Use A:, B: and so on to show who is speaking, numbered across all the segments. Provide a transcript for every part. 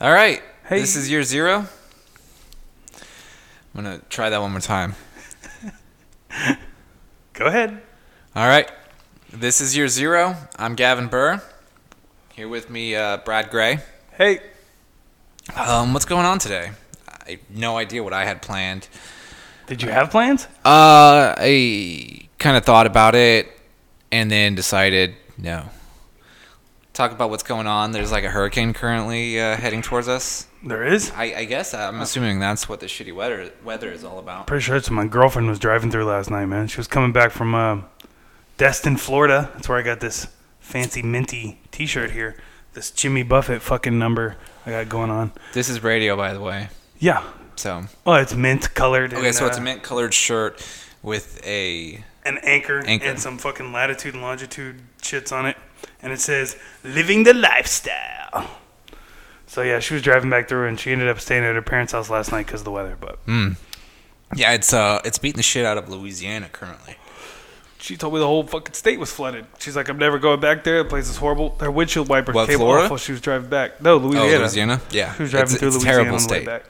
A: All right.
B: Hey.
A: This is year zero. I'm going to try that one more time.
B: Go ahead.
A: All right. This is year zero. I'm Gavin Burr. Here with me, uh, Brad Gray.
B: Hey,
A: Um, what's going on today? I have no idea what I had planned.
B: did you have plans?
A: Uh, I kind of thought about it and then decided no. Talk about what's going on. There's like a hurricane currently uh, heading towards us.
B: There is.
A: I, I guess I'm assuming that's what the shitty weather weather is all about.
B: Pretty sure it's what my girlfriend was driving through last night, man. She was coming back from uh, Destin, Florida. That's where I got this fancy minty T-shirt here. This Jimmy Buffett fucking number I got going on.
A: This is radio, by the way.
B: Yeah.
A: So
B: Well, it's mint colored.
A: okay,
B: and,
A: so it's
B: uh,
A: a mint colored shirt with a
B: an anchor,
A: Anchor.
B: and some fucking latitude and longitude shits on it, and it says "Living the Lifestyle." So yeah, she was driving back through, and she ended up staying at her parents' house last night because of the weather. But
A: yeah. It's uh, it's beating the shit out of Louisiana currently.
B: she told me the whole fucking state was flooded. She's like, "I'm never going back there. The place is horrible." Her windshield wiper
A: What,
B: came
A: Florida?
B: off while she was driving back. No,
A: Oh,
B: Louisiana.
A: Louisiana. Yeah,
B: She was driving
A: it's,
B: through
A: it's a
B: Louisiana
A: terrible
B: on the way
A: state.
B: back.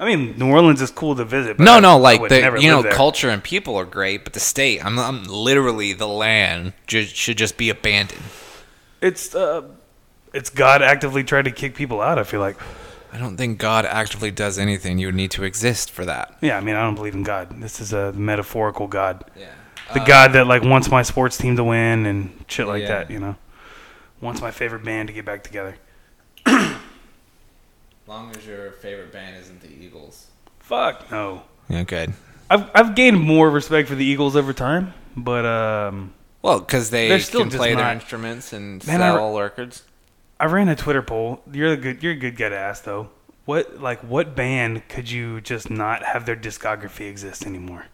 B: I mean, New Orleans is cool to visit. But
A: No,
B: I-
A: no,
B: I
A: like
B: would
A: the
B: never
A: you
B: live
A: know
B: there.
A: culture and people are great, but the state, I'm I'm literally the land ju- should just be abandoned.
B: It's uh, it's God actively trying to kick people out. I feel like.
A: I don't think God actively does anything. You would need to exist for that.
B: Yeah, I mean, I don't believe in God. This is a metaphorical God.
A: Yeah.
B: the god that like wants my sports team to win and shit like
A: Uh, Yeah.
B: that, you know. Wants my favorite band to get back together.
A: long as your favorite band isn't the Eagles.
B: Fuck no.
A: Yeah, good.
B: I've I've gained more respect for the Eagles over time, but um
A: Well, because they
B: They're still
A: can
B: just
A: play their
B: not-
A: instruments and
B: Man, I re-
A: sell records.
B: I ran a Twitter poll. You're a good you're a good guy to ask though. What like what band could you just not have their discography exist anymore?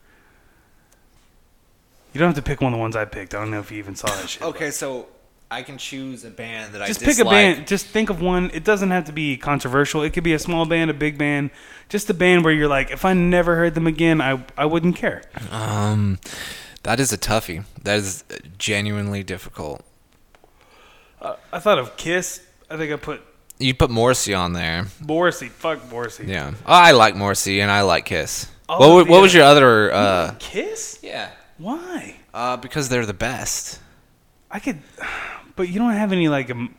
B: You don't have to pick one of the ones I picked. I don't know if you even saw that shit.
A: Okay, so I can choose a band that
B: just
A: I
B: pick a band. Just think of one. It doesn't have to be controversial. It could be a small band, a big band, just a band where you're like, if I never heard them again, I I wouldn't care.
A: Um, that is a toughie. That is genuinely difficult.
B: I thought of Kiss. I think I put
A: You put Morrissey on there.
B: Morrissey. Fuck Morrissey.
A: Yeah, Oh, I like Morrissey and I like Kiss.
B: All
A: what,
B: of
A: wa-
B: the
A: what was
B: other-
A: your other? Uh,
B: Kiss?
A: yeah,
B: Why?
A: uh, because they're the best.
B: I could, but you don't have any like. Um,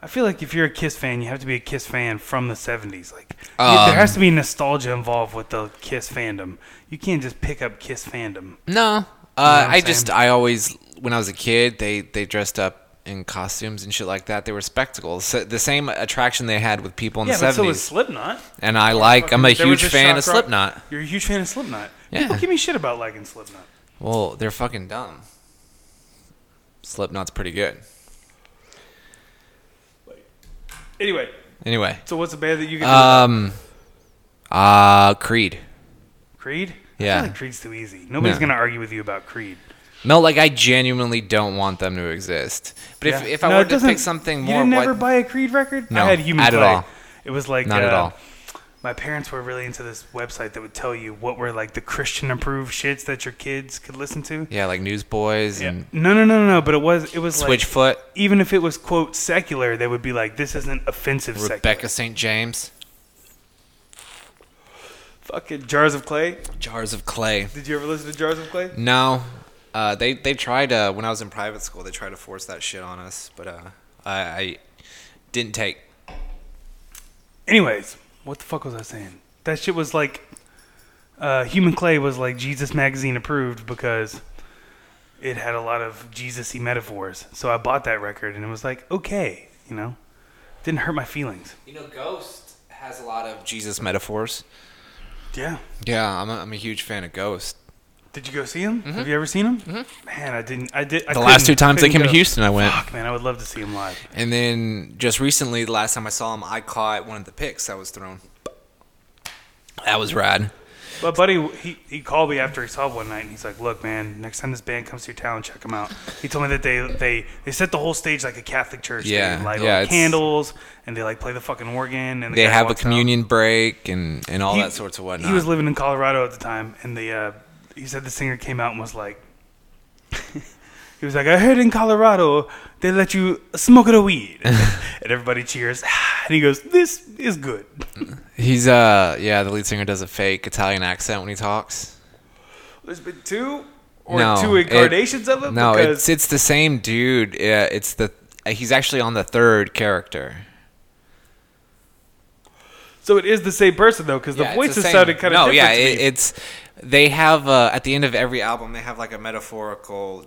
B: I feel like if you're a Kiss fan, you have to be a Kiss fan from the '70s. Like you-
A: Um,
B: there has to be nostalgia involved with the Kiss fandom. You can't just pick up Kiss fandom.
A: No,
B: what
A: uh,
B: I'm
A: I just
B: saying?
A: I always when I was a kid they they dressed up in costumes and shit like that. They were spectacles. So the same attraction they had with people in
B: Yeah,
A: the
B: but so
A: seventies.
B: is Slipknot.
A: and I like I'm a
B: There was
A: huge fan
B: shock
A: of
B: rock-
A: Slipknot.
B: You're a huge fan of Slipknot.
A: Yeah.
B: People give me shit about liking Slipknot.
A: Well, they're fucking dumb. Slipknot's pretty good.
B: Anyway,
A: Anyway,
B: so what's a band that you can
A: um, uh, Creed.
B: Creed? I
A: yeah.
B: feel like Creed's too easy. Nobody's
A: No.
B: gonna argue with you about Creed.
A: No, like I genuinely don't want them to exist. But if,
B: Yeah.
A: if I
B: No, it
A: were to
B: doesn't-
A: pick something
B: you
A: more,
B: didn't never
A: what,
B: buy a Creed record.
A: No,
B: I had human
A: not at
B: Play.
A: all.
B: It was like
A: Not at
B: uh,
A: all.
B: My parents were really into this website that would tell you what were like the Christian approved shits that your kids could listen to.
A: yeah, like Newsboys and
B: No, no, no, no, no. But it was it was like
A: Switchfoot,
B: even if it was quote secular, they would be like, this isn't offensive. secular.
A: Rebecca St. James,
B: Fucking Jars of Clay.
A: Jars of Clay.
B: Did you ever listen to Jars of Clay?
A: No, uh, they they tried uh, when I was in private school. They tried to force that shit on us, but uh, I, I didn't take.
B: Anyways, what the fuck was I saying? That shit was like, uh, Human Clay was like Jesus Magazine approved because it had a lot of Jesus-y metaphors. So I bought that record and it was like, okay, you know, didn't hurt my feelings.
A: You know, Ghost has a lot of Jesus metaphors.
B: Yeah.
A: Yeah, I'm a, I'm a huge fan of Ghost.
B: Did you go see him? Have you ever seen him? Man, I didn't. I did. I
A: The last two
B: couldn't-
A: times they
B: couldn't
A: came to
B: go.
A: Houston, I went.
B: Fuck, man, I would love to see him live.
A: And then just recently, the last time I saw him, I caught one of the picks that was thrown. That was rad.
B: But buddy, he, he called me after he saw one night, and he's like, "Look, man, next time this band comes to your town, check them out." He told me that they they they set the whole stage like a Catholic church.
A: Yeah,
B: they light
A: yeah,
B: all the
A: it's-
B: candles, and they like play the fucking organ, and the
A: They
B: guy
A: have a
B: walks out.
A: communion break and, and all
B: He-
A: that sorts of whatnot.
B: He was living in Colorado at the time, and the uh, he said the singer came out and was like, He was like, I heard in Colorado they let you smoke the weed, and everybody cheers. And he goes, "This is good."
A: He's uh yeah, the lead singer does a fake Italian accent when he talks.
B: There's been two or
A: No,
B: two
A: it-
B: incarnations of it.
A: No,
B: because
A: it's it's the same dude. Yeah, it's the he's actually on the third character.
B: so it is the same person though, because
A: Yeah,
B: the
A: it's
B: voices
A: same-
B: sounded kind of
A: no, yeah,
B: different. to
A: it,
B: me.
A: it's they have uh, at the end of every album they have like a metaphorical,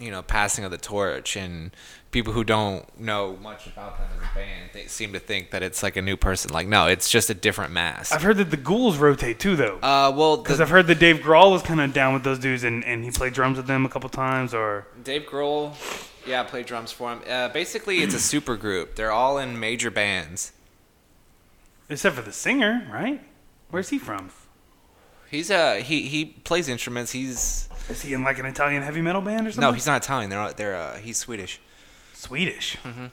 A: you know, passing of the torch, and people who don't know much about them as a band they seem to think that it's like a new person. Like, no, it's just a different mask.
B: I've heard that the ghouls rotate too though.
A: Uh, well, the-
B: Because I've heard that Dave Grohl was kind of down with those dudes, and, and he played drums with them a couple times, or
A: Dave Grohl, yeah, played drums for him. Uh, basically, it's a super group. They're all in major bands.
B: except for the singer, right? Where's he from?
A: He's uh he he plays instruments. He's
B: Is he in like an Italian heavy metal band or something?
A: no, he's not Italian. They're they're uh, he's Swedish.
B: Swedish.
A: Mm-hmm.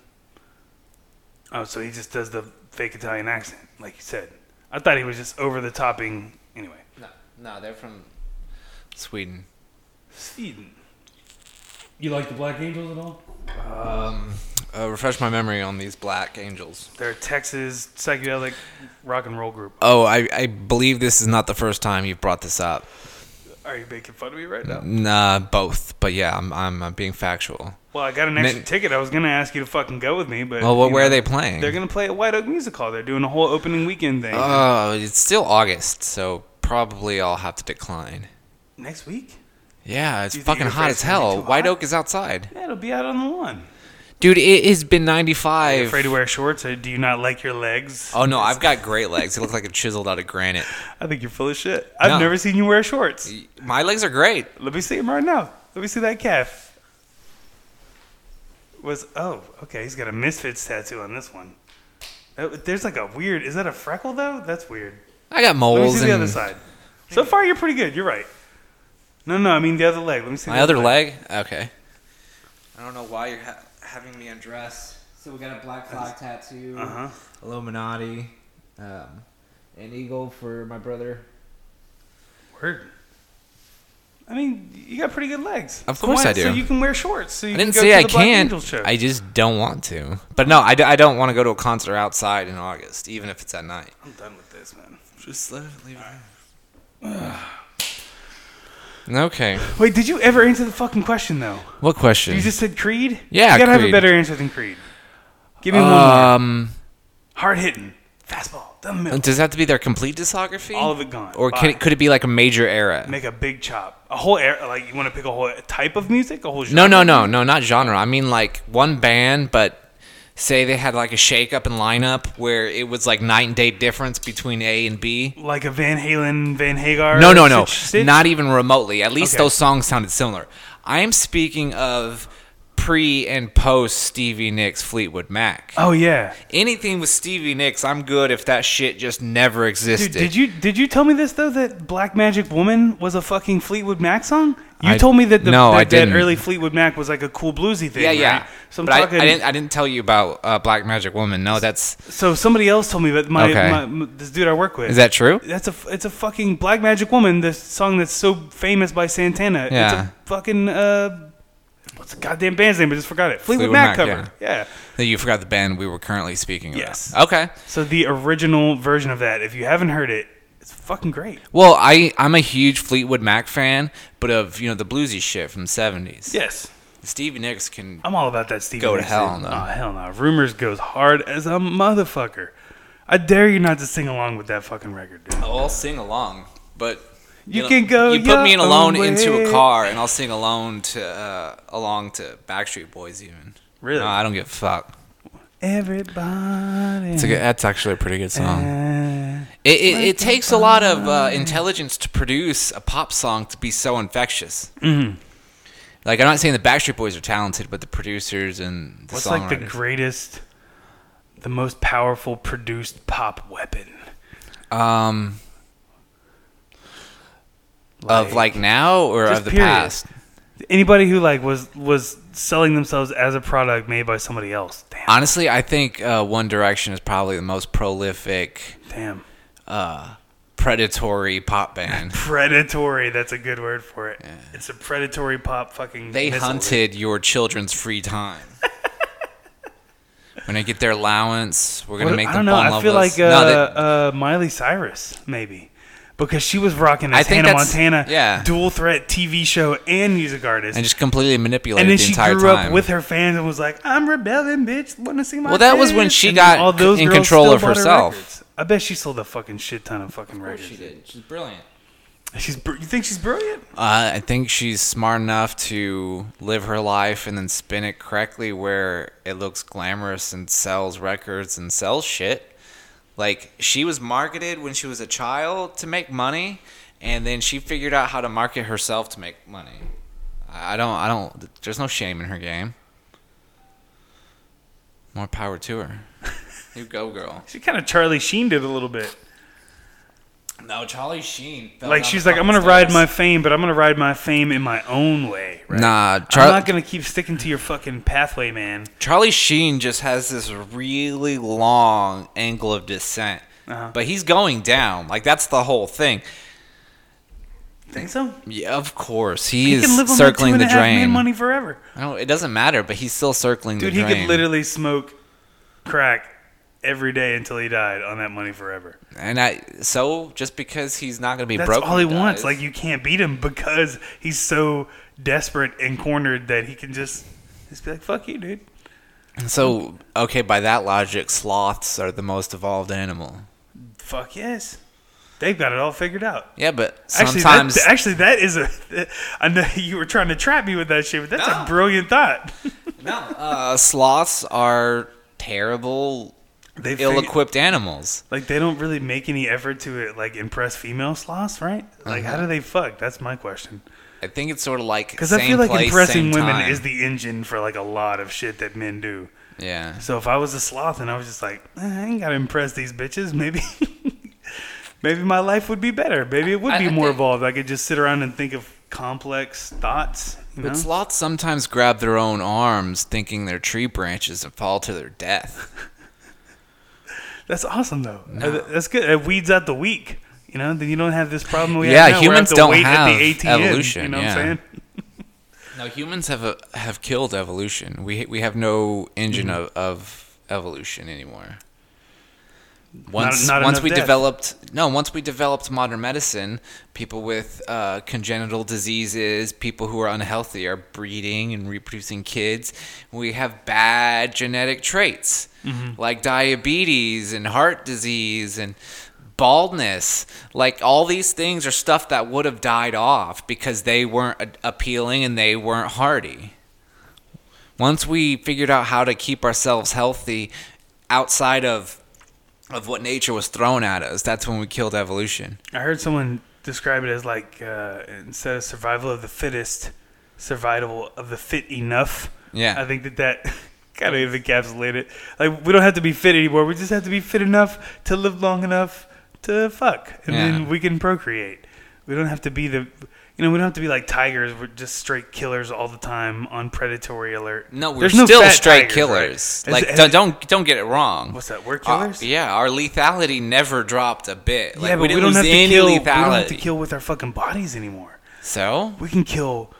B: Oh, so he just does the fake Italian accent, like you said. I thought he was just over the topping. Anyway,
A: No, no, they're from Sweden.
B: Sweden. You like the Black Angels at all?
A: Um, uh, refresh my memory on these Black Angels.
B: They're a Texas psychedelic rock and roll group.
A: Oh, I, I believe this is not the first time you've brought this up.
B: Are you making fun of me right now?
A: Nah, both, but yeah, I'm I'm uh, being factual.
B: Well, I got an extra
A: Min-
B: ticket. I was gonna ask you to fucking go with me, but
A: Well, what
B: you
A: where
B: know,
A: are they playing?
B: They're gonna play at White Oak Music Hall. They're doing a whole opening weekend thing
A: Oh, it's still August, so probably I'll have to decline.
B: next week.
A: Yeah, it's
B: You think
A: fucking
B: your
A: hot
B: face
A: as
B: is gonna be
A: hell.
B: too
A: White
B: hot?
A: Oak is outside.
B: Yeah, it'll be out on the lawn.
A: Dude, it has been
B: Are
A: 95.
B: you afraid to wear shorts? Or do you not like your legs?
A: oh no, I've got great legs. They look like a chiseled out of granite.
B: I think you're full of shit. I've
A: No.
B: never seen you wear shorts.
A: My legs are great.
B: Let me see him right now. Let me see that calf. Was oh okay? He's got a misfits tattoo on this one. That- There's like a weird. Is that a freckle though? That's weird.
A: I got
B: Let me
A: moles
B: see
A: and
B: the other side. So far, you're pretty good. You're right. No, no, I mean the other leg. Let me see.
A: my
B: the
A: other leg. Okay. I don't know why you're ha- having me undress. So we got a black flag tattoo,
B: Uh huh.
A: Illuminati, um, an eagle for my brother.
B: Word. I mean, you got pretty good legs.
A: Of
B: So
A: course
B: why-
A: I do.
B: So you can wear shorts. So you
A: I didn't
B: can go
A: say
B: to
A: I
B: the Black
A: can't.
B: Angel show.
A: I just don't want to. But no, I, d- I don't want to go to a concert outside in August, even if it's at night.
B: I'm done with this, man.
A: Just let it leave it. okay.
B: Wait, did you ever answer the fucking question though?
A: What question?
B: You just said Creed.
A: Yeah,
B: you gotta have a
A: Creed.
B: better answer than Creed. Give me one more.
A: um,
B: Hard hitting, fastball down the middle.
A: does it have to be their complete discography?
B: All of it gone.
A: Or can
B: Bye.
A: it, could it be like a major era?
B: make a big chop? A whole air? Like you want to pick a whole type of music? A whole genre?
A: no, no, no, no, not genre. I mean like one band, but say they had like a shake up and lineup where it was like night and day difference between A and B.
B: Like a Van Halen, Van Hagar?
A: No, no, no.
B: Sitch- Sitch?
A: Not even remotely. At least
B: Okay.
A: those songs sounded similar. I am speaking of pre and post Stevie Nicks Fleetwood Mac.
B: Oh yeah,
A: Anything with Stevie Nicks, I'm good if that shit just never existed.
B: dude. Did you did you tell me this though that Black Magic Woman was a fucking Fleetwood Mac song? You
A: I-
B: told me that the
A: no,
B: that,
A: I
B: that
A: didn't.
B: early Fleetwood Mac was like a cool bluesy thing.
A: yeah, yeah.
B: right? So I'm
A: but I-
B: talking.
A: I, didn't. I didn't tell you about uh, Black Magic Woman. No, that's
B: so somebody else told me, but my,
A: Okay.
B: my, my this dude I work with
A: is that true?
B: That's a it's a fucking Black Magic Woman, the song that's so famous by Santana. It's
A: Yeah.
B: a fucking uh, what's the goddamn band's name? I just forgot it. Fleetwood,
A: Fleetwood
B: Mac,
A: Mac,
B: cover. Yeah.
A: That you forgot the band we were currently speaking about.
B: Yes.
A: Okay.
B: So the original version of that, if you haven't heard it, it's fucking great.
A: Well, I I'm a huge Fleetwood Mac fan, but of you know the bluesy shit from the '70s.
B: Yes.
A: Stevie Nicks can.
B: I'm all about that Stevie.
A: Go to
B: Nicks,
A: hell,
B: dude.
A: no.
B: Oh hell no. Rumors goes hard as a motherfucker. I dare you not to sing along with that fucking record, dude.
A: I'll sing along, but
B: You can go
A: You put me in
B: your
A: alone
B: own
A: into
B: way.
A: a car, and I'll sing alone to uh, along to Backstreet Boys. Even
B: Really?
A: no, I don't give a fuck.
B: Everybody.
A: It's a good, that's actually a pretty good song.
B: Uh,
A: It, it, it takes a lot of uh, intelligence to produce a pop song to be so infectious.
B: Mm-hmm.
A: Like I'm not saying the Backstreet Boys are talented, but the producers and the
B: What's like the
A: songwriters.
B: greatest, the most powerful produced pop weapon?
A: um of like
B: Like-
A: now or
B: Just
A: of the
B: period.
A: past.
B: Anybody who like was was selling themselves as a product made by somebody else. Damn,
A: Honestly, I think uh, One Direction is probably the most prolific
B: damn.
A: uh, predatory pop band.
B: Predatory. That's a good word for it.
A: Yeah.
B: It's a predatory pop fucking.
A: They
B: missile.
A: hunted your children's free time. When they get their allowance, we're gonna
B: What-
A: make
B: I
A: them
B: don't know.
A: fall in
B: I
A: love
B: feel
A: with us.
B: like uh,
A: No, they-
B: uh, Miley Cyrus maybe because she was rocking
A: I
B: this
A: think
B: Hannah
A: that's-
B: Montana
A: yeah.
B: dual threat TV show and music artist.
A: and just completely manipulated
B: and then
A: the
B: she
A: entire
B: grew
A: time.
B: up with her fans and was like, "I'm rebelling, bitch. Want to see my?"
A: Well, that was when
B: tits?"
A: she
B: And then
A: got
B: all those
A: in
B: girls
A: control
B: still
A: of
B: bought her
A: herself.
B: records. I bet she sold a fucking shit ton of fucking records.
A: she did. She's brilliant.
B: She's br- you think she's brilliant?
A: Uh, I think she's smart enough to live her life and then spin it correctly where it looks glamorous and sells records and sells shit. Like, she was marketed when she was a child to make money, and then she figured out how to market herself to make money. I I don't, I don't, there's no shame in her game. More power to her. you go, girl.
B: She kind of Charlie Sheen did a little bit.
A: No, Charlie Sheen. fell
B: Like
A: down
B: she's
A: Oh, the
B: like, I'm
A: fucking
B: gonna ride
A: stairs."
B: my fame, but I'm gonna ride my fame in my own way. Right?
A: Nah,
B: I'm
A: Charlie.
B: not gonna keep sticking to your fucking pathway, man.
A: Charlie Sheen just has this really long angle of descent,
B: Uh-huh.
A: but he's going down. Like that's the whole thing.
B: Think so?
A: Yeah, of course, he,
B: He
A: is
B: can live on
A: circling
B: that two and
A: the
B: a half man
A: drain.
B: money forever,
A: No, it doesn't matter, but he's still circling
B: dude.
A: the
B: He
A: drain.
B: could literally smoke crack every day until he died on that money forever.
A: And I so just because he's not going to be
B: That's
A: broke,
B: all he
A: when
B: wants.
A: dies-
B: Like you can't beat him because he's so desperate and cornered that he can just just be like, "Fuck you, dude."
A: so, okay, by that logic, sloths are the most evolved animal.
B: Fuck yes, they've got it all figured out.
A: Yeah, but
B: Actually,
A: sometimes
B: that, actually, that is a. I know you were trying to trap me with that shit, but that's
A: No.
B: a brilliant thought.
A: no, uh, sloths are terrible,
B: They fig-
A: ill-equipped animals.
B: like they don't really make any effort to like impress female sloths, right? Like, how
A: Uh-huh.
B: do they fuck? That's my question.
A: I think it's sort of like
B: Because I feel like impressing women is
A: the
B: the engine for like a lot of shit that men do.
A: yeah.
B: So if I was a sloth and I was just like, "Eh, I ain't gotta impress these bitches, maybe, maybe my life would be better. Maybe it would
A: I-
B: be
A: I
B: more
A: think-
B: evolved. I could just sit around and think of complex thoughts. You know?
A: But sloths sometimes grab their own arms, thinking they're tree branches, and fall to their death.
B: That's awesome though. Uh, th- That's good. It weeds out the weak. You know, then you don't have this problem we
A: Yeah,
B: have now. where I
A: humans
B: have to
A: don't
B: wait at
A: have
B: the ATM, You
A: evolution,
B: know
A: yeah.
B: what I'm saying?
A: now humans have a, have killed evolution. We we have no engine
B: Mm.
A: of, of evolution anymore. Once
B: not
A: once
B: enough
A: we
B: death.
A: developed no, once we developed modern medicine, people with uh, congenital diseases, people who are unhealthy, are breeding and reproducing kids. We have bad genetic traits
B: Mm-hmm.
A: like diabetes and heart disease and baldness like all these things are stuff that would have died off because they weren't a- appealing and they weren't hardy once we figured out how to keep ourselves healthy outside of of what nature was thrown at us that's when we killed evolution
B: I heard someone describe it as like uh, instead of survival of the fittest, survival of the fit enough.
A: Yeah.
B: I think that that kind of encapsulates it. Like we don't have to be fit anymore. We just have to be fit enough to live long enough to fuck, and
A: Yeah.
B: then we can procreate. We don't have to be the, you know, we don't have to be like tigers. We're just straight killers all the time on predatory alert.
A: no we're
B: There's
A: still
B: fat
A: straight
B: tigers,
A: killers
B: right?
A: like
B: Has-
A: don't,
B: has-
A: don't don't get it wrong
B: what's that? We're
A: Uh,
B: killers.
A: yeah our lethality never dropped a bit like
B: yeah,
A: we
B: but
A: didn't
B: we don't
A: lose
B: have to
A: any
B: kill. We don't have to
A: lethality
B: kill with our fucking bodies anymore.
A: so
B: we can kill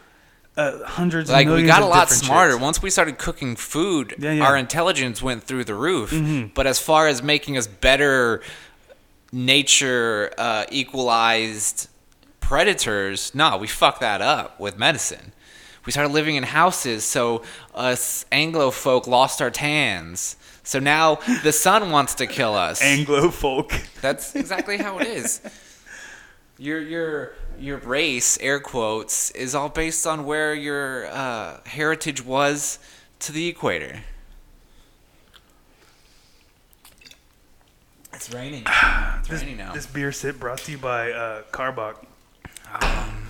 B: uh, hundreds.
A: like
B: of
A: we
B: millions
A: got a
B: of
A: lot
B: different
A: smarter
B: shits.
A: once we started cooking food
B: Yeah, Mm-hmm. yeah.
A: our intelligence went through the roof but as far as making us better nature uh, equalized predators nah, we fucked that up with medicine we started living in houses so us anglo folk lost our tans so now the sun wants to kill us
B: Anglo folk.
A: that's exactly how it is. Your your your race, air quotes, is all based on where your uh, heritage was to the equator. It's raining. It's
B: This,
A: raining now.
B: this beer sip brought to you by uh, Carbach.
A: Um,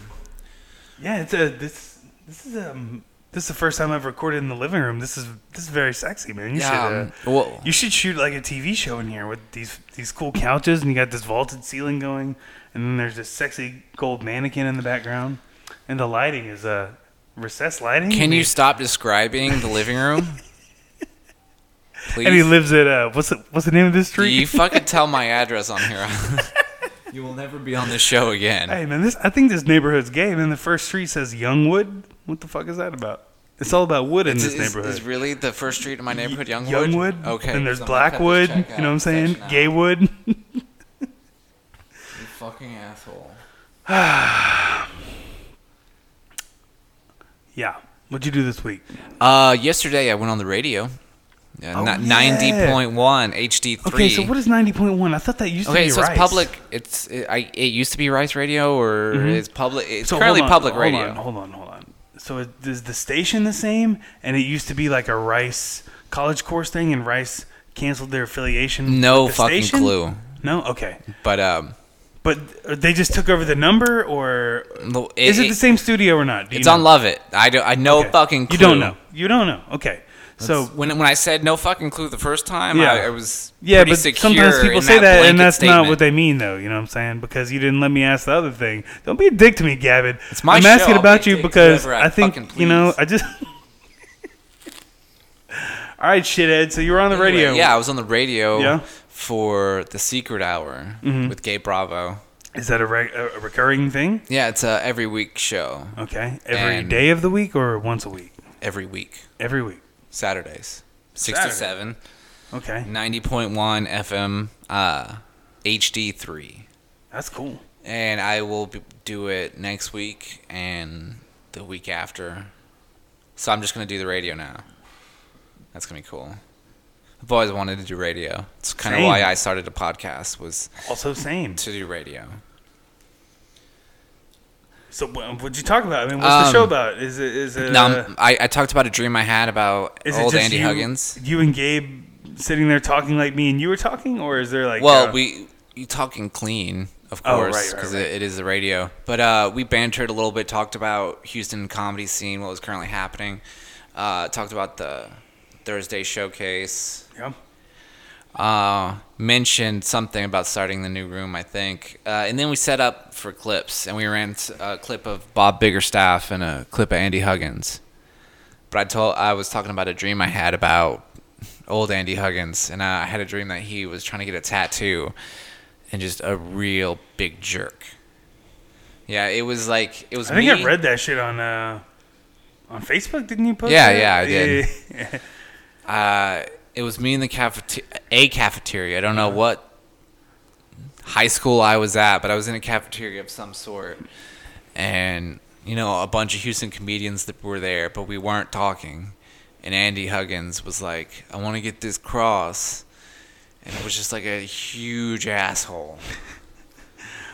B: yeah, it's a this this is um this is the first time I've recorded in the living room. This is this is very sexy, man. You
A: Yeah,
B: should. Uh,
A: um, well,
B: you should shoot like a TV show in here with these these cool couches, and you got this vaulted ceiling going, and then there's this sexy gold mannequin in the background, and the lighting is uh recessed lighting.
A: can you
B: Maybe-
A: stop describing the living room? Please.
B: And he lives at uh, what's the, what's the name of this
A: Do you
B: street?
A: fucking tell my address on here? You will never be on this show again.
B: Hey man, this I think this neighborhood's gay. And then the first street says Youngwood. What the fuck is that about? It's all about wood in
A: Is-
B: this
A: is-
B: neighborhood.
A: Is really the first street in my neighborhood Youngwood?
B: Youngwood.
A: Okay.
B: And there's
A: so I'm gonna cut this
B: Blackwood.
A: check
B: You know what I'm
A: out
B: saying?
A: section out.
B: Gaywood.
A: You fucking asshole.
B: yeah. What'd you do this week?
A: Uh, yesterday I went on the radio. Uh,
B: Oh,
A: ni-
B: yeah.
A: 90.1 HD3.
B: Okay, so what is 90.1? I thought that used to
A: Okay,
B: be
A: so it's
B: Rice.
A: public. It's it, I, it used to be Rice Radio, or it's public. It's
B: Mm-hmm. So hold
A: currently
B: on,
A: public
B: hold
A: radio.
B: on, hold on, hold on. So it- is the station the same? And it used to be like a Rice college course thing, and Rice canceled their affiliation.
A: No
B: with the
A: fucking
B: station?
A: clue.
B: No, okay.
A: But um,
B: But they just took over the number, or
A: l- it,
B: is it the same studio or not? Do you
A: It's
B: know?
A: on Love It. I do. I know
B: Okay.
A: fucking. Clue.
B: You don't know. You don't know. Okay. So
A: when when I said no fucking clue the first time,
B: Yeah.
A: I, I was
B: yeah,
A: pretty
B: but
A: secure
B: sometimes people
A: in
B: say that, and
A: blanket
B: that's not
A: statement.
B: what they mean, though. You know what I'm saying? Because you didn't let me ask the other thing. Don't be a dick to me, Gavin.
A: It's my
B: I'm
A: show.
B: asking
A: I'll
B: about
A: be a dick
B: you
A: to
B: because
A: whoever I
B: I, think
A: fucking
B: you know.
A: please.
B: I just. All right, shithead. So you were on the
A: Anyway,
B: radio.
A: Yeah, I was on the radio
B: Yeah. Mm-hmm.
A: for the Secret Hour with Gay Bravo.
B: Is that a, re- a a recurring thing?
A: Yeah, it's a every week show,
B: Okay. Every day
A: And-
B: of the week or once a week?
A: every week,
B: Every week.
A: Saturdays, six
B: Saturday.
A: to seven,
B: Okay.
A: 90.1 FM, uh, HD three,
B: That's cool.
A: and I will b- do it next week and the week after. So I'm just gonna do the radio now. That's gonna be cool. I've always wanted to do radio. It's kind of
B: Same.
A: why I started a podcast was
B: Also, same.
A: to do radio.
B: So wh- what'd you talk about? I mean, what's the
A: Um,
B: show about? Is it is it
A: No,
B: uh,
A: I'm- I, I talked about a dream I had about
B: is it
A: old
B: just
A: Andy
B: you,
A: Huggins.
B: You and Gabe sitting there talking like me and you were talking, or is there like
A: Well,
B: uh,
A: we you talking clean, of
B: Oh, right,
A: course,
B: right,
A: because
B: right.
A: it, it is the radio. But uh, we bantered a little bit, talked about Houston comedy scene, what was currently happening, uh, talked about the Thursday showcase,
B: yeah.
A: uh, mentioned something about starting the new room, I think, uh, and then we set up for clips, and we ran s- a clip of Bob Biggerstaff and a clip of Andy Huggins. But I told I was talking about a dream I had about old Andy Huggins, and I had a dream that he was trying to get a tattoo, and just a real big jerk. Yeah, it was like it was.
B: I think
A: me.
B: I read that shit on uh on Facebook, didn't you post
A: Yeah,
B: that?
A: yeah, I did.
B: Yeah.
A: Uh, it was me in the cafeteria, a cafeteria. I don't know what high school I was at, but I was in a cafeteria of some sort, and you know, a bunch of Houston comedians that were there, but we weren't talking. And Andy Huggins was like, "I want to get this cross," and it was just like a huge asshole.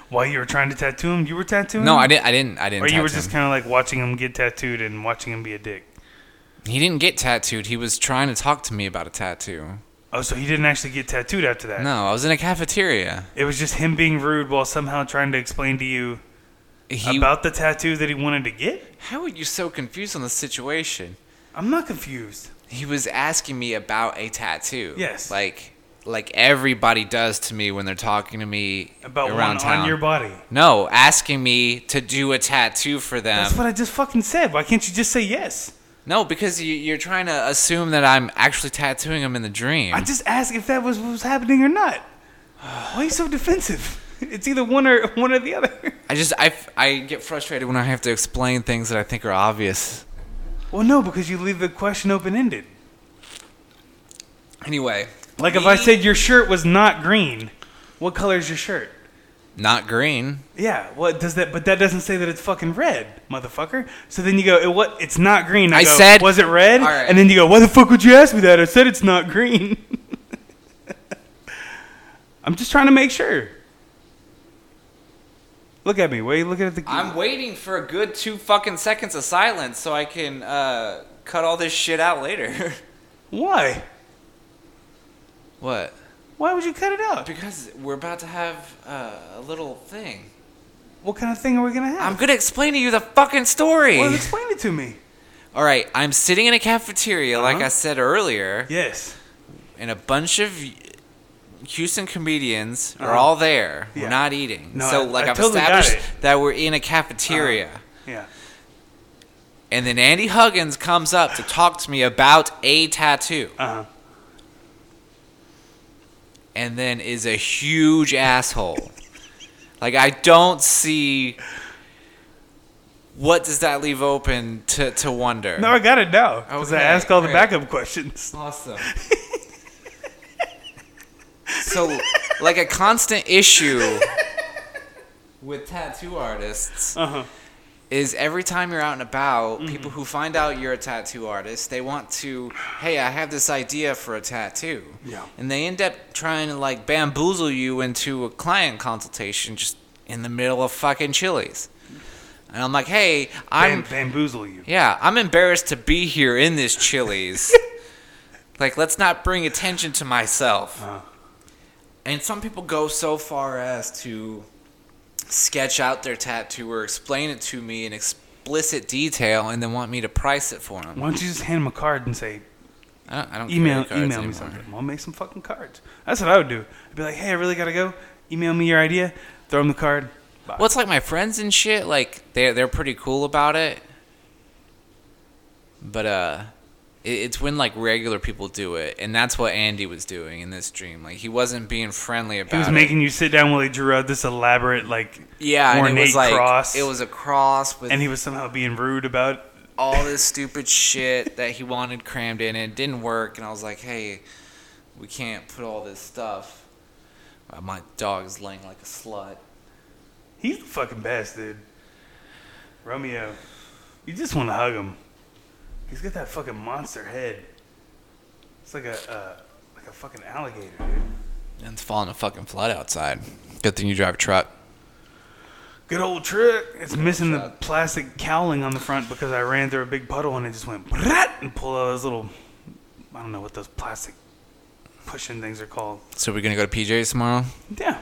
B: While you were trying to tattoo him, you were tattooing
A: No,
B: him?
A: I didn't. I didn't. I didn't.
B: Or Oh, you were
A: tattoo
B: just
A: him.
B: kinda like watching him get tattooed and watching him be a dick.
A: He didn't get tattooed. He was trying to talk to me about a tattoo.
B: Oh, so he didn't actually get tattooed after that.
A: No, I was in a cafeteria.
B: It was just him being rude while somehow trying to explain to you
A: He.
B: about the tattoo that he wanted to get?
A: how are you so confused on the situation?
B: I'm not confused.
A: he was asking me about a tattoo.
B: Yes.
A: Like like everybody does to me when they're talking to me
B: About
A: around
B: one
A: town.
B: on your body.
A: no, asking me to do a tattoo for them.
B: That's what I just fucking said. Why can't you just say yes?
A: no, because you, you're trying to assume that I'm actually tattooing him in the dream.
B: I just asked if that was what was happening or not. Why are you so defensive? It's either one or one or the other.
A: I just I, f- I get frustrated when I have to explain things that I think are obvious.
B: Well, no, because you leave the question open ended.
A: Anyway,
B: Like if I
A: me-
B: said your shirt was not green, what color is your shirt?
A: not green.
B: Yeah, what does that? But that doesn't say that it's fucking red, motherfucker. So then you go, it, what? It's not green. I,
A: I
B: go,
A: said-
B: was it red?
A: All right.
B: And then you go, why the fuck would you ask me that? I said it's not green. I'm just trying to make sure. Look at me. Why are you looking at the?
A: I'm waiting for a good two fucking seconds of silence so I can uh, cut all this shit out later.
B: Why?
A: what?
B: Why would you cut it out?
A: Uh, Because we're about to have uh, a little thing.
B: What kind of thing are we gonna
A: I'm
B: have?
A: gonna explain to you the fucking story.
B: Well, explain it to me.
A: All right, I'm sitting in a cafeteria, like
B: Uh-huh.
A: I said earlier,
B: Yes.
A: and a bunch of Houston comedians are
B: Uh-huh.
A: all there.
B: Yeah.
A: We're not eating,
B: No,
A: so
B: I-
A: like
B: I
A: have
B: totally got Uh-huh.
A: established that we're in a cafeteria.
B: Yeah.
A: And then Andy Huggins comes up to talk to me about a tattoo,
B: Uh huh.
A: and then is a huge asshole. Like I don't see what does that leave open to to wonder.
B: No, I got it now because I
A: Okay,
B: ask all the
A: great.
B: backup questions.
A: Awesome. so, like a constant issue with tattoo artists
B: Uh huh.
A: is every time you're out and about, people who find out you're a tattoo artist, they want to, hey, I have this idea for a tattoo.
B: Yeah.
A: And they end up trying to like bamboozle you into a client consultation just in the middle of fucking Chili's. And I'm like, hey, I'm
B: Bam- bamboozle you.
A: yeah, I'm embarrassed to be here in this Chili's. like, let's not bring attention to myself.
B: Uh-huh.
A: And some people go so far as to sketch out their tattoo or explain it to me in explicit detail and then want me to price it for them.
B: Why don't you just hand him a card and say,
A: I don't, I don't
B: email,
A: carry cards
B: email me
A: anymore.
B: something. I'll make some fucking cards. That's what I would do. I'd be like, hey, I really gotta go. Email me your idea. Throw him the card. Bye.
A: Well, it's like my friends and shit. Like they they're pretty cool about it. But uh, it, it's when like regular people do it, and that's what Andy was doing in this dream. Like he wasn't being friendly about
B: He was
A: it.
B: making you sit down while he drew out this elaborate like,
A: yeah, and it
B: ornate
A: was like
B: cross.
A: it was a cross with
B: and he was somehow being rude about. it.
A: all this stupid shit that he wanted crammed in. and It didn't work, and I was like, hey, we can't put all this stuff. Uh, My dog is laying like a slut.
B: He's the fucking best, dude. Romeo, you just want to hug him. He's got that fucking monster head. It's like a uh, like a fucking alligator, dude.
A: And it's falling a fucking flood outside. Good thing you drive a truck.
B: Good old trick. It's missing the
A: truck.
B: plastic cowling on the front because I ran through a big puddle and it just went brat and pulled out those little. I don't know what those plastic pushing things are called.
A: So we're gonna go to PJ's tomorrow?
B: Yeah.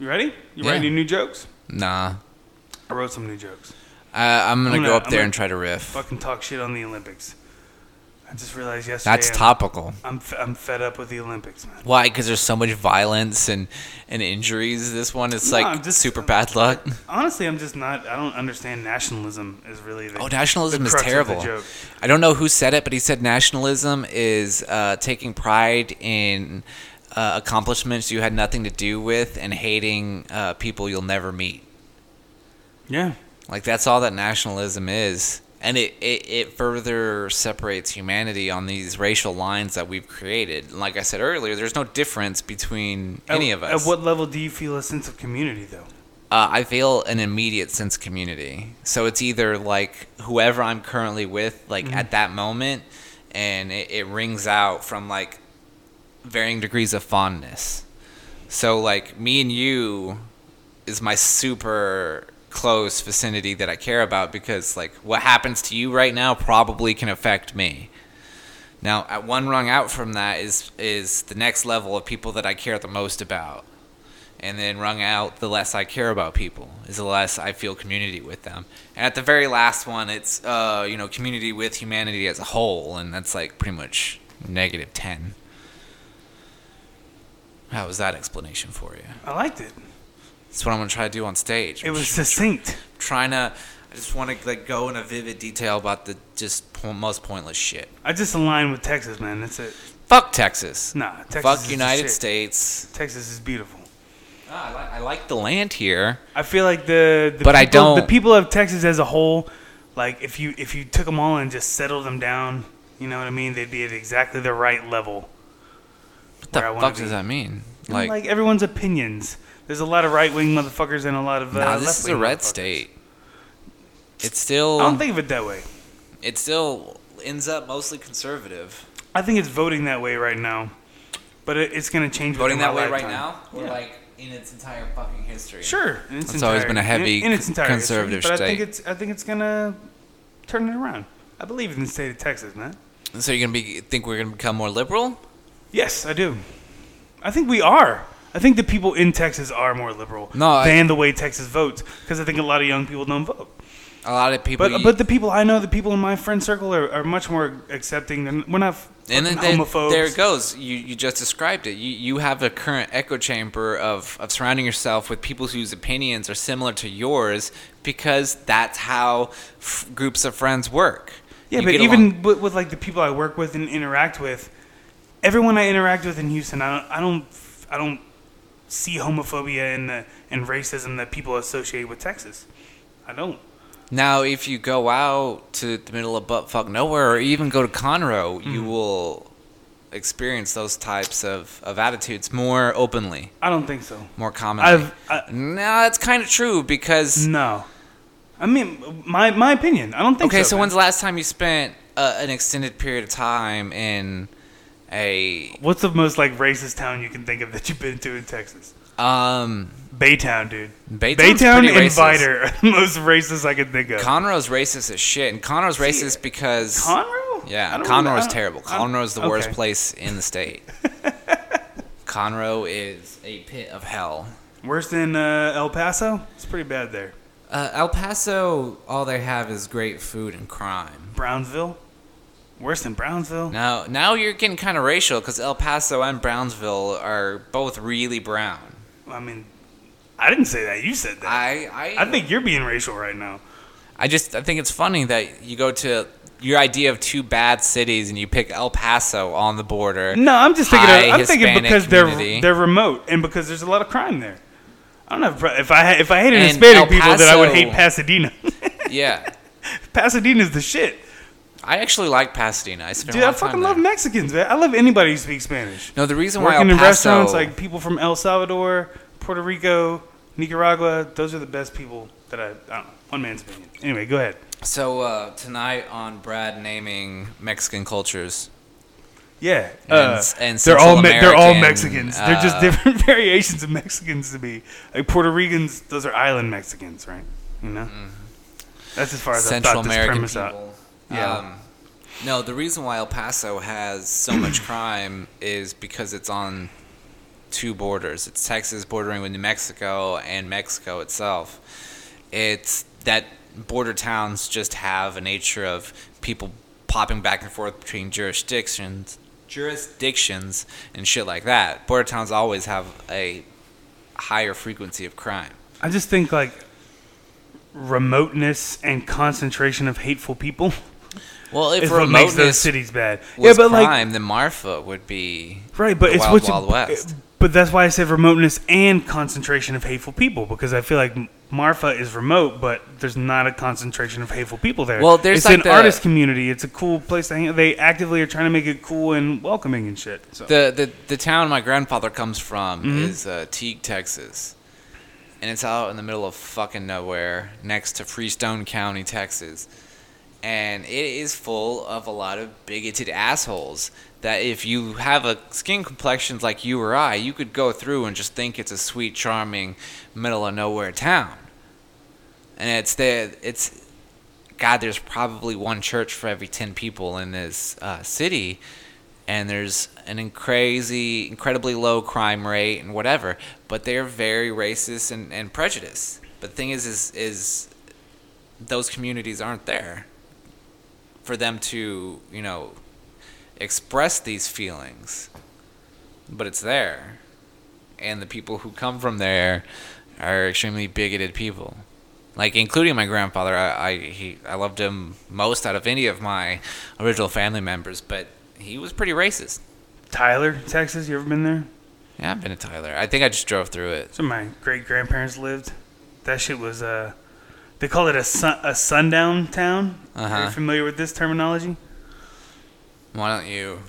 B: You ready? You
A: Yeah.
B: write any new jokes?
A: Nah.
B: I wrote some new jokes.
A: I, I'm gonna
B: I'm
A: go
B: gonna-
A: up
B: I'm
A: there
B: gonna-
A: and try to riff.
B: Fucking talk shit on the Olympics. I just realized yesterday.
A: That's
B: I'm-
A: topical.
B: I'm, f- I'm fed up with the Olympics, man.
A: Why? Because there's so much violence and, and injuries. This one is
B: No,
A: like
B: I'm just-
A: super bad luck.
B: Honestly, I'm just not. I don't understand nationalism is really the.
A: Oh, nationalism
B: the
A: is
B: crux of the
A: terrible.
B: joke.
A: I don't know who said it, but he said nationalism is uh, taking pride in uh, accomplishments you had nothing to do with and hating uh, people you'll never meet.
B: Yeah.
A: Like that's all that nationalism is, and it, it it further separates humanity on these racial lines that we've created. And like I said earlier, there's no difference between any
B: At-
A: of us.
B: At what level do you feel a sense of community, though?
A: uh, I feel an immediate sense of community. So it's either like whoever I'm currently with, like at that moment, and it, it rings out from like varying degrees of fondness. So like me and you is my super close vicinity that I care about because like what happens to you right now probably can affect me. Now, at one rung out from that is is the next level of people that I care the most about and then rung out the less I care about people is the less I feel community with them. And at the very last one, it's uh, you know community with humanity as a whole, and that's like pretty much negative ten. How was that explanation for you?
B: I liked it.
A: That's what I'm gonna try to do on stage.
B: It was succinct.
A: trying to. I just want to like go in a vivid detail about the just po- most pointless shit.
B: I just align with Texas, man. That's it.
A: Fuck Texas.
B: Nah, Hmm. Texas. is
A: Fuck
B: the
A: United
B: shit.
A: States.
B: Texas is beautiful.
A: Ah, I, like, I like the land here.
B: I feel like the, the
A: But I
B: people, the
A: don't-
B: people of Texas as a whole, like if you if you took them all and just settled them down, you know what I mean? They'd be at exactly the right level.
A: What
B: Where I
A: the
B: wanna
A: fuck
B: be.
A: does that mean?
B: Like, like everyone's opinions. There's a lot of right wing motherfuckers and a lot of uh,
A: Nah, this is a
B: left-wing
A: red
B: motherfuckers.
A: state. It's
B: I
A: still
B: don't think of it that way.
A: it still ends up mostly conservative.
B: I think it's voting that way right now, but it, it's going to change.
A: Voting that
B: within my
A: way right
B: lifetime.
A: now, or
B: Yeah.
A: like in its entire fucking history.
B: Sure, in
A: It's always been a heavy
B: in, in its
A: con-
B: entire history,
A: conservative
B: But I think
A: state.
B: it's I think it's gonna turn it around. I believe in the state of Texas, man.
A: So you're gonna be think we're gonna become more liberal?
B: Yes, I do. I think we are. I think the people in Texas are more liberal
A: No, I-
B: than the way Texas votes because I think a lot of young people don't vote.
A: A lot of people.
B: But but the people I know, the people in my friend circle are, are much more accepting. Than, we're not
A: and then
B: fucking
A: there-
B: homophobes.
A: there it goes. You you just described it. You you have a current echo chamber of of surrounding yourself with people whose opinions are similar to yours because that's how f- groups of friends work.
B: Yeah,
A: You
B: but
A: get along-
B: even with, with like the people I work with and interact with, everyone I interact with in Houston, I don't, I don't, I don't see homophobia and the and racism that people associate with Texas. I don't.
A: Now, if you go out to the middle of buttfuck nowhere, or even go to Conroe,
B: Hmm.
A: you will experience those types of, of attitudes more openly,
B: I don't think so.
A: more commonly.
B: I've I,
A: no, that's kind of true because
B: no. I mean, my my opinion. I don't think.
A: okay, so,
B: man.
A: when's the last time you spent uh, an extended period of time in a
B: What's the most like racist town you can think of that you've been to in Texas?
A: um
B: Baytown, dude.
A: Baytown's
B: Baytown
A: pretty
B: and
A: racist.
B: Viter are the most racist I can think of.
A: Conroe's racist as shit, and Conroe's racist because
B: Conroe? I
A: yeah,
B: don't remember-
A: Conroe's
B: I don't-
A: terrible.
B: I don't-
A: Conroe's the worst
B: okay.
A: place in the state. Conroe is a pit of hell.
B: Worse than uh, El Paso. It's pretty bad there.
A: Uh, El Paso, all they have is great food and crime.
B: Brownsville. Worse than Brownsville.
A: Now, now you're getting kind of racial because El Paso and Brownsville are both really brown.
B: I mean, I didn't say that. You said that.
A: I, I,
B: I think you're being racial right now.
A: I just, I think it's funny that you go to your idea of two bad cities and you pick El Paso on the border.
B: No, I'm just thinking.
A: High
B: Of, I'm thinking
A: Hispanic
B: because
A: community.
B: they're they're remote and because there's a lot of crime there. I don't know if- if I if I hated
A: And El
B: Hispanic people that I would
A: Paso-
B: hate Pasadena.
A: Yeah,
B: Pasadena's the shit,
A: I actually like Pasadena. I spent
B: dude.
A: a lot
B: I
A: of time
B: fucking love
A: there.
B: Mexicans, man. I love anybody who speaks Spanish.
A: No, the reason why El
B: Working
A: Paso,
B: in restaurants, like people from El Salvador, Puerto Rico, Nicaragua, those are the best people that I. I don't know. One man's opinion. Anyway, go ahead.
A: so uh, tonight on Brad naming Mexican cultures.
B: Yeah,
A: And-
B: uh,
A: and
B: they're all
A: Central
B: Me- they're all
A: American,
B: Mexicans. they're just
A: uh,
B: different variations of Mexicans to me. Like Puerto Ricans, those are island Mexicans, right? You know, that's as far as I
A: Mm-hmm. Central
B: thought this
A: American
B: premise
A: people.
B: out. Yeah.
A: Um, no, the reason why El Paso has so much crime is because it's on two borders. It's Texas bordering with New Mexico and Mexico itself. It's that border towns just have a nature of people popping back and forth between jurisdictions, jurisdictions and shit like that. Border towns always have a higher frequency of crime.
B: I just think like remoteness and concentration of hateful people
A: Well, if
B: is what makes those
A: remoteness
B: cities bad.
A: was
B: yeah, but like
A: crime, then Marfa would be
B: Right, but
A: the
B: it's
A: Wild
B: what's
A: Wild West.
B: But that's why I said remoteness and concentration of hateful people because I feel like Marfa is remote, but there's not a concentration of hateful people there.
A: Well, there's
B: it's
A: like
B: an
A: the-
B: artist community. It's a cool place to hang. out. They actively are trying to make it cool and welcoming and shit. So
A: the the the town my grandfather comes from is uh, Teague, Texas, and it's out in the middle of fucking nowhere, next to Freestone County, Texas, and it is full of a lot of bigoted assholes. That if you have a skin complexions like you or I, you could go through and just think it's a sweet, charming, middle of nowhere town. And it's the it's God, there's probably one church for every 10 people in this uh, city, and there's an in- crazy, incredibly low crime rate and whatever, but they're very racist and, and prejudiced. But the thing is, is, is those communities aren't there for them to, you know, express these feelings, but it's there. And the people who come from there are extremely bigoted people like including my grandfather. I I, he, I loved him most out of any of my original family members, but he was pretty racist.
B: Tyler, Texas, you ever been there?
A: Yeah, I've been to Tyler. I think I just drove through it.
B: That's where my great grandparents lived. That shit was uh, they call it a sun a sundown town. Are
A: Uh-huh.
B: you familiar with this terminology?
A: Why don't you?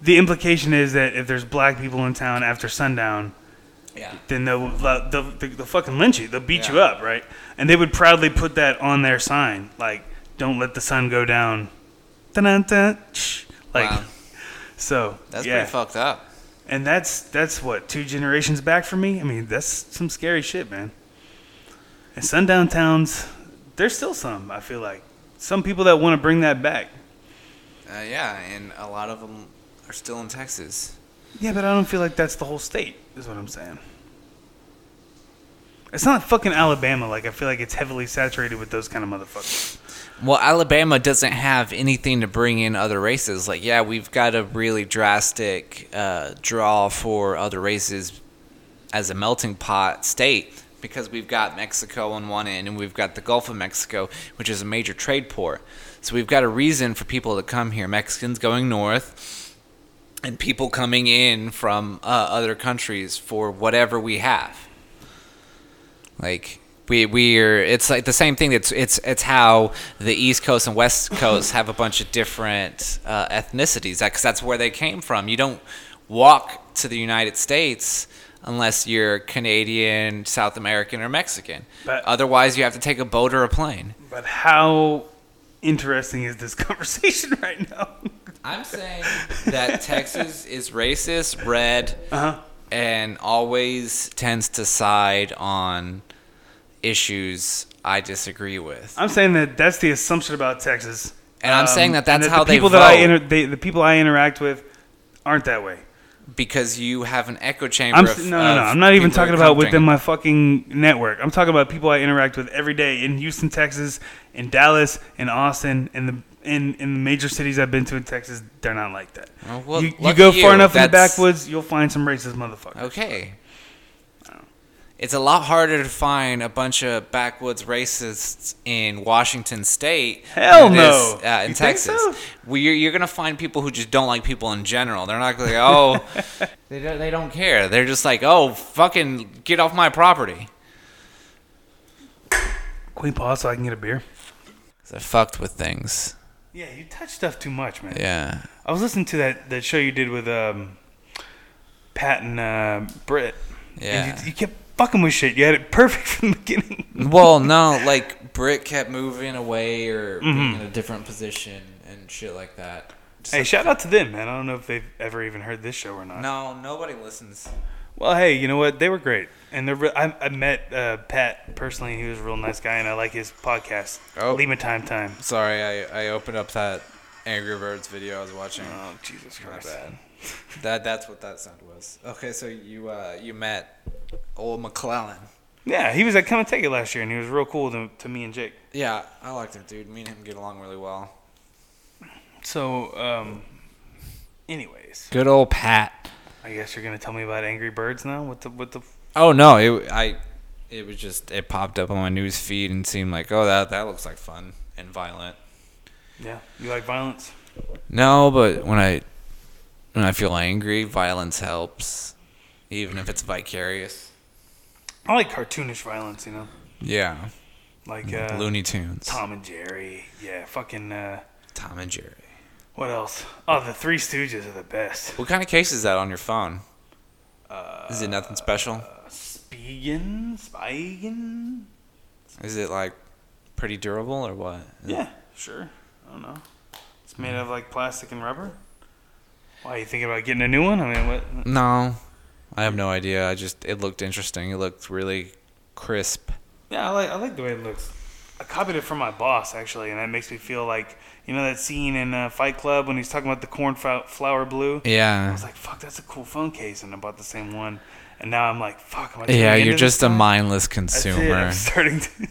B: The implication is that if there's black people in town after sundown,
A: Yeah.
B: then they'll, they'll, they'll, they'll fucking lynch you. They'll beat you
A: Yeah.
B: up, right? And they would proudly put that on their sign, like "Don't let the sun go down." Dun-dun-dun, shh. Like
A: Wow.
B: so,
A: That's
B: yeah.
A: pretty fucked up.
B: and that's that's what two generations back for me. I mean, that's some scary shit, man. And sundown towns, there's still some. I feel like some people that want to bring that back.
A: Uh, yeah, and a lot of them are still in Texas.
B: Yeah, but I don't feel like that's the whole state, is what I'm saying. It's not fucking Alabama. Like, I feel like it's heavily saturated with those kind of motherfuckers.
A: Well, Alabama doesn't have anything to bring in other races. Like, yeah, we've got a really drastic uh, draw for other races as a melting pot state because we've got Mexico on one end and we've got the Gulf of Mexico, which is a major trade port. So we've got a reason for people to come here. Mexicans going north, and people coming in from uh, other countries for whatever we have. Like we we're it's like the same thing. It's it's it's how the East Coast and West Coast have a bunch of different uh, ethnicities because that's where they came from. You don't walk to the United States unless you're Canadian, South American, or Mexican.
B: But-
A: Otherwise, you have to take a boat or a plane.
B: But how interesting is this conversation right now?
A: I'm saying that Texas is racist, red,
B: Uh-huh.
A: and always tends to side on issues I disagree with.
B: I'm saying that that's the assumption about Texas. Um,
A: And I'm saying that that's
B: and
A: how
B: the
A: they
B: people that I
A: vote.
B: inter- they, the people I interact with aren't that way.
A: Because you have an echo chamber.
B: I'm
A: of,
B: s- no, no, no.
A: of
B: I'm not even
A: Uh, people
B: talking about
A: commenting.
B: within my fucking network. I'm talking about people I interact with every day in Houston, Texas, in Dallas, in Austin, in the in in the major cities I've been to in Texas. They're not like that.
A: Oh, well,
B: you, you
A: lucky
B: go far
A: you.
B: enough in the
A: That's-
B: backwoods, you'll find some racist motherfuckers.
A: Okay. Oh. It's a lot harder to find a bunch of backwoods racists in Washington State.
B: Hell
A: than it is, uh,
B: no.
A: in
B: You think
A: Texas,
B: so?
A: we, you're, you're gonna find people who just don't like people in general. They're not gonna go, oh, they don't, they don't care. They're just like, oh, fucking get off my property.
B: Can we pause so I can get a beer?
A: 'Cause I fucked with things.
B: Yeah, you touch stuff too much, man.
A: Yeah.
B: I was listening to that, that show you did with um, Pat and uh, Britt.
A: Yeah.
B: And you, you kept fucking with shit. You had it perfect from the beginning.
A: well, no, like Britt kept moving away or being in a different position and shit like that. Just
B: Mm-hmm. Hey,
A: like-
B: shout out to them, man. I don't know if they've ever even heard this show or not.
A: no, nobody listens.
B: Well, hey, you know what? They were great, and they're. Re- I, I met uh, Pat personally. He was a real nice guy, and I like his podcast.
A: Oh.
B: Lima Time Time.
A: Sorry, I, I opened up that Angry Birds video I was watching.
B: Oh Jesus Christ!
A: bad. That that's what that sound was. Okay, so you uh, you met old McClellan.
B: Yeah, he was at Come and Take It last year, and he was real cool to, to me and Jake.
A: Yeah, I liked him, dude. Me and him get along really well.
B: So, um, anyways,
A: Good old Pat.
B: I guess you're gonna tell me about Angry Birds now. What the what the?
A: Oh no, it I it was just it popped up on my news feed and seemed like oh that that looks like fun and violent.
B: Yeah, you like violence?
A: No, but when I when I feel angry, violence helps, even if it's vicarious.
B: I like cartoonish violence. You know,
A: Yeah,
B: like uh,
A: Mm, Looney Tunes, Tom,
B: Tom and Jerry. Yeah, fucking. Uh,
A: and Jerry.
B: what else? Oh, the Three Stooges are the best.
A: What kind of case is that on your phone?
B: Uh,
A: is it nothing special?
B: Spigen, Spigen.
A: Is it like pretty durable or what?
B: Yeah, sure. I don't know. It's made of like plastic and rubber. Why you thinking about getting a new one? I mean, what?
A: No, I have no idea. I just it looked interesting. It looked really crisp.
B: Yeah, I like I like the way it looks. I copied it from my boss actually, and that makes me feel like you know that scene in uh, Fight Club when he's talking about the corn fou- flower blue. I
A: Yeah.
B: was like, fuck, that's a cool phone case, and I bought the same one. And now I'm like, fuck. Am I turning
A: Yeah,
B: into
A: you're
B: this
A: just a
B: guy?
A: mindless
B: That's it,
A: consumer.
B: I'm starting to.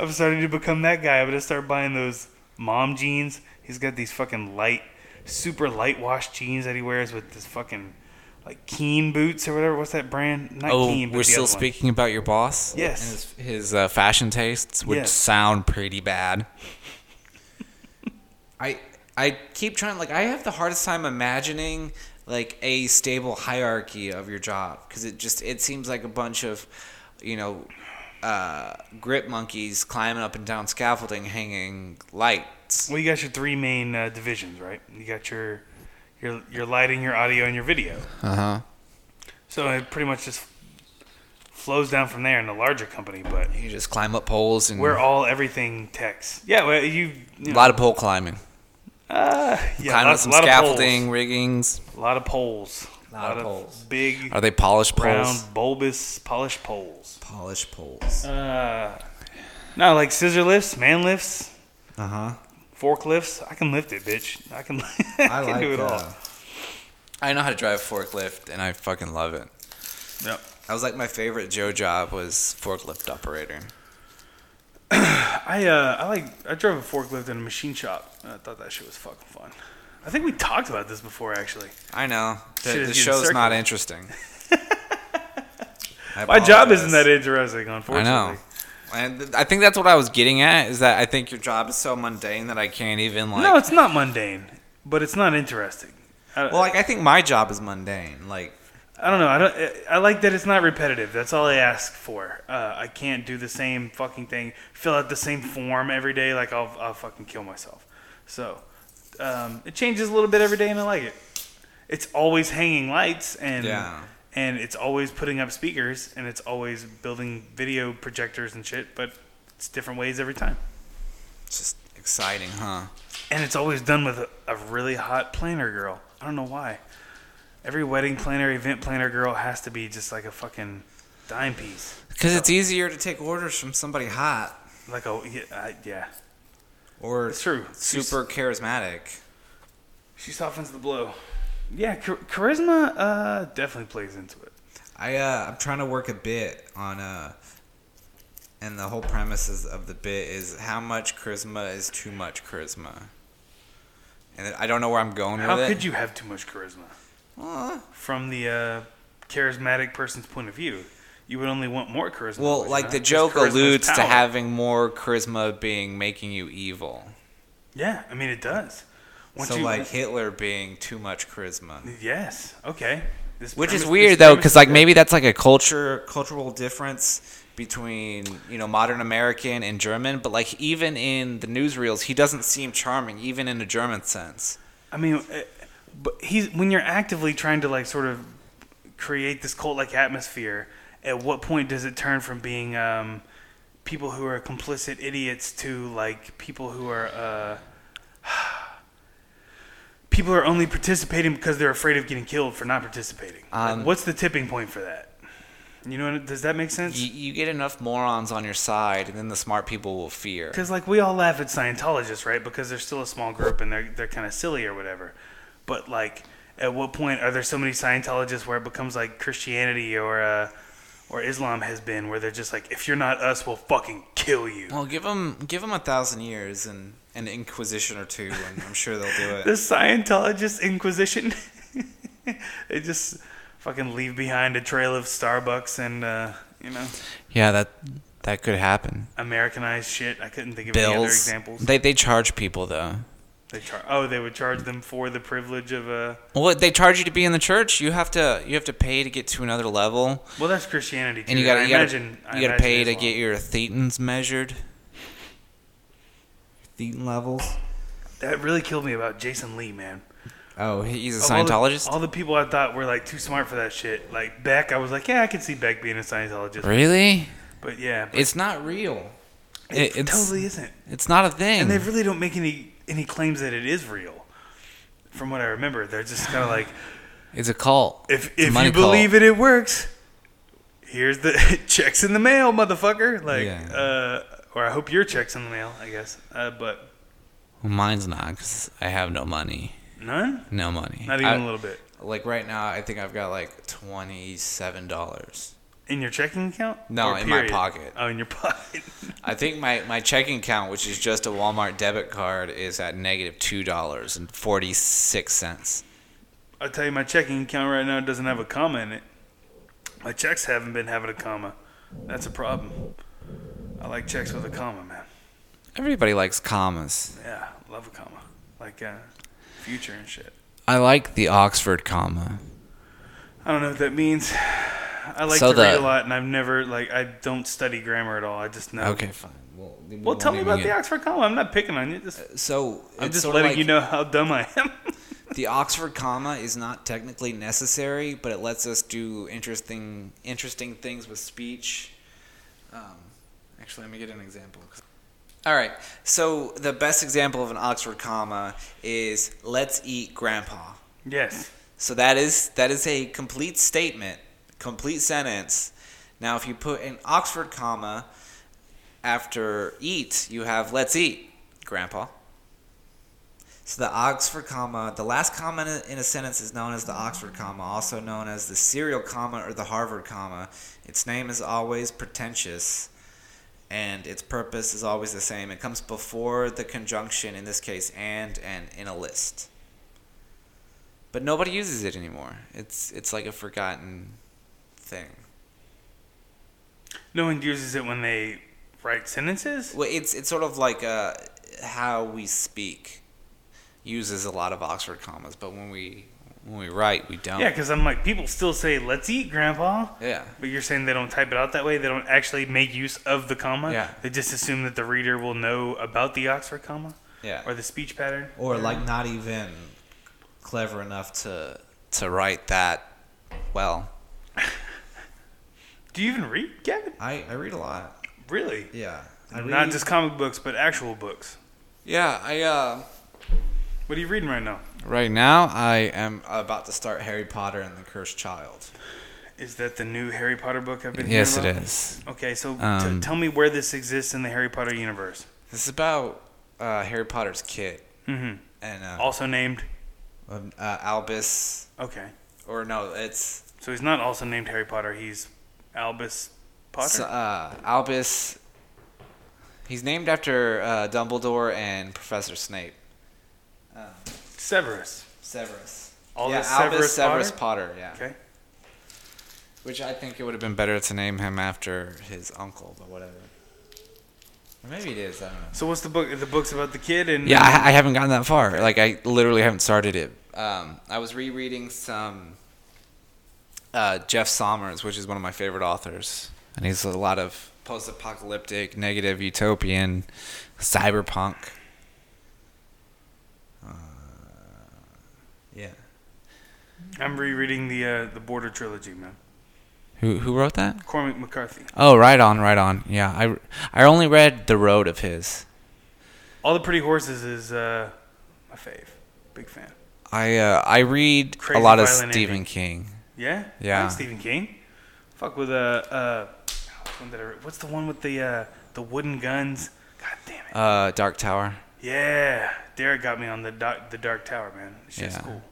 B: I'm starting to become that guy. I'm gonna start buying those mom jeans. He's got these fucking light, super light wash jeans that he wears with this fucking like Keen boots or whatever. What's that brand? Not
A: Oh,
B: Keen. but
A: we're
B: the
A: still
B: other one.
A: speaking about your boss?
B: Yes.
A: And his his uh, fashion tastes, which
B: Yes.
A: sound pretty bad. I I keep trying like I have the hardest time imagining like a stable hierarchy of your job because it just it seems like a bunch of you know uh, grip monkeys climbing up and down scaffolding hanging lights.
B: Well, you got your three main uh, divisions, right? You got your your your lighting, your audio, and your video.
A: Uh
B: Uh-huh.
A: huh.
B: So it pretty much just flows down from there in a larger company. But
A: You just climb up poles and
B: we're all everything techs. Yeah, well, you.
A: a
B: you know,
A: Mm. lot of pole climbing.
B: uh,
A: climbing
B: yeah,
A: up
B: lots-
A: some
B: lot of poles.
A: scaffolding, riggings.
B: A lot of poles. A
A: Lot of poles.
B: Big,
A: Are they polished poles?
B: round, bulbous, polished poles.
A: Polished poles.
B: Uh, no, like scissor lifts, man lifts,
A: Uh
B: Uh-huh.
A: huh.
B: forklifts. I can lift it, bitch. I can, I
A: I
B: can
A: like
B: do it
A: uh,
B: all.
A: I know how to drive a forklift, and I fucking love it.
B: Yep.
A: That was like my favorite Joe job was forklift operator.
B: I, uh, I like, I drove a forklift in a machine shop. and I thought that shit was fucking fun. I think we talked about this before, actually.
A: I know the,
B: Shit is
A: the
B: getting
A: show's not
B: circular.
A: interesting. I
B: My job
A: apologize.
B: isn't that interesting,
A: I
B: unfortunately.
A: know, and th- I think that's what I was getting at is that I think your job is so mundane that I can't even like.
B: no, it's not mundane, but it's not interesting. I,
A: Well, like I think my job is mundane. Like
B: I don't know. I don't. I like that it's not repetitive. That's all I ask for. Uh, I can't do the same fucking thing. Fill out the same form every day. Like I'll, I'll fucking kill myself. So um, it changes a little bit every day, and I like it. It's always hanging lights, and
A: Yeah.
B: and it's always putting up speakers, and it's always building video projectors and shit. But it's different ways every time,
A: it's just exciting, huh?
B: and it's always done with a, a really hot planner girl. I don't know why. Every wedding planner, event planner girl has to be just like a fucking dime piece.
A: Because it's easier to take orders from somebody hot
B: Like oh yeah, I, yeah.
A: or
B: It's true.
A: super charismatic.
B: She softens the blow. Yeah, char- charisma uh, definitely plays into it.
A: I uh, I'm trying to work a bit on uh, and the whole premises of the bit is how much charisma is too much charisma. And I don't know where I'm going
B: How
A: with it.
B: could you have too much charisma?
A: Uh,
B: From the uh, charismatic person's point of view, you would only want more charisma.
A: well,
B: would you
A: like
B: not?
A: the
B: 'Cause
A: joke
B: charisma is
A: alludes to
B: power.
A: having more charisma being making you evil.
B: Yeah, I mean it does. Once
A: so
B: you,
A: like Hitler being too much charisma.
B: yes, okay. This
A: Which is
B: premise- this
A: weird though,
B: premise
A: because
B: is
A: like
B: good.
A: maybe that's like a culture cultural difference between you know modern American and German. But like even in the newsreels, he doesn't seem charming, even in a German sense.
B: I mean, uh, but he's when you're actively trying to like sort of create this cult-like atmosphere. At what point does it turn from being um, people who are complicit idiots to like people who are uh, people who are only participating because they're afraid of getting killed for not participating? Like,
A: Um,
B: what's the tipping point for that? You know, what- does that make sense?
A: You, you get enough morons on your side, and then the smart people will fear.
B: Because like we all laugh at Scientologists, right? Because they're still a small group and they're they're kind of silly or whatever. But like, at what point are there so many Scientologists where it becomes like Christianity or uh, or Islam has been, where they're just like, if you're not us, we'll fucking kill you.
A: Well, give them give them a thousand years and an inquisition or two, and I'm sure they'll do it.
B: The Scientologist Inquisition. they just fucking leave behind a trail of Starbucks and uh, you know
A: Yeah, that that could happen.
B: Americanized shit. I couldn't think of any other
A: Bills.
B: examples.
A: They they charge people though.
B: They char- oh, they would charge them for the privilege of uh
A: Well, they charge you to be in the church. You have to you have to pay to get to another level.
B: Well, that's Christianity too.
A: And you gotta,
B: I
A: you gotta,
B: imagine, I
A: you gotta
B: imagine
A: pay to
B: Islam.
A: get your thetans measured. Thetan levels.
B: That really killed me about Jason Lee, man.
A: Oh, he's a
B: Of all the-
A: Scientologist.
B: All the, people I thought were like too smart for that shit. Like Beck, I was like, yeah, I could see Beck being a Scientologist.
A: really?
B: But yeah,
A: It's not real.
B: it,
A: It, it's
B: totally isn't.
A: it's not a
B: And they
A: thing.
B: really don't make any any claims that it is real. From what I remember, they're just kind of like,
A: It's a cult.
B: if
A: a
B: if
A: money
B: you believe it, it works. Here's the checks in the mail, motherfucker. Like,
A: Yeah.
B: uh, or I hope your checks in the mail, I guess. Uh, but
A: Well, mine's not because I have no money.
B: none,
A: No money.
B: not even a
A: I-
B: little bit
A: like right now, I think I've got like twenty seven dollars.
B: in your checking account.
A: No,
B: Or
A: in my
B: period?
A: pocket.
B: Oh, in your pocket.
A: I think my, my checking account, which is just a Walmart debit card, is at negative two dollars and forty six cents.
B: I tell you, my checking account right now doesn't have a comma in it. My checks haven't been having a comma. That's a problem. I like checks with a comma, man.
A: Everybody likes commas.
B: Yeah, love a comma. Like uh, future and shit.
A: I like the Oxford comma.
B: I don't know what that means. I like
A: So
B: to read
A: the-
B: a lot, and I've never like I don't study grammar at all. I just know.
A: Okay, fine. Well, we
B: Well,
A: won't
B: tell me
A: even
B: about the
A: get-
B: Oxford comma. I'm not picking on you. Just,
A: So
B: I'm
A: it's
B: just
A: sorta
B: letting
A: like
B: you know how dumb I am.
A: The Oxford comma is not technically necessary, but it lets us do interesting interesting things with speech. Um, actually, let me get an example. All right. So the best example of an Oxford comma is "Let's eat, Grandpa."
B: yes.
A: So that is that is a complete statement, complete sentence. Now, if you put an Oxford comma after eat, you have let's eat, grandpa. So the Oxford comma, the last comma in a- in a sentence is known as the Oxford comma, also known as the serial comma or the Harvard comma. Its name is always pretentious and its purpose is always the same. It comes before the conjunction in this case and and in a list but nobody uses it anymore. It's it's like a forgotten thing.
B: No one uses it when they write sentences.
A: Well, it's it's sort of like uh, how we speak uses a lot of Oxford commas, but when we When we write, we don't.
B: Yeah, because I'm like, people still say, let's eat, Grandpa.
A: Yeah.
B: But you're saying they don't type it out that way? They don't actually make use of the comma?
A: Yeah.
B: They just assume that the reader will know about the Oxford comma
A: Yeah.
B: or the speech pattern?
A: or like not even clever enough to to write that well.
B: Do you even read, Gavin?
A: I I read a lot.
B: Really?
A: Yeah, I
B: Not just comic books, but actual books.
A: yeah. I uh
B: What are you reading right now?
A: right now I am about to start Harry Potter and the Cursed Child.
B: Is that the new Harry Potter book I've been hearing
A: Yes, it
B: about?
A: is.
B: Okay, so t-
A: Um,
B: tell me where this exists in the Harry Potter universe.
A: This is about uh, Harry Potter's kid
B: hmm
A: and uh,
B: Also named.
A: um, uh, Albus,
B: Okay.
A: or no, it's
B: So he's not also named Harry Potter. He's Albus Potter.
A: So, uh, Albus. He's named after uh, Dumbledore and Professor Snape. Uh,
B: Severus.
A: Severus.
B: Albus
A: yeah, Albus
B: Severus
A: Severus
B: Potter?
A: Potter. yeah.
B: Okay.
A: Which I think it would have been better to name him after his uncle, but whatever. Or maybe it is. I don't know.
B: So what's the book? The book's about the kid and
A: Yeah, I, I haven't gotten that far. Like I literally haven't started it. Um, I was rereading some uh, Jeff Sommers, which is one of my favorite authors, and he's a lot of post-apocalyptic, negative, utopian, cyberpunk. Uh, yeah.
B: I'm rereading the uh, the Border trilogy, man.
A: Who who wrote that?
B: Cormac McCarthy.
A: Oh, right on, right on. Yeah, I I only read The Road of his.
B: All the Pretty Horses is uh, my fave. Big fan.
A: I uh, I read a
B: Crazy
A: lot of
B: Violin
A: Stephen
B: Ending.
A: King.
B: Yeah. I
A: Yeah.
B: like Stephen King. Fuck with uh uh, which one did I re- what's the one with the uh the wooden guns? God damn it.
A: Uh, Dark Tower.
B: Yeah, Derek got me on the dark, the Dark Tower, man. Shit's
A: Yeah.
B: cool.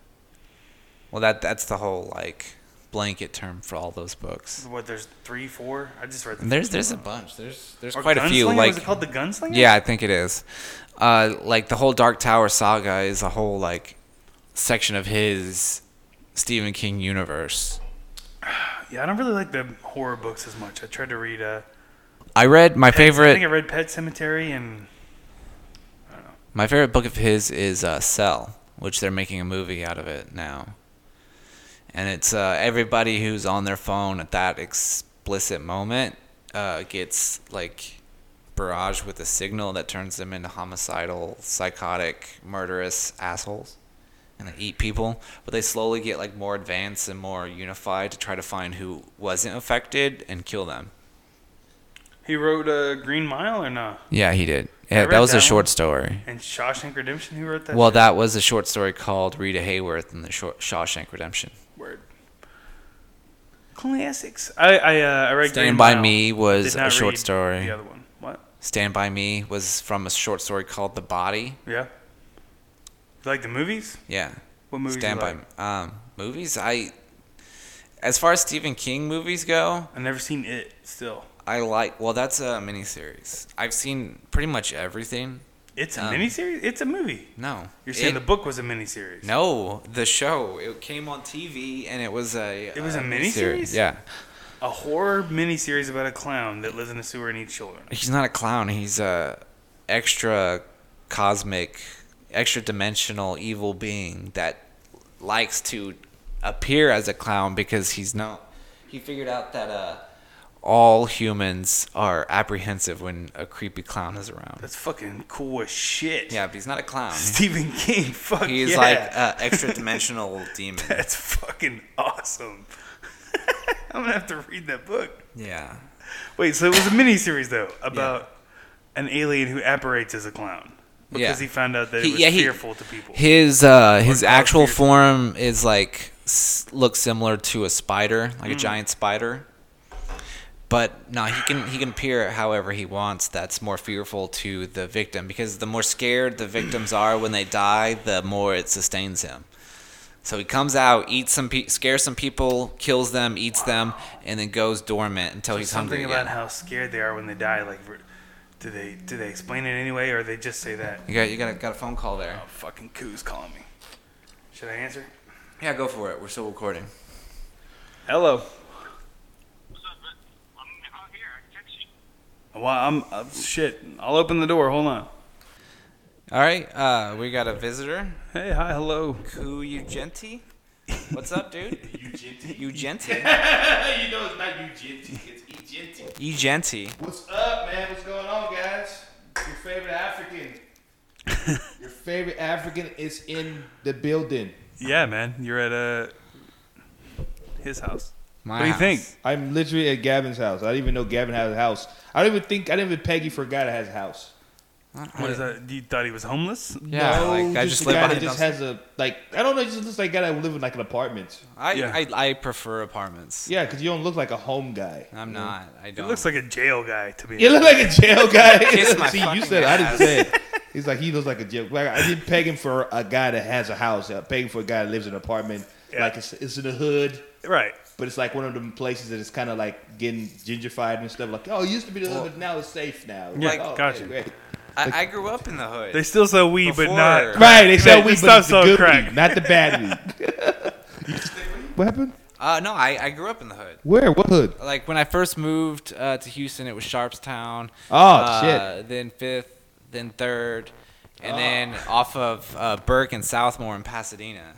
A: Well, that that's the whole like blanket term for all those books.
B: What? There's three, four. I just read. The
A: And there's there's a bunch. There's there's
B: Or
A: quite a few.
B: Gunslinger?
A: Like
B: was it called the Gunslinger?
A: yeah, I think it is. Uh, like the whole Dark Tower saga is a whole like section of his Stephen King universe.
B: Yeah, I don't really like the horror books as much. I tried to read. Uh,
A: I read my
B: I think I
A: favorite
B: read Pet Cemetery and
A: my favorite book of his is uh, Cell, which they're making a movie out of it now. And it's uh, everybody who's on their phone at that explicit moment uh, gets like barraged with a signal that turns them into homicidal, psychotic, murderous assholes. And they eat people, but they slowly get like more advanced and more unified to try to find who wasn't affected and kill them.
B: he wrote uh, Green Mile or not?
A: Yeah, he did.
B: I
A: Yeah,
B: read
A: that was a
B: that one.
A: short story.
B: And Shawshank Redemption. Who wrote that?
A: Well,
B: shit?
A: that was a short story called Rita Hayworth and the Short Shawshank Redemption.
B: word. Classics. I I uh, I read. Green
A: Stand by
B: Mile.
A: Me
B: Did
A: was
B: not
A: a short
B: read
A: story.
B: The other one. What?
A: Stand by Me was from a short story called The Body.
B: Yeah. You like the movies?
A: Yeah.
B: What movies?
A: Stand
B: you
A: by
B: like?
A: Me. um movies. I as far as Stephen King movies go,
B: I've never seen it. Still,
A: I like well that's a miniseries. I've seen pretty much everything.
B: it's a
A: Um,
B: miniseries. It's a movie.
A: No.
B: You're saying
A: It-
B: the book was a miniseries.
A: No, the show. It came on TV and it was a
B: It was a miniseries?
A: Yeah.
B: A horror miniseries about a clown that lives in a sewer and eats children.
A: He's not a clown. He's a extra cosmic, extra dimensional evil being that likes to appear as a clown because he's no. He figured out that uh, all humans are apprehensive when a creepy clown is around.
B: That's fucking cool as shit.
A: Yeah, but he's not a clown.
B: Stephen King. Fuck
A: He's
B: yeah.
A: like an extra dimensional demon.
B: That's fucking awesome. I'm gonna have to read that book.
A: Yeah.
B: Wait, so it was a miniseries though about an alien who apparates as a clown because
A: Yeah.
B: he found out that
A: He-
B: it was
A: yeah, he-
B: fearful to people.
A: His uh, his
B: Or
A: actual
B: Garfield.
A: form is like s- looks similar to a spider, like a giant spider. But no, he can he can appear however he wants. That's more fearful to the victim because the more scared the victims are when they die, the more it sustains him. So he comes out, eats some, pe- scares some people, kills them, eats them, and then goes dormant until he's hungry
B: Something about
A: again.
B: how scared they are when they die. Like, re- do they do they explain it anyway, or they just say that?
A: you got you got a, got a phone call there.
B: Oh, fucking Coos calling me. Should I answer?
A: Yeah, go for it. We're still recording.
B: Hello.
C: What's up, man? I'm out here. I can text you.
B: Well, I'm uh, shit. I'll open the door. Hold on.
A: All right, uh, we got a visitor.
B: Hey, hi, hello.
A: Kuyugenti? What's up, dude?
D: Eugenti.
A: You genty.
D: you know it's not Eugenti, it's Egenti.
A: You genty.
D: What's up, man? What's going on, guys? Your favorite African. Your favorite African is in the building.
B: Yeah, man. You're at uh, his house.
A: My
B: what do you
A: house.
B: think?
D: I'm literally at Gavin's house. I didn't even know Gavin has a house. I don't even think I didn't even Peggy forgot it has a house.
B: What is that? Uh, You thought he was homeless?
A: Yeah,
D: no,
A: like I just,
D: a
A: live
D: guy
A: behind
D: that just has a like I don't know, just looks like a guy that live in like an apartment.
A: I,
B: Yeah.
A: I I prefer apartments.
D: Yeah, because you don't look like a home guy.
A: I'm not. I
B: He
A: don't.
B: looks like a jail guy to me.
D: You look like a jail guy.
A: Kiss my
D: See, you
A: fucking
D: said it. I didn't
A: ass.
D: say it. He's like he looks like a jail. Like I didn't peg him for a guy that has a house. I peg him for a guy that lives in an apartment.
B: Yeah.
D: Like it's, it's in the hood,
B: right.
D: but it's like one of them places that is kind of like getting gentrified and stuff. Like oh, it used to be the hood, but now it's safe now.
B: Yeah,
D: Like, oh,
B: gotcha.
D: okay, great.
A: I, I grew up in the hood.
B: They still sell weed, but
A: Before-
B: not.
D: Right, they sell
B: Right,
D: weed,
B: this
D: but it's
B: stuff's
D: the
B: all
D: good
B: crack.
D: weed, not the bad weed. what happened?
A: uh, no, I, I grew up in the hood.
D: Where? What hood?
A: Like when I first moved uh, to Houston, it was Sharpstown.
D: Oh,
A: uh, Then fifth, then third, and
B: Oh.
A: then off of uh, Burke and Southmore in Pasadena.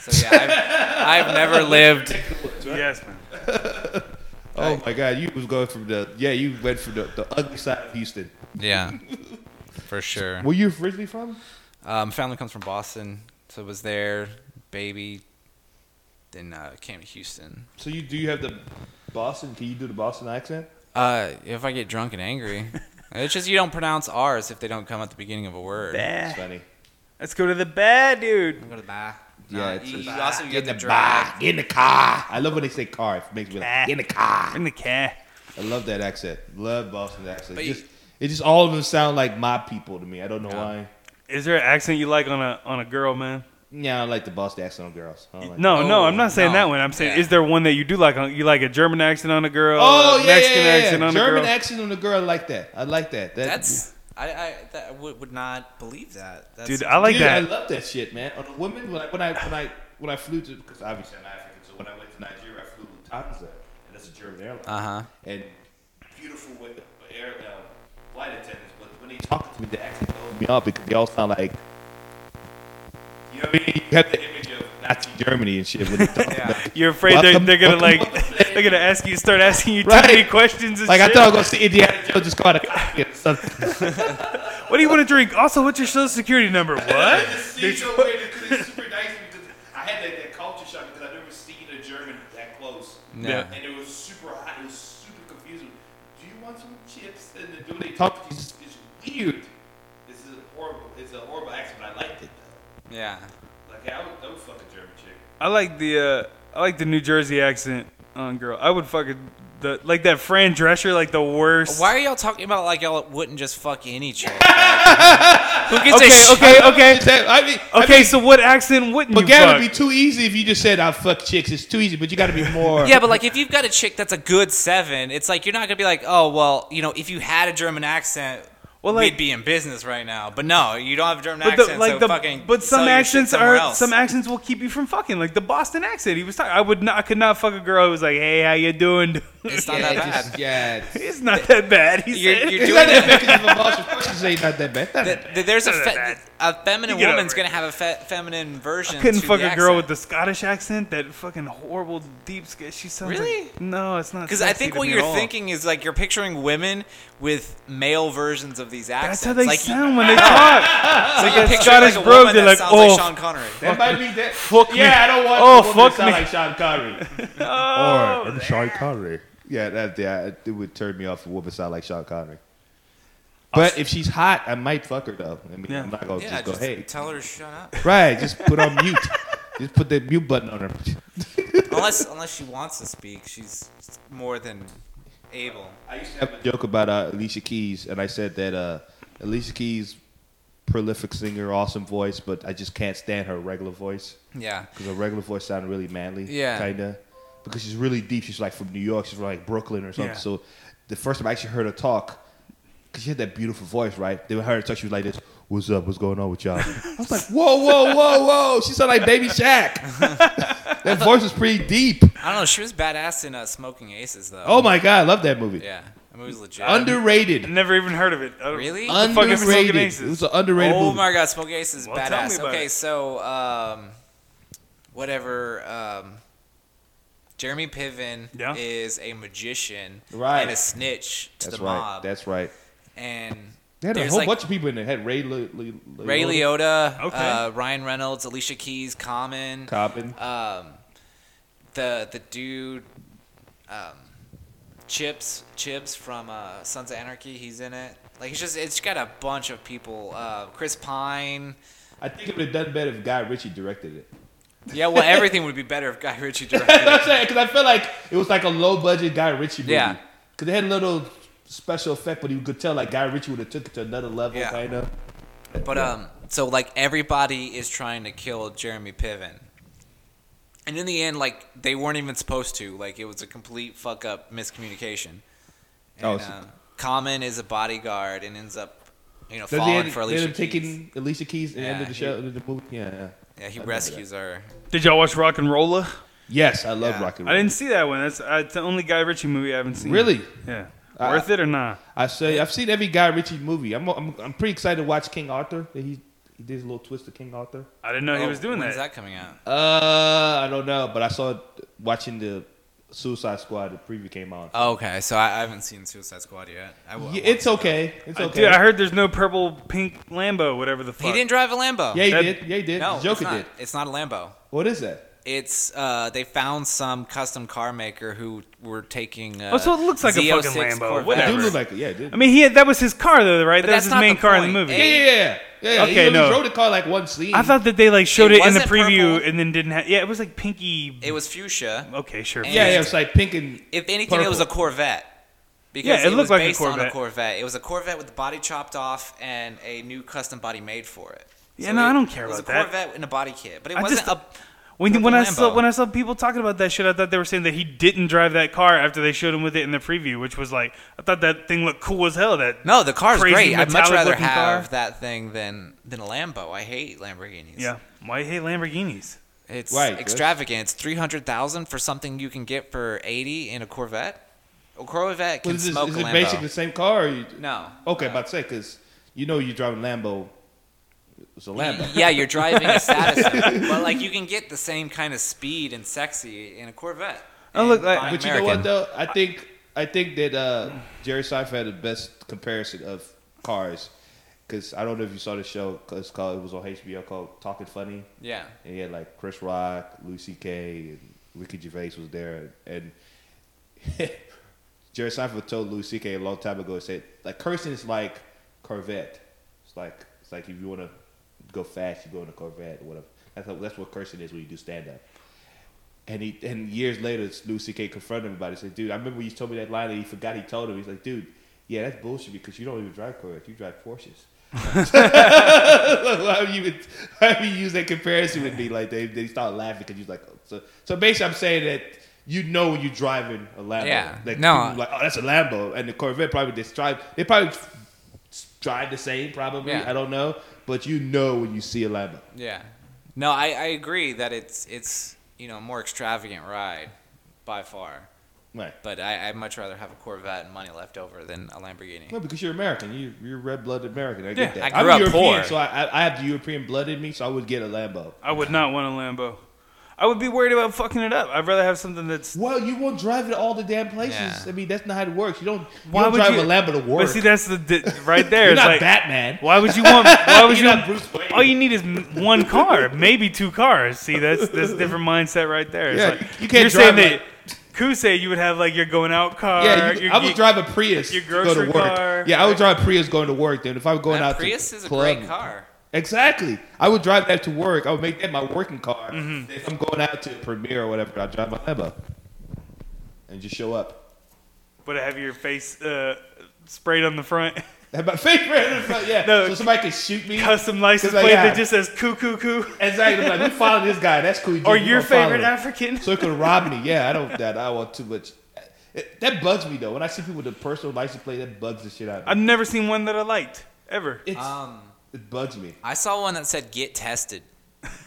A: So yeah, I've, I've never lived.
B: Yes, man.
D: Oh my God, you was going from the yeah, you went from the, the ugly side of Houston.
A: Yeah, for sure.
D: Where you originally from?
A: Um, family comes from Boston, so was there. Baby, then uh, came to Houston.
D: So you do you have the Boston? Can you do the Boston accent?
A: Uh, if I get drunk and angry, it's just you don't pronounce R's if they don't come at the beginning of a word.
D: It's funny.
B: Let's go to the bed, dude.
A: I'm gonna bah.
D: Yeah,
A: Nah,
D: it's
A: you,
D: a
A: you
D: bah.
A: also get the
D: Bah,
A: drive.
D: in the car. I love when they say car. It makes me like
B: Bah.
D: in the car.
B: In the cat.
D: I love that accent. Love Boston accent.
A: But
D: It
A: you-
D: just it just all of them sound like my people to me. I don't know
A: Yeah.
D: why.
B: Is there an accent you like on a on a girl, man?
D: Yeah, I don't like the Boston accent on girls. I don't like
B: No, no,
A: Oh,
B: I'm not saying
A: no.
B: that one. I'm saying,
A: Yeah.
B: is there one that you do like? On, you like a German accent on a girl?
D: Oh
B: a
D: yeah,
B: uh, Mexican
D: yeah, yeah, yeah.
B: accent on
D: German
B: a girl.
D: accent on the girl. I like that. I like that. that
A: That's I I that, I would, would not believe that. That's,
B: Dude, I like
D: Dude, I
B: that.
D: love that shit, man. On the women, when I when I when I, when I flew to because obviously I'm African, so when I went to Nigeria, I flew Lufthansa, and that's a German airline.
A: Uh huh.
D: and beautiful with air uh, flight attendants, but when they talk to me, they actually blow me up because they all sound like. You know what I mean? You have the image of Nazi Germany and shit when they talk.
A: Yeah.
B: You're afraid they're,
D: Welcome-
B: they're gonna like
D: welcome
B: they're gonna ask you start asking you too
D: Right.
B: many questions and
D: Like I
B: shit.
D: thought I was gonna see Indiana Jones just going to get something.
B: What do you want to drink? Also, what's your social security number? What?
D: It's so weird because it's super nice because I had that, that culture shock because I've never seen a German that close.
A: No.
B: Yeah.
D: And it was super hot. It was super confusing. Do you want some chips? And the dude they talk to is is weird. This is a horrible. It's a horrible accent, but I liked it though.
A: Yeah.
D: Like I would, I would fuck a German chick.
B: I like the uh, I like the New Jersey accent on girl. I would fucking the like that Fran Drescher like the worst.
A: Why are y'all talking about like y'all wouldn't just fuck any chick? Who gets a
B: Okay,
A: sh-
B: okay, okay,
D: I mean,
B: okay. so what accent wouldn't
D: but
B: you
D: that
B: fuck?
D: would be too easy if you just said I fuck chicks. It's too easy, but you got to be more.
A: Yeah, but like if you've got a chick that's a good seven, it's like you're not gonna be like, oh well, you know, if you had a German accent,
B: Well, like-
A: we'd be in business right now. But no, you don't have a German
B: but
A: accent,
B: the, like
A: so
B: the
A: fucking.
B: but
A: sell
B: some
A: your shit
B: accents
A: somewhere
B: are
A: else.
B: some accents will keep you from fucking like the Boston accent. He was talking. I would not. I could not fuck a girl who was like, "Hey, how you doing?" dude?"
A: It's not
D: Yeah,
A: that bad.
D: just- yeah, it's-
B: it's not that bad. He
A: You're,
B: said.
A: you're
D: it's
A: doing
D: not
A: that.
D: that bad because if a boss of course ain't not that bad. Not that
A: Th- th- there's a
B: Not
A: fe-
B: that
A: a feminine
B: You get
A: woman's
B: over it.
A: gonna have a fe- feminine version.
B: I couldn't
A: to
B: fuck
A: the
B: a girl with the Scottish accent. That fucking horrible deep. Sc- she sounds
A: Really?
B: Like, no, it's not.
A: because I
B: sexy
A: think
B: to
A: what
B: me at
A: you're
B: all.
A: thinking is like you're picturing women with male versions of these accents.
B: That's how they
A: like,
B: sound when they talk.
A: So
B: like a
A: you're picturing
B: Scottish
A: like a
B: brogue,
A: woman
B: they're
A: that
B: like,
A: sounds
B: "Oh,
A: like Sean Connery.
D: That might be that.
B: Fuck
D: yeah,
B: me.
D: I don't want.
B: Oh,
D: a woman
B: fuck
D: to sound
B: me.
D: like Sean Connery.
B: Oh,
D: or Sean Connery. Yeah, that yeah, it would turn me off if a woman sound like Sean Connery. But if she's hot, I might fuck her though. I mean,
B: Yeah.
D: I'm not gonna
A: Yeah,
D: just go,
A: just
D: hey,
A: tell her to shut up.
D: right? Just put on mute. Just put the mute button on her.
A: unless unless she wants to speak, she's more than able.
D: I used to have a joke about uh, Alicia Keys, and I said that uh, Alicia Keys, prolific singer, awesome voice, but I just can't stand her regular voice.
A: Yeah.
D: because her regular voice sounded really manly.
A: Yeah.
D: kinda. Because she's really deep. She's like from New York. She's from like Brooklyn or something.
B: Yeah.
D: So the first time I actually heard her talk, because she had that beautiful voice, right? They heard her talk. She was like this. What's up? What's going on with y'all? I was like, whoa, whoa, whoa, whoa. She sounded like Baby Shaq. that voice was pretty deep.
A: I don't know. She was badass in uh, Smoking Aces though.
D: Oh my god, I love that movie.
A: Yeah, that movie's legit.
B: I
D: Underrated.
B: never even heard of it. I don't-
A: really?
B: the fuck is Smoking
D: Underrated. It
B: Aces?
D: was an underrated
A: oh
D: movie.
A: my God, Smoking Aces is
B: Well, tell me
A: badass.
B: about
A: Okay,
B: it.
A: so um, whatever. Um, Jeremy Piven
B: Yeah.
A: is a magician
D: Right.
A: and a snitch to
D: That's
A: the
D: right.
A: mob.
D: That's right.
A: and
D: They had a
A: there's
D: whole
A: like
D: bunch of people in there. Had Ray Le- Le- Le-
A: Ray Liotta,
B: Okay.
A: uh, Ryan Reynolds, Alicia Keys, Common,
D: Cobbin.
A: um, the the dude, um, Chips Chips from uh, Sons of Anarchy. He's in it. Like it's just it's got a bunch of people. Uh, Chris Pine.
D: I think it would have done better if Guy Ritchie directed it.
A: Yeah, well, everything would be better if Guy Ritchie
D: That's what
A: directed.
D: I'm saying because I feel like it was like a low budget Guy Ritchie movie.
A: Yeah.
D: Because they had a little special effect, but you could tell like Guy Ritchie would have took it to another level,
A: Yeah.
D: kind of.
A: it. But um, so like everybody is trying to kill Jeremy Piven, and in the end, like they weren't even supposed to. Like it was a complete fuck up miscommunication. And,
D: Oh,
A: oh,
D: so-
A: Common is a bodyguard and ends up, you know,
D: Then
A: falling
D: they ended,
A: for
D: they ended
A: Alicia
D: up
A: Keys.
D: taking Alicia Keys and
A: Yeah,
D: ended the
A: he-
D: show, ended the movie. Yeah, yeah.
A: yeah, he
D: I remember
A: rescues her.
B: Did y'all watch Rock and Rolla?
D: Yes, I love
A: Yeah.
D: Rock and
B: I
D: Roll. I,
B: didn't see that one. That's uh, it's the only Guy Ritchie movie I haven't seen.
D: Really?
B: Yeah.
D: I-
B: Worth it or not?
D: say I've seen every Guy Ritchie movie. I'm, I'm I'm pretty excited to watch King Arthur. He he did a little twist of King Arthur.
B: I didn't
A: Oh,
B: know Oh, he was doing
A: when's
B: that.
A: that coming out?
D: Uh, I don't know, but I saw watching the Suicide Squad. The preview came on.
A: Oh, okay, so I, I haven't seen Suicide Squad yet. I will.
D: Yeah, it's okay. It's
B: Uh,
D: okay.
B: Dude, I heard there's no purple, pink Lambo, whatever the fuck.
A: he didn't drive a Lambo.
D: yeah, he
B: that-
D: did. Yeah, he did.
A: no,
D: The Joker
A: it's not.
D: did.
A: It's not a Lambo.
D: What is that?
A: It's uh, they found some custom car maker who were taking. Uh,
B: Oh, so it looks like a
A: Z06
B: fucking Lambo,
A: Corvette.
D: It
B: whatever.
D: do look like it. Yeah, it did.
B: I mean, he had, that was his car though, right?
A: But
B: that
A: that's
B: was his
A: not
B: main
A: the
B: car in the
A: point.
B: movie.
D: yeah, yeah, yeah. yeah. yeah.
B: Okay,
D: he,
B: no.
D: He drove the car like one scene.
B: I thought that they like showed
A: It
B: it, in the
A: wasn't
B: preview
A: purple.
B: and then didn't have. Yeah, it was like pinky.
A: It was fuchsia.
B: okay, sure.
A: And-
D: Yeah, yeah. It's like pink and
A: If anything, it was a
D: Purple.
A: Corvette. Because
B: Yeah, it looked
A: was
B: like a
A: based on a
B: Corvette.
A: Corvette. It was a Corvette with the body chopped off and a new custom body made for it.
B: Yeah, no, I
A: it-
B: don't care
A: it was
B: about
A: a
B: that.
A: Corvette and a body kit, but it
B: I
A: wasn't
B: just-
A: a.
B: When
A: Purple
B: when I saw
A: Lambo.
B: when I saw people talking about that shit, I thought they were saying that he didn't drive that car after they showed him with it in the preview, which was like I thought that thing looked cool as hell. That
A: No, the car's
B: crazy
A: great. I'd much
B: metallic
A: rather
B: looking
A: have
B: car.
A: that thing than than a Lambo. I hate Lamborghinis.
B: yeah. Why you hate Lamborghinis?
A: it's
D: Right, that's-
A: extravagant. It's three hundred thousand for something you can get for eighty in a Corvette. A Corvette can
D: Was this,
A: smoke
D: is
A: a
D: it
A: Lambo.
D: basically the same car? Or you,
A: no.
D: Okay, about to say because you know you're driving Lambo. It's a Lambo.
A: Yeah, you're driving a status, but like you can get the same kind of speed and sexy in a Corvette.
B: I look
A: And
B: like-
A: buy
D: Oh, But you know what though? I think I think that uh, Jerry Seinfeld had the best comparison of cars because I don't know if you saw the show. 'cause It's called. It was on HBO called Talking Funny.
A: Yeah.
D: And he had like Chris Rock, Louis C.K., and Ricky Gervais was there. And Jerry Seinfeld told Louis C.K. a long time ago, he said, like, cursing is like Corvette. It's like, it's like if you want to go fast, you go in a Corvette or whatever. That's, how, that's what cursing is when you do stand up. And he and years later, Louis C.K. confronted him about it. He said, dude, I remember when you told me that line and he forgot he told him. He's like, dude, yeah, that's bullshit because you don't even drive Corvette, you drive Porsches. Why would you even, why would you use that comparison with me? Like they, they start laughing because you're like, oh, so so basically I'm saying that you know when you're driving a Lambo,
A: Yeah.
D: like,
A: No.
D: people like oh that's a Lambo, and the Corvette probably just drive, they probably s- drive the same, probably
A: Yeah.
D: I don't know, but you know when you see a Lambo,
A: Yeah. No, I, I agree that it's it's you know a more extravagant ride by far,
D: right?
A: but I, I'd much rather have a Corvette and money left over than a Lamborghini.
D: Well, because you're American, you you're red blooded American. I get
A: Yeah,
D: that.
A: I grew up
D: European,
A: poor.
D: so I, I I have the European blood in me, so I would get a Lambo.
B: I would not want a Lambo. I would be worried about fucking it up. I'd rather have something that's.
D: Well, you won't drive it all the damn places.
A: Yeah.
D: I mean, that's not how it works. You don't, you
B: Why
D: don't
B: would
D: drive
B: you-
D: a Lambo to work.
B: But see, that's the, the right there.
D: you're
B: it's
D: not
B: like, oh,
D: Batman.
B: Why would you want? Why would
D: You're
B: you?
D: not Bruce Wayne.
B: All you need is m- one car, maybe two cars. See, that's that's a different mindset right there. It's
D: Yeah,
B: like,
D: you- you can't
B: You're
D: drive
B: saying that Kuse, you would have like your going out car.
D: Yeah, you,
B: your
D: I would
B: geek-
D: drive a Prius
B: your
D: to go to
B: grocery
D: work.
B: car.
D: Yeah, I would drive a Prius going to work. Then if I were going
A: That
D: out,
A: Prius
D: to
A: is a
D: club-
A: great car.
D: Exactly, I would drive that to work. I would make that my working car.
B: Mm-hmm.
D: If I'm going out to Premiere or whatever, I would drive my Lambo and just show up.
B: Would have your face uh, sprayed on the front.
D: Have my face right in front. Yeah,
B: No.
D: so somebody can shoot me.
B: Custom license
D: 'Cause, like,
B: plate
D: yeah.
B: that just says "coo coo coo"
D: Exactly, like we follow this guy. That's cool.
B: or
D: We're
B: your
D: gonna follow
B: favorite
D: him.
B: African.
D: So it could rob me. Yeah, I don't. That I want too much. It, that bugs me though. When I see people with a personal license plate, that bugs the shit out of
B: I've
D: me.
B: never seen one that I liked ever.
D: It's,
A: Um,
D: it bugs me.
A: I saw one that said "get tested,"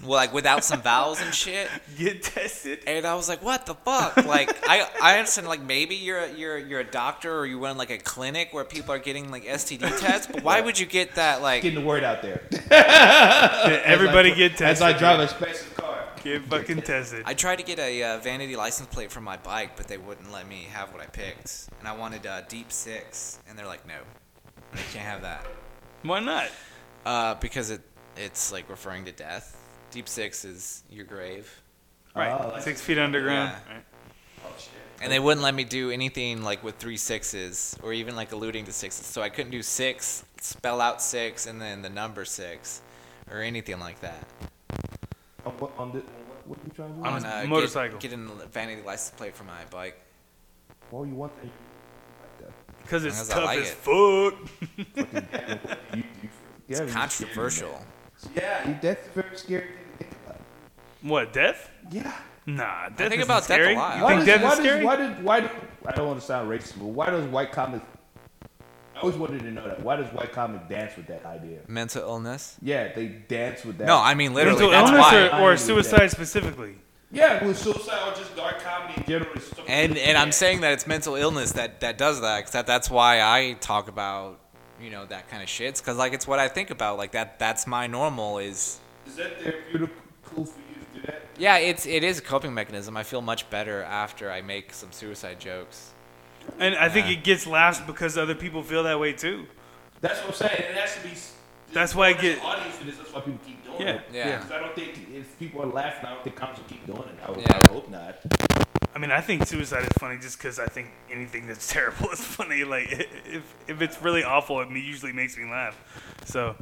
A: well, like without some vowels and shit,
B: Get tested.
A: and I was like, "What the fuck?" Like, I I understand like maybe you're a, you're you're a doctor or you run like a clinic where people are getting like STD tests, but why would you get that like
D: Getting the word out there.
B: Everybody get
D: As I
B: tested.
D: drive a expensive car.
B: Get fucking tested.
A: I tried to get a uh, vanity license plate for my bike, but they wouldn't let me have what I picked. And I wanted uh, Deep Six, and they're like, no, you can't have that
B: Why not?
A: uh, because it it's like referring to death. Deep Six is your grave,
B: Right.
D: Oh.
B: Six feet underground.
A: Yeah.
B: Right.
A: and they wouldn't let me do anything like with three sixes or even like alluding to sixes. So I couldn't do six, spell out six, and then the number six, or anything like that.
D: On what, on the, what, what you trying to do?
B: On a
A: And, uh, get-
B: motorcycle.
A: Get, in the vanity license plate for my bike.
D: Why you want that?
B: Because it's
A: Because I
B: tough
A: like
B: as
A: it.
B: fuck.
D: You, you, yeah, you-
A: Controversial.
D: Yeah, you- that's a very scary thing to think about.
B: What, death?
D: Yeah.
B: Nah, death
A: think
B: isn't
A: about death a
B: scary.
A: lot.
B: You
D: Why
B: think
D: does,
B: death
D: why
B: is
D: does,
B: scary?
D: Why did, why do, I don't want to sound racist, but why does white comic? I always wanted to know that. Why does white comic dance with that idea?
A: Mental illness.
D: Yeah, they dance with that.
A: No, I mean literally.
B: Mental
A: that's
B: illness
A: why.
D: I
B: or, or
D: knew
B: suicide specifically?
D: yeah, with suicide or just dark comedy in general. it's so-
A: And and I'm saying that it's mental illness that that does that because that, that's why I talk about you know that kind of shits because like it's what I think about like that that's my normal is
D: is that therapeutic cool for you to do that?
A: yeah it's it is a coping mechanism I feel much better after I make some suicide jokes
B: And I think
A: Yeah.
B: it gets laughs because other people feel that way too.
D: That's what I'm saying. And that should be.
B: That's why I
D: there's
B: get-
D: an audience for this. That's why people keep doing
B: Yeah.
D: it.
A: Yeah.
D: Because I don't think if people are laughing, I don't think comics will keep doing it. I, would, I
A: Yeah.
D: hope not.
B: I mean, I think suicide is funny just because I think anything that's terrible is funny. Like, if, if it's really awful, it usually makes me laugh. So,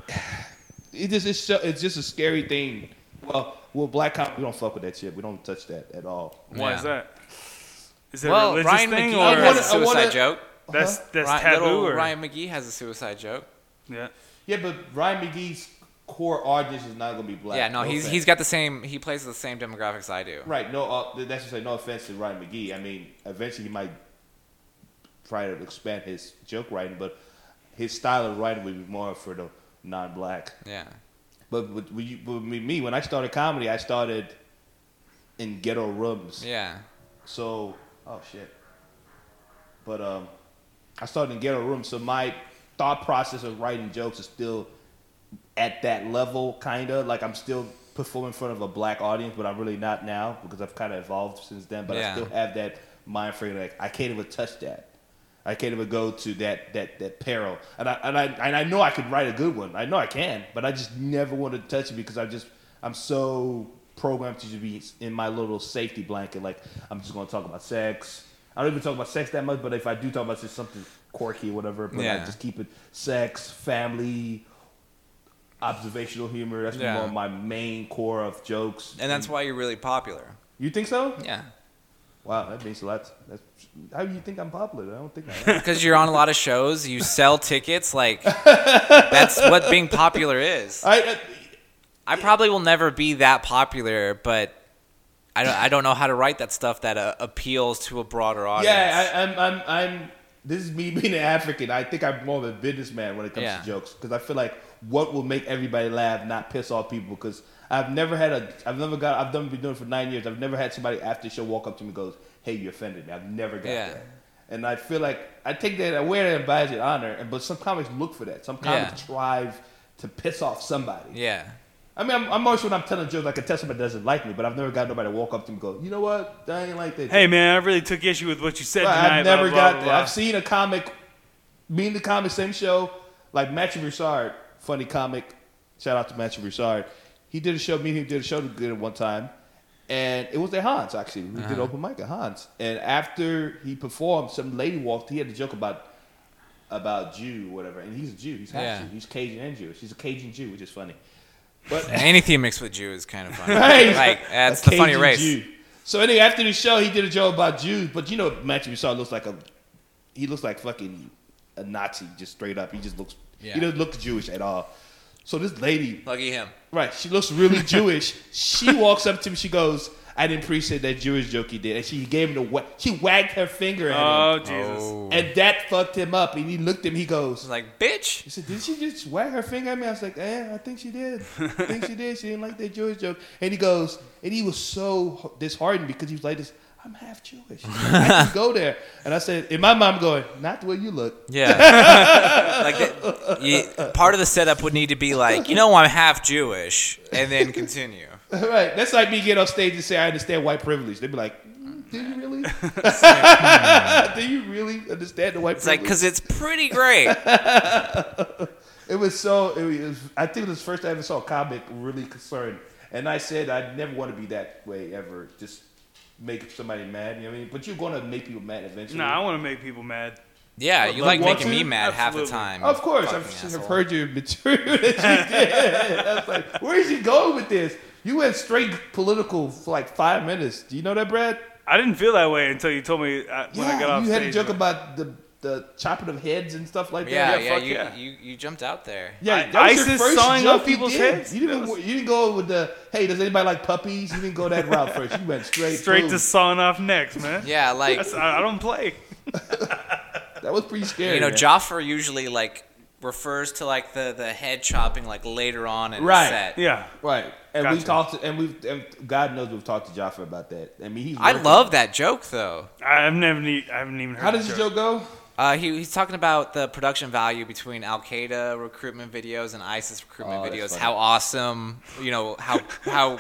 D: It just it's, so, it's just a scary thing. Well, well, black comic, we don't fuck with that shit. We don't touch that at all.
B: why
A: Yeah.
B: is that? Is it a
A: well
B: religious
A: Ryan
B: thing?
A: McGee
B: or
A: has a
D: I wanna- I
A: suicide
D: wanna-
A: joke
B: that's, that's
A: Ryan,
B: taboo?
A: little
B: Or,
A: Ryan McGee has a suicide joke
B: yeah.
D: Yeah, but Ryan McGee's core audience is not gonna be black.
A: yeah no he's
D: offense.
A: he's got the same he plays the same demographics I do
D: right. No, uh, th- that's just like no offense to Ryan McGee. I mean, eventually he might try to expand his joke writing, but his style of writing would be more for the non-black.
A: yeah
D: But with, with, you, with me- me, when I started comedy, I started in ghetto rooms.
A: yeah
D: So, oh shit. But um, I started in ghetto rooms, so my thought process of writing jokes is still at that level, kind of like I'm still performing in front of a black audience, but I'm really not now because I've kind of evolved since then. But I
A: Yeah.
D: still have that mind frame like I can't even touch that. I can't even go to that that that peril, and I and I and I know I could write a good one. I know I can, but I just never want to touch it because I just I'm so programmed to just be in my little safety blanket. Like I'm just going to talk about sex. I don't even talk about sex that much, but if I do talk about just something quirky or whatever, but I
A: Yeah.
D: just keep it sex, family, observational humor. That's
A: Yeah.
D: more my main core of jokes.
A: and that's why you're really popular
D: you think so?
A: yeah.
D: Wow, that means a lot. That's, how do you think I'm popular? I don't think I am.
A: Because you're on a lot of shows, you sell tickets. Like that's what being popular is.
D: I, I,
A: I probably will never be that popular, but I don't. I don't know how to write that stuff that uh, appeals to a broader audience.
D: yeah, I, I'm, I'm, I'm. This is me being an African. I think I'm more of a businessman when it comes
A: Yeah.
D: to jokes because I feel like what will make everybody laugh, not piss off people. Because I've never had a, I've never got, I've done been doing it for nine years. I've never had somebody after the show walk up to me and goes, "Hey, you offended me." I've never got
A: Yeah.
D: that. And I feel like I take that, I wear that and badge and honor. And but some comics look for that. Some comics
A: Yeah.
D: strive to piss off somebody.
A: yeah.
D: I mean, I'm, I'm always when I'm telling jokes, I can tell somebody doesn't like me, but I've never got nobody to walk up to me and go, "You know what? I ain't like that."
B: Hey, man, I really took issue with what you said
D: Right,
B: tonight.
D: I've never
B: blah, blah,
D: got
B: blah,
D: that.
B: blah.
D: I've seen a comic, me and the comic, same show, like Matthew Broussard, funny comic. Shout out to Matthew Broussard. He did a show, me and him did a show together one time. And it was at Hans, actually. We did
B: Uh-huh.
D: open mic at Hans. And after he performed, some lady walked. He had a joke about about Jew, whatever. And he's a Jew. He's half
A: Yeah.
D: Jew. He's Cajun and Jewish. He's a Cajun Jew, which is funny. But
A: Anything mixed with Jew is kind of funny.
D: Right.
A: Like that's
D: A
A: the funny
D: Cajun
A: race.
D: Jew. So anyway, after the show, he did a joke about Jews, but you know, Matthew Broussard looks like a, he looks like fucking a Nazi, just straight up. He just looks,
A: Yeah.
D: he doesn't look Jewish at all. So this lady,
A: Lucky him.
D: right, she looks really Jewish. She walks up to him, she goes, "I didn't appreciate that Jewish joke he did," and she gave him the wha- she wagged her finger at
B: Oh,
D: him,
B: Jesus.
D: and that fucked him up. And he looked at him, he goes,
A: It's like bitch.
D: he said, "Did she just wag her finger at me?" I was like, "Eh, I think she did. I think she did. She didn't like that Jewish joke." And he goes, and he was so disheartened because he was like, "This, I'm half Jewish. I can go there." And I said, in my mind, I'm going, "Not the way you look."
A: Yeah. like that, you, part of the setup would need to be like, you know, I'm half Jewish, and then continue.
D: right. That's like me getting off stage and say I understand white privilege. They'd be like, "Mm, "Do you really? Do you really understand the white
A: It's like
D: privilege?"
A: because it's pretty great.
D: it was so. It was. I think it was the first time I ever saw a comic really concerned, and I said I never want to be that way ever. Just make somebody mad. You know what I mean? But you're gonna make people mad eventually.
B: No, I want to make people mad.
A: Yeah, you like
D: want
A: making
D: to?
A: me mad half
B: Absolutely.
A: the time.
D: Of course,
A: fucking
D: I've, I've
A: asshole.
D: heard your material that you did. I was like, where is he going with this? You went straight political for like five minutes. Do you know that, Brad?
B: I didn't feel that way until you told me uh, when I got off
D: you
B: stage.
D: had a joke
B: but-
D: about the, the chopping of heads and stuff like
A: Yeah,
D: that.
A: yeah,
B: fuck
A: you,
B: yeah.
A: you you jumped out there.
D: Yeah,
B: I-
D: that was your
B: ISIS
D: first
B: sawing
D: joke
B: off
D: you
B: people's
D: did.
B: heads?
D: You didn't,
B: That was-
D: you didn't go with the hey, does anybody like puppies? You didn't go that route first. You went straight
B: straight to
D: boom.
B: sawing off necks, man.
A: Yeah, like
B: That's, I, I don't play.
D: that was pretty scary.
A: you know,
D: man.
A: Joffer usually like refers to like the the head chopping like later on in the
D: Right,
A: set.
B: Yeah.
D: Right, and
B: Gotcha.
D: we've talked, to, and we've, and God knows we've talked to Jaffa about that. I mean, he's.
A: I
D: working-
A: love that joke though.
B: I've never, ne- I haven't even heard.
D: How
B: that
D: does the joke go?
A: Uh, he, he's talking about the production value between Al Qaeda recruitment videos and ISIS recruitment
D: Oh, that's
A: videos.
D: funny.
A: How awesome, you know, how how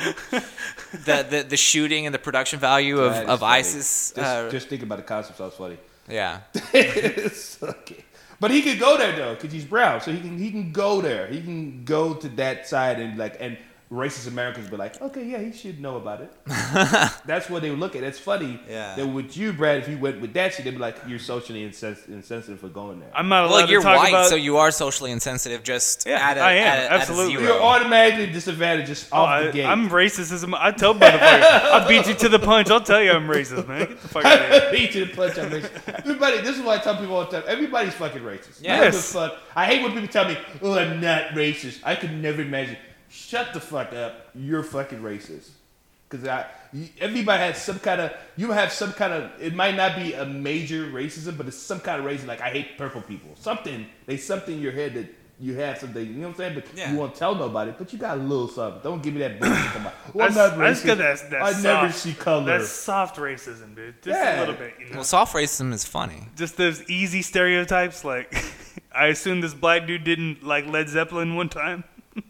A: the, the the shooting and the production value of,
D: That is
A: of
D: funny.
A: ISIS.
D: Just,
A: uh,
D: just thinking about the concept sounds funny.
A: yeah,
D: It's okay. But he could go there though, because he's brown, so he can he can go there. He can go to that side and like and racist Americans be like, okay, yeah, he should know about it. That's what they would look at. It's funny
A: Yeah.
D: that with you, Brad, if you went with that shit, they'd be like, you're socially insens- insensitive for going there.
B: I'm not allowed
A: well, you're
B: to talk
A: white,
B: about.
A: so you are socially insensitive. Just
B: Yeah,
A: at a,
B: I am,
A: at a,
B: absolutely.
A: At a
D: you're
A: zero.
D: automatically disadvantaged just
B: Oh,
D: off
B: I,
D: the gate.
B: I'm racist as a m- I tell motherfucker. I beat you to the punch. I'll tell you I'm racist, man. Get the fuck out of here.
D: Beat you to the punch. I'm racist. Everybody, this is why I tell people all the time. Everybody's fucking racist. I don't give a
B: Yes.
D: fuck. I hate when people tell me, "Oh, I'm not racist." I could never imagine. Shut the fuck up. You're fucking racist. Because I, you- everybody has some kind of. You have some kind of. It might not be a major racism, but it's some kind of racism. Like I hate purple people. Something. There's something in your head that. You have something, you know what I'm saying, but
A: Yeah.
D: you won't tell nobody. But you got a little something. Don't give me that bullshit. Come on. Well, I'm
B: That's-
D: not
B: that's
D: racist.
B: 'cause that's- that's
D: I never
B: soft.
D: see color.
B: That's soft racism, dude. Just
D: Yeah.
B: a little bit. You know?
A: Well, soft racism is funny.
B: Just those easy stereotypes. Like, I assume this black dude didn't like Led Zeppelin one time.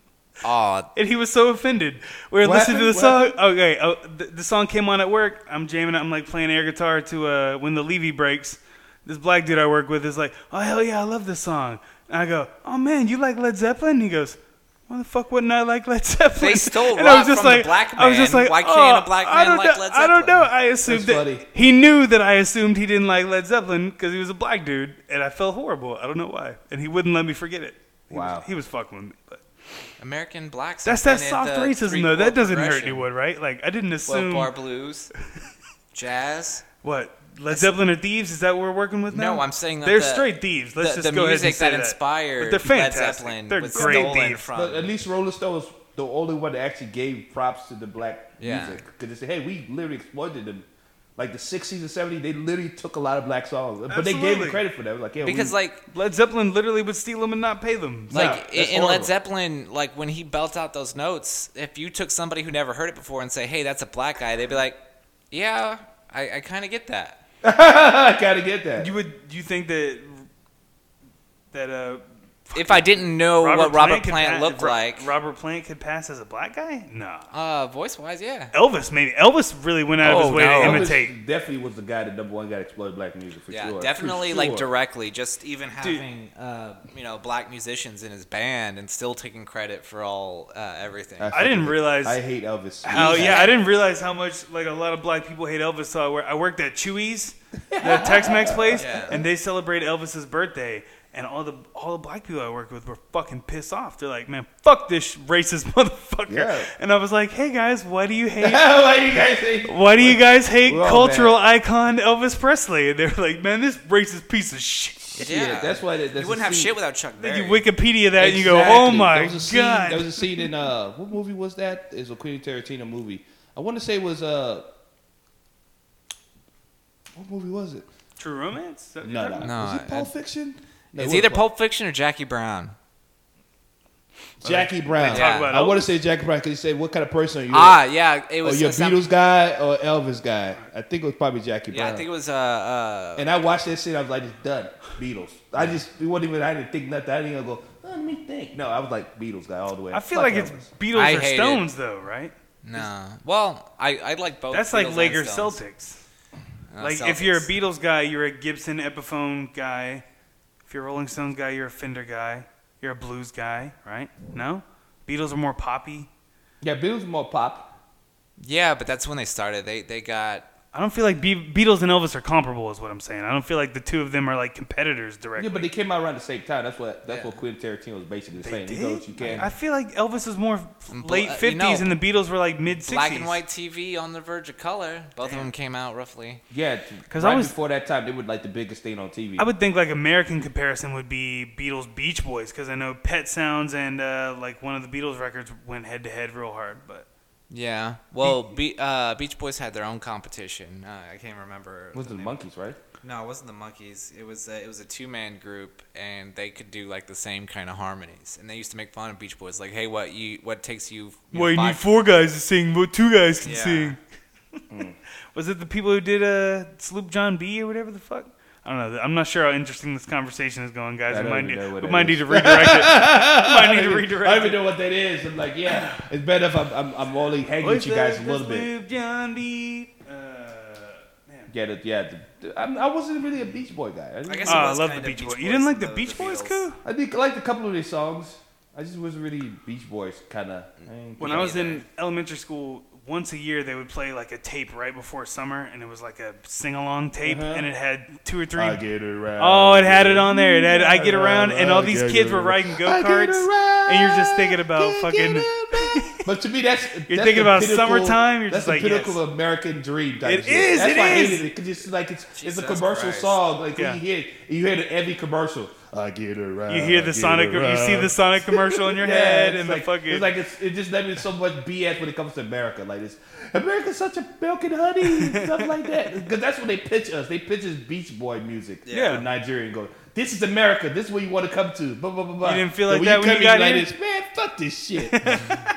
A: Oh,
B: and he was so offended. We were
D: What
B: listening to the song.
D: happened?
B: Okay, oh, the, the song came on at work. I'm jamming. I'm like playing air guitar to uh, when the Levy breaks. This black dude I work with is like, "Oh hell yeah, I love this song." And I go, "Oh man, you like Led Zeppelin?" And he goes, "Why the fuck wouldn't I like Led Zeppelin?"
A: They stole
B: and I
A: rock
B: was just
A: from the
B: like,
A: black
B: I was just
A: man.
B: like,
A: Why can't
B: "Oh,
A: a black
B: I
A: man
B: don't
A: like
B: know-
A: Led
B: I don't
A: Zeppelin?"
B: know. I assumed
D: That's
B: that
D: funny.
B: he knew that I assumed he didn't like Led Zeppelin because he was a black dude, and I felt horrible. I don't know why, and he wouldn't let me forget it. He was-
D: Wow.
B: he was fucking with me. But.
A: American blacks.
B: That's that
A: invented
B: soft
A: the
B: racism though.
A: three-chord
B: That doesn't hurt
A: uh, progression.
B: anyone, right? Like I didn't
A: Slow
B: assume
A: bar blues, jazz.
B: what Led Zeppelin are thieves. Is that what we're working with now?
A: No, I'm saying that
B: they're
A: the-
B: straight thieves. Let's
A: the-
B: just
A: the
B: go
A: music that
B: ahead and say
A: inspired
B: But they're
A: Led
B: fantastic.
A: Zeppelin
B: They're
A: was
B: great
A: stolen
B: thieves.
A: from-
D: But at least Rolling Stone was the only one that actually gave props to the black
A: Yeah.
D: music because they said, "Hey, we literally exploited them." Like the '60s and '70s, they literally took a lot of black songs, but they gave them
B: Absolutely.
D: credit for that. It was like, yeah,
A: Because
D: we,
A: like
B: Led Zeppelin literally would steal them and not pay them.
A: Like
D: No,
A: i-
D: that's
A: in
D: horrible.
A: Led Zeppelin, like when he belts out those notes, if you took somebody who never heard it before and say, "Hey, that's a black guy," they'd be like, "Yeah, I, I kind of get that."
D: I gotta get that.
B: you would you think that that uh
A: If I didn't know
B: Robert
A: what Robert
B: could
A: Plant,
B: pa-
A: looked
B: Ro-
A: like,
B: Robert Plant could pass as a black guy? Nah.
A: uh, voice-wise, yeah.
B: Elvis maybe. Elvis really went out of his
A: Oh,
B: way
A: no.
B: to
D: Elvis
B: imitate.
D: Definitely was the guy that number one got exploited black music for
A: Yeah,
D: sure.
A: definitely
D: For
A: like
D: sure.
A: directly, just even having uh, you know black musicians in his band and still taking credit for all uh, everything.
D: I
B: I didn't
D: fucking-
B: realize
D: I hate Elvis.
B: Oh yeah, I didn't realize how much like a lot of black people hate Elvis. So I, wor- I worked at Chewy's, the Tex-Mex place,
A: Yeah.
B: and they celebrate Elvis's birthday. And all the all the black people I worked with were fucking pissed off. They're like, "Man, fuck this sh- racist motherfucker."
D: Yeah.
B: And I was like, "Hey guys, why do you hate?
D: Why you guys hate?
B: Why do you guys hate
D: We're all
B: cultural icon Elvis Presley?" And they're like, "Man, this racist piece of shit."
D: Yeah, that's why that- that's
A: you wouldn't
D: a
A: have
D: scene-
A: shit without Chuck
B: Then
A: Berry.
B: you Wikipedia that and you go, "Oh my
D: There was a scene,
B: god!"
D: There was a scene in uh, what movie was that? It was a Quentin Tarantino movie. I want to say it was uh, what movie was it?
B: True Romance? Is that what you're
D: No,
B: talking
D: no,
A: No,
D: Was it
A: I-
D: Pulp Fiction? No,
A: it's
D: it
A: either
D: wasn't
A: Pulp Fiction or Jackie Brown.
D: Jackie Brown.
B: about?
A: Yeah.
B: Talk about
D: I want to
B: Elvis.
D: say Jackie Brown because he said, "What kind of person are you?"
A: Ah, yeah, it
D: or
A: was.
D: you a
A: some-
D: Oh, Beatles guy or Elvis guy? I think it was probably Jackie
A: yeah,
D: Brown.
A: I think it was. Uh, uh,
D: and I watched that scene. I was like, "It's done, Beatles." I just it wasn't even. I didn't think nothing. I didn't even go. "Oh, let me think. No, I was like Beatles guy all the way.
B: I feel
D: Fuck
B: like it's
D: Elvis.
B: Beatles
A: I
B: or
A: hate it.
B: Stones though, right?
A: No. Well, I I like both.
B: That's
A: Beatles
B: like
A: and
B: Lakers
A: Stones.
B: Celtics.
A: Uh,
B: like if you're a
A: Celtics.
B: Beatles guy, you're a Gibson Epiphone guy. If you're a Rolling Stones guy, you're a Fender guy. You're a blues guy, right? No, Beatles are more poppy.
D: Yeah, Beatles more pop.
A: yeah, but that's when they started. They they got
B: I don't feel like Be- Beatles and Elvis are comparable, is what I'm saying. I don't feel like the two of them are like competitors directly.
D: Yeah, but they came out around the same time. That's what that's
A: Yeah.
D: what Quentin Tarantino was basically saying.
B: They
D: You know
B: did?
D: what you can.
B: I feel like Elvis was more
A: Bl-
B: late
A: uh, you
B: 50s
A: know,
B: and the Beatles were like mid 60s.
A: black and white TV on the verge of color. Both of
B: Damn.
A: them came out roughly.
D: yeah,
B: 'Cause
D: because
B: I
D: right
B: was-
D: before that time, they would like the biggest thing on TV.
B: I would think like American comparison would be Beatles Beach Boys because I know Pet Sounds and uh, like one of the Beatles records went head to head real hard. But
A: Yeah. Well, Be- uh, Beach Boys had their own competition. Uh, I can't remember.
D: was the
A: name.
D: monkeys right?
A: No, it wasn't the monkeys. It was a, it was a two man group, and they could do like the same kind of harmonies. And they used to make fun of Beach Boys, like, "Hey, what you what takes you?" you
B: well, you
A: five-
B: need four guys to sing, but two guys can
A: Yeah.
B: sing. Mm. Was it the people who did uh, Sloop John B or whatever the fuck? I don't know. I'm not sure how interesting this conversation is going, guys.
D: I
B: We
D: don't
B: might,
D: even
B: need,
D: know
B: we
D: what that
B: might
D: is.
B: need to redirect it. We might need to
D: I
B: redirect
D: don't even know what that is. I'm like, yeah, it's better if I'm I'm, I'm only hanging with you guys a little bit.
B: John B. Uh, man.
D: Yeah, the, yeah. The, the, I'm, I wasn't really a Beach Boy guy. I, didn't-
A: I guess
B: Oh,
A: it
B: I
A: was
B: love the
A: kinda
B: Beach
A: Beach
B: Boys. You
A: Boys
B: didn't like
A: and
B: the
A: the-
B: Beach
A: the
B: Boys,
A: Beatles.
B: Koo?
D: I think I liked a couple of their songs. I just wasn't really Beach Boys kind of.
B: When I was in elementary school, once a year they would play like a tape right before summer, and it was like a sing-along tape,
D: Uh-huh.
B: and it had two or three.
D: get around.
B: Oh, it had it on there. It had "I Get Around," and all these kids were riding go karts, and you're just thinking about fucking.
D: But to me, that's
B: You're
D: that's
B: thinking
D: the
B: about
D: pinnacle-
B: summertime, you're
D: that's
B: just
D: the
B: like,
D: pinnacle
B: yes.
D: of American dream. Type
B: It
D: shit.
B: is,
D: That's
B: it
D: why
B: is.
D: I hated it because it's like it's
A: Jesus
D: it's a commercial
A: Christ.
D: song. Like
B: Yeah.
D: you hear you hear it in every commercial. I get around.
B: You hear
D: I
B: the
D: get
B: Sonic, you see
D: around.
B: the Sonic commercial in your
D: Yeah,
B: head,
D: it's
B: and
D: like,
B: the fucking.
D: It's like it's, it just that means so much BS when it comes to America. Like it's America's such a milk and honey and stuff like that. Because that's what they pitch us. They pitch us Beach Boy music.
A: Yeah.
D: with Nigerian go. This is America. This is where you want to come to. Blah blah blah blah.
B: You didn't feel
D: And
B: like that when
D: come
B: you got
D: in, like
B: here?
D: This, man, fuck this shit.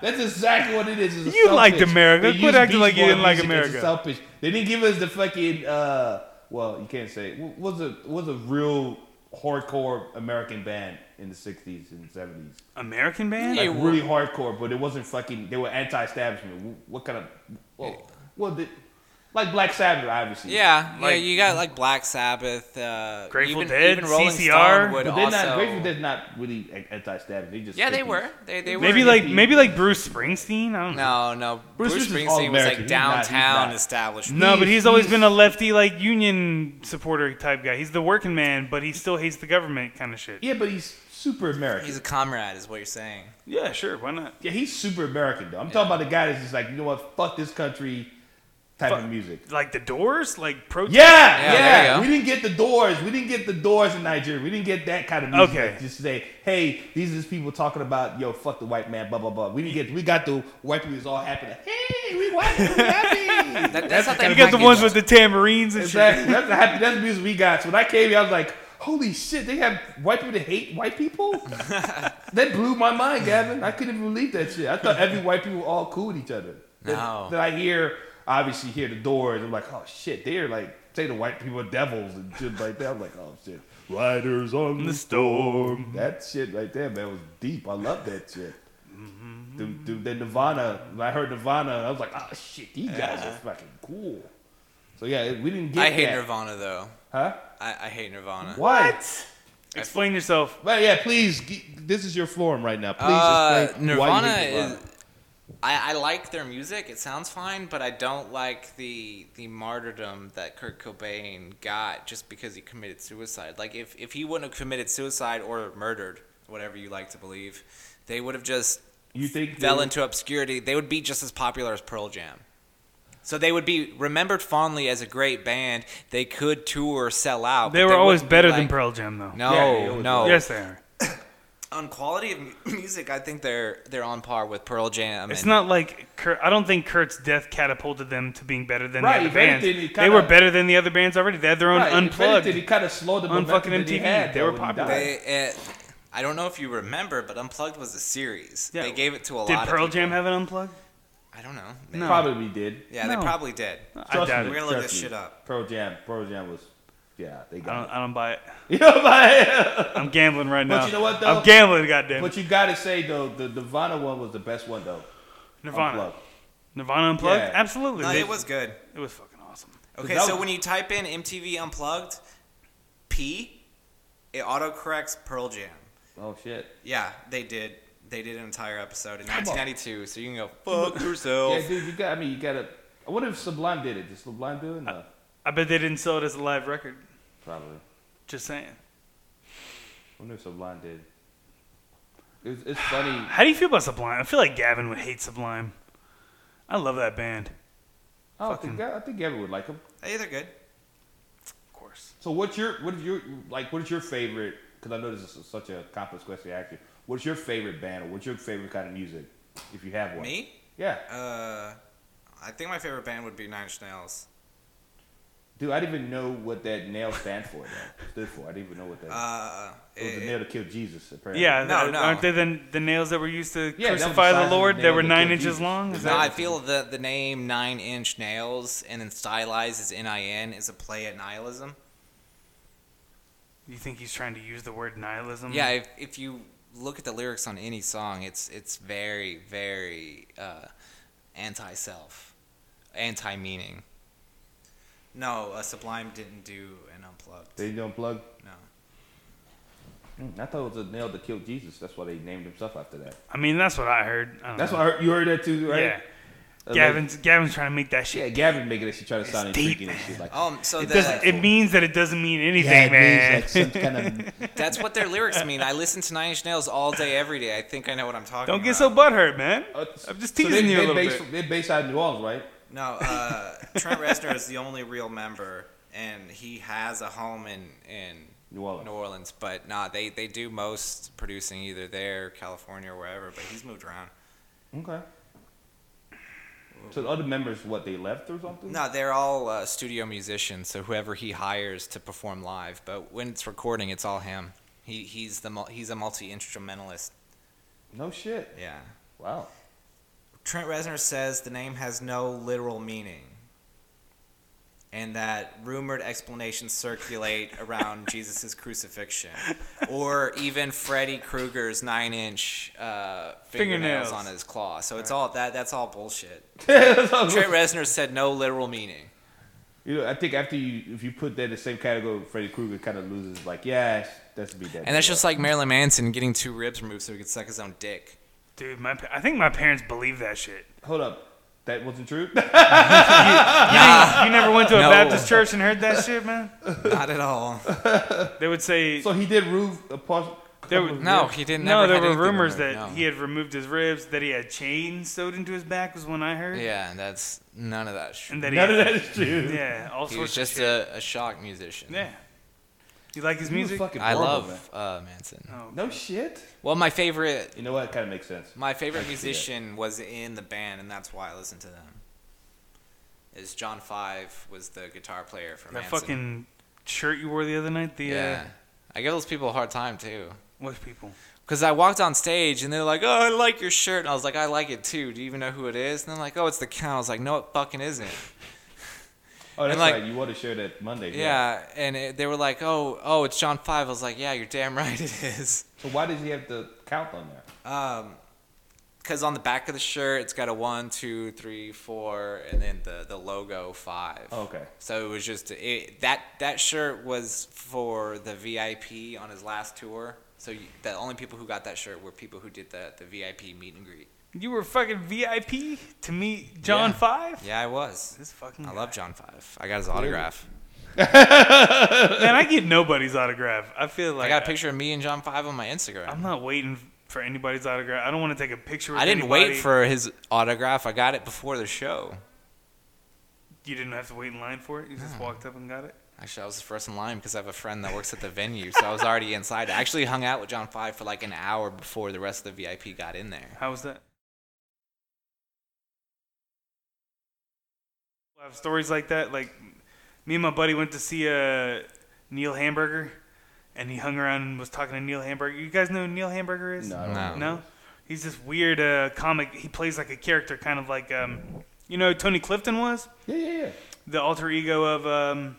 D: That's exactly what it is. It's a
B: You
D: sell
B: liked
D: pitch.
B: America.
D: They
B: Quit
D: use
B: acting
D: Beach
B: like you
D: Boy
B: didn't like
D: music as a
B: America.
D: sell pitch. They didn't give us the fucking. Uh, well, you can't say. it. Was a was a real hardcore American band in the '60s and '70s
B: American band.
A: Yeah.
D: like really hardcore, but it wasn't fucking. They were anti-establishment. Wh- What kind of? Well, well the, like Black Sabbath, obviously.
A: Yeah, yeah.
B: Like-
A: You got like Black Sabbath, uh,
B: Grateful
A: even,
B: Dead,
A: even Rolling
B: CCR.
A: Stone would
D: but they're
A: also.
D: not. Grateful Dead's not really a- anti-establishment. They just
A: yeah, they
D: hippies.
A: were. They they were.
B: Maybe like
D: hippies.
B: maybe like Bruce Springsteen. I don't know.
A: no, no. Bruce,
D: Bruce Springsteen is all
A: Springsteen was
D: American.
A: like
D: He's not- he's
A: downtown
D: not.
A: establishment.
B: No, but
D: He's-
B: he's always
D: he's-
B: been a lefty, like union supporter type guy. He's the working man, but he still hates the government kind of shit.
D: Yeah, but he's super American.
A: He's a comrade, is what you're saying.
B: Yeah, sure, why not?
D: yeah, he's super American though. I'm talking about the guy that's just like, you know what? Fuck this country. Type
B: Fuck.
D: of music.
B: Like the Doors, like protest.
D: Yeah,
A: Yeah,
D: yeah.
A: there you go.
D: We didn't get the doors. We didn't get the doors in Nigeria. We didn't get that kind of music.
B: Okay.
D: that Just say, hey, these are just people talking about, yo, fuck the white man, blah blah blah. We didn't get. We got the white people was all happy. Like, hey, we white, we happy.
A: That, that's not that
B: You got the
A: wacky,
B: ones
A: though.
B: with the tambourines and shit.
D: exactly. That's the happy. That's the music we got. So when I came here, I was like, holy shit, they have white people that hate white people. that blew my mind, Gavin. I couldn't believe that shit. I thought every white people were all cool with each other. Then-
A: No.
D: Then I hear, obviously, hear the doors. I'm like, oh shit, they're like say the white people are devils and shit like that. I'm like, oh shit, riders on the storm. That shit right there, man, was deep. I love that shit.
A: Mm-hmm.
D: The, the, the Nirvana, when I heard Nirvana, I was like, oh shit, these guys are fucking cool. So yeah, we didn't get.
A: I hate
D: that.
A: Nirvana though.
D: Huh?
A: I, I hate Nirvana.
D: Why?
B: Explain yourself.
D: Well, yeah, please. g- This is your forum right now. Please
A: Uh,
D: explain
A: Nirvana
D: why you hate
A: is. I, I like their music; it sounds fine, but I don't like the the martyrdom that Kurt Cobain got just because he committed suicide. Like if if he wouldn't have committed suicide or murdered, whatever you like to believe, they would have just
D: You think
A: fell
D: they-
A: into obscurity. They would be just as popular as Pearl Jam. So they would be remembered fondly as a great band. They could tour, sell out. but
B: They were always
A: wouldn't be
B: better than
A: like-
B: Pearl Jam, though.
A: No,
D: Yeah, they always
A: no.
D: were.
B: Yes, they are.
A: On quality of mu- music, I think they're they're on par with Pearl Jam.
B: It's
A: and-
B: not like Kurt. I don't think Kurt's death catapulted them to being better than
D: Right,
B: the other
D: if
B: bands.
D: anything, it
B: they were
D: kinda-
B: better than the other bands already. They had their own
D: Right, if
B: unplugged.
D: anything, It kind of slowed the
B: on
D: momentum
B: fucking
D: that he
B: MTV.
D: had,
B: They
D: though,
B: were
D: when he
B: popular.
D: died.
A: They, uh I don't know if you remember, but Unplugged was a series.
B: Yeah.
A: They gave it to a
B: Did
A: lot.
B: Pearl
A: of people.
B: Jam have it unplugged?
A: I don't know. They-
B: No.
D: Probably did.
A: Yeah,
B: No. Uh,
A: they probably did.
B: I
D: Trust
B: doubt
D: me,
A: We're
B: it.
A: gonna look
D: trust
A: this
D: me.
A: shit up.
D: Pearl Jam. Pearl Jam was. Yeah, they
B: I don't.
D: got.
B: I don't buy it.
D: it. You know what I mean?
B: I'm gambling right now.
D: But you know what,
B: I'm
D: though?
B: gambling. Goddamn.
D: But you gotta say though, the Nirvana one was the best one though.
B: Nirvana.
D: Unplugged.
B: Nirvana unplugged.
D: Yeah.
B: Absolutely.
A: No,
B: They-
A: it was good.
B: It was fucking awesome.
A: Okay,
D: that
A: so
D: was-
A: when you type in MTV Unplugged, P, it autocorrects Pearl Jam.
D: Oh shit.
A: Yeah, they did. They did an entire episode in
D: on.
A: 1992, so you can go fuck yourself.
D: Yeah, dude, you got. I mean, you gotta. I wonder if Sublime did it. Did Sublime do it? No,
B: I bet they didn't sell it as a live record.
D: probably.
B: Just saying.
D: I wonder if Sublime did. It's, it's funny.
B: How do you feel about Sublime? I feel like Gavin would hate Sublime. I love that band.
D: I, don't
B: Fucking-
D: think, I think Gavin would like him.
A: Hey, they're good.
B: Of course.
D: So what's your what is your like what is your favorite? Because I know this is such a complex question to ask you. What's your favorite band or what's your favorite kind of music, if you have one?
A: Me?
D: Yeah,
A: Uh, I think my favorite band would be Nine Inch Nails.
D: dude, I didn't even know what that nail stand for. Though. Stood for. I didn't even know what that.
A: Uh,
B: Oh,
D: it was
A: it-
D: the nail to kill Jesus. Apparently.
B: Yeah,
A: No,
B: th-
A: no.
B: aren't they the, the nails that were used to
D: Yeah, that was
B: crucify
D: the size
B: the
D: of the
B: Lord? They
D: nail
B: were
D: that
B: nine
D: killed
B: inches
D: Jesus.
B: long? Is
A: No, I
B: that,
A: feel that the name Nine Inch Nails and then stylized as N-I-N is a play at nihilism.
B: you think he's trying to use the word nihilism?
E: Yeah,
A: Yeah, if, if you look at the lyrics on any song, it's it's very very uh, anti-self, anti-meaning. No, uh, Sublime didn't do an unplugged.
D: They don't plug.
A: no.
D: Mm, I thought it was the nail to kill Jesus. That's why they named himself after that.
B: I mean, that's what I heard. I don't
D: That's
B: know.
D: what I heard, you heard that too,
B: Uh-huh.
D: right?
B: Yeah.
D: Uh, like-
B: Gavin's, Gavin's trying to make that shit.
D: yeah, Gavin making it. She tried to sound
B: deep,
D: intriguing and shit like.
A: Um, so
B: It,
A: the,
B: doesn't, it means that it doesn't mean anything,
D: Yeah, it
B: man.
D: means like some kind of.
A: that's what their lyrics mean. I listen to Nine Inch Nails all day, every day. I think I know what I'm talking.
B: Don't get so
A: about.
B: butthurt, man.
D: Uh,
B: I'm just
D: so they-
B: teasing you a
D: they
B: little
D: based,
B: bit.
D: They're based out of New Orleans, right?
A: No, uh, Trent Reznor is the only real member, and he has a home in in
D: New Orleans.
A: New Orleans. But nah, they they do most producing either there, California, or wherever. But he's moved around.
D: Okay. So the other members, what they left or something?
A: No, they're all uh, studio musicians, so whoever he hires to perform live. But when it's recording, it's all him. He he's the mul- he's a multi instrumentalist.
D: No shit.
A: Yeah.
D: Wow.
A: Trent Reznor says the name has no literal meaning, and that rumored explanations circulate around Jesus' crucifixion, or even Freddy Krueger's nine-inch uh, fingernails,
B: Fingernails.
A: on his claw. So it's all that. That's all bullshit.
D: you
A: Trent Reznor said no literal meaning.
D: know, I think after you, if you put that in the same category, Freddy Krueger kind of loses. Like, yeah, that's be that.
A: And that's just like Marilyn Manson getting two ribs removed so he could suck his own dick.
B: Dude, my, pa- I think my parents believe that shit.
D: Hold up, that wasn't true.
B: You never went to a
A: No.
B: Baptist church and heard that shit, man?
A: Not at all.
B: They would say
D: so he did roof a part.
B: there were
A: No, he didn't.
B: no.
A: never
B: There
A: had
B: were
A: anything
B: rumors that
A: removed, no.
B: he had removed his ribs, that he had chains sewed into his back. Was one I heard.
A: Yeah, that's none of that. Sh-
B: And that
D: None
B: he
D: of that is true.
B: yeah, all
E: He was
B: sorts
E: just
B: of shit.
E: a, a shock musician.
B: yeah. You like his
D: He was
B: music?
D: fucking
E: I
D: horrible, man.
E: love uh, Manson.
B: Oh,
D: No shit.
E: Well, my favorite
D: You know what? Kind of makes sense.
A: My favorite
D: I can see that.
A: musician was in the band, and that's why I listen to them. Is John Five was the guitar player for
B: that
A: Manson.
B: fucking shirt you wore the other night. The
E: yeah.
B: uh,
E: I give those people a hard time too.
B: what people?
E: Because I walked on stage and they're like, oh, I like your shirt. And I was like, I like it too. Do you even know who it is? And they're like, oh, it's the count. I was like, no, it fucking isn't.
D: Oh, that's
E: like-
D: right. You want to share that Monday?
E: Yeah. And it, they were like, oh, oh, it's John Five. I was like, yeah, you're damn right it is.
D: So why does he have the count on there?
E: Um,
A: Because on the back of the shirt, it's got a one, two, three, four, and then the the logo five.
D: Oh, okay.
A: So it was just it, that that shirt was for the VIP on his last tour. So you, the only people who got that shirt were people who did the the VIP meet and greet.
B: You were fucking VIP to meet John
A: Yeah.
B: Five.
A: Yeah, I was.
B: This fucking
A: I
B: guy.
A: love John Five. I got his autograph.
B: man. I get nobody's autograph. I feel like
E: I got a picture of me and John Five on my Instagram.
B: I'm not waiting for anybody's autograph. I don't want to take a picture. With
E: I didn't
B: anybody.
E: wait for his autograph. I got it before the show.
B: You didn't have to wait in line for it. You just walked up and got it.
E: Actually, I was the first in line because I have a friend that works at the venue, so I was already inside. I actually hung out with John Five for like an hour before the rest of the VIP got in there.
B: How was that? I have stories like that. Like me and my buddy went to see uh, Neil Hamburger, and he hung around and was talking to Neil Hamburger. You guys know who Neil Hamburger is?
D: No, I
E: No.
D: don't know.
B: Oh, No. He's this weird uh, comic. He plays like a character, kind of like um, you know who Tony Clifton was
D: Yeah, yeah, yeah.
B: the alter ego of um,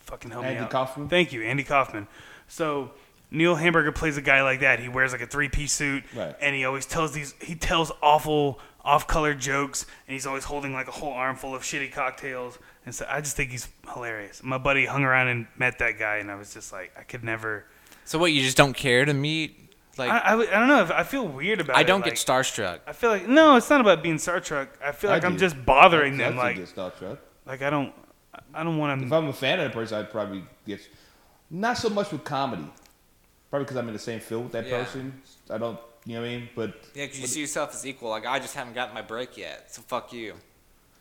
B: fucking help me
D: Andy
B: out.
D: Kaufman?
B: Thank you, Andy Kaufman. So Neil Hamburger plays a guy like that. He wears like a three piece suit,
D: Right.
B: and he always tells these he tells awful off-color jokes, and he's always holding like a whole armful of shitty cocktails. And so I just think he's hilarious. My buddy hung around and met that guy, and I was just like, I could never.
A: So what? You just don't care to meet? Like
B: I, I, would- I don't know. I feel weird about.
A: I
B: it,
A: don't
B: like,
A: get starstruck.
B: I feel like no, it's not about being Star Trek. I feel
D: I
B: like I am
D: do.
B: just bothering
D: That's
B: them.
D: a
B: Like,
D: good Star Trek.
B: like I don't, I don't want
D: If
B: to.
D: I'm a fan of the person, I'd probably get not so much with comedy, probably because I'm in the same field with that
A: Yeah.
D: person. I don't, you know what I mean? But
A: Yeah, 'cause you see yourself as equal. Like I just haven't gotten my break yet, so fuck you.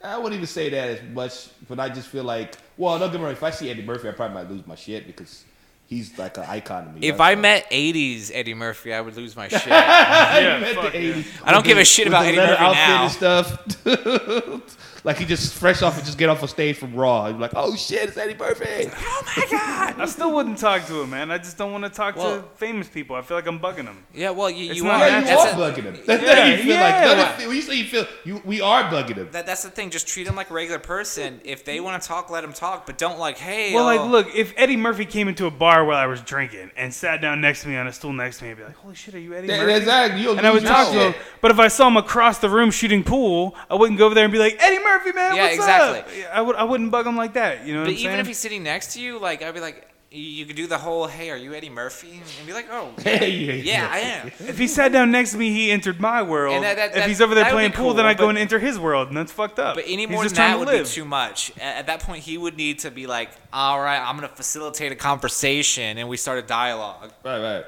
D: I wouldn't even say that as much. But I just feel like, well, don't get me wrong. If I see Eddie Murphy, I probably might lose my shit because he's like an icon to me.
A: If
D: right?
A: I met '80s Eddie Murphy, I would lose my shit. I
B: Yeah,
D: You met the
B: fuck yeah.
D: 80s.
A: I don't
D: With
A: give
D: the-
A: a shit
D: with
A: about
D: the
A: Eddie
D: leather
A: Murphy
D: outfit and stuff. like he just fresh off and just get off a stage from Raw. He's like, oh shit, it's Eddie Murphy.
B: I still wouldn't talk to him, man. I just don't want to talk
A: Well-
B: to famous people. I feel like I'm bugging them.
A: Yeah, well, you,
B: It's
A: you
B: not
A: are.
D: Yeah, you
A: Oh, that's
D: are
A: a-
D: bugging him. That's yeah, you feel
B: yeah.
D: like. That is, when you say you feel, you, we are bugging him.
A: That, that's the thing. Just treat them like a regular person. If they want to talk, let them talk. But don't like, hey.
B: Well,
A: uh,
B: like, look, if Eddie Murphy came into a bar while I was drinking and sat down next to me on a stool next to me, I'd be like, "Holy shit, are you Eddie
D: That-
B: Murphy?"
D: exactly. You'll
B: And I would
D: lose your
B: talk to
D: shit.
B: him. But if I saw him across the room shooting pool, I wouldn't go over there and be like, "Eddie Murphy, man,
A: Yeah,
B: what's
A: exactly.
B: up?" I would. I wouldn't bug him like that. You know what
A: But
B: I'm saying?
A: even if he's sitting next to you, like I'd be like, you- you could do the whole, hey, are you Eddie Murphy? And be like, oh,
D: Hey, yeah,
A: yeah, I am.
B: If he sat down next to me, he entered my world.
A: And that- that-
B: if
A: that-
B: he's over there
A: that would be
B: playing pool, then
A: cool,
B: I go
A: but-
B: and enter his world, and that's fucked up.
A: But any
B: He's
A: more than
B: just trying
A: that
B: to
A: would
B: live.
A: be too much. A- At that point, he would need to be like, all right, I'm gonna facilitate a conversation, and we start a dialogue.
D: Right, right.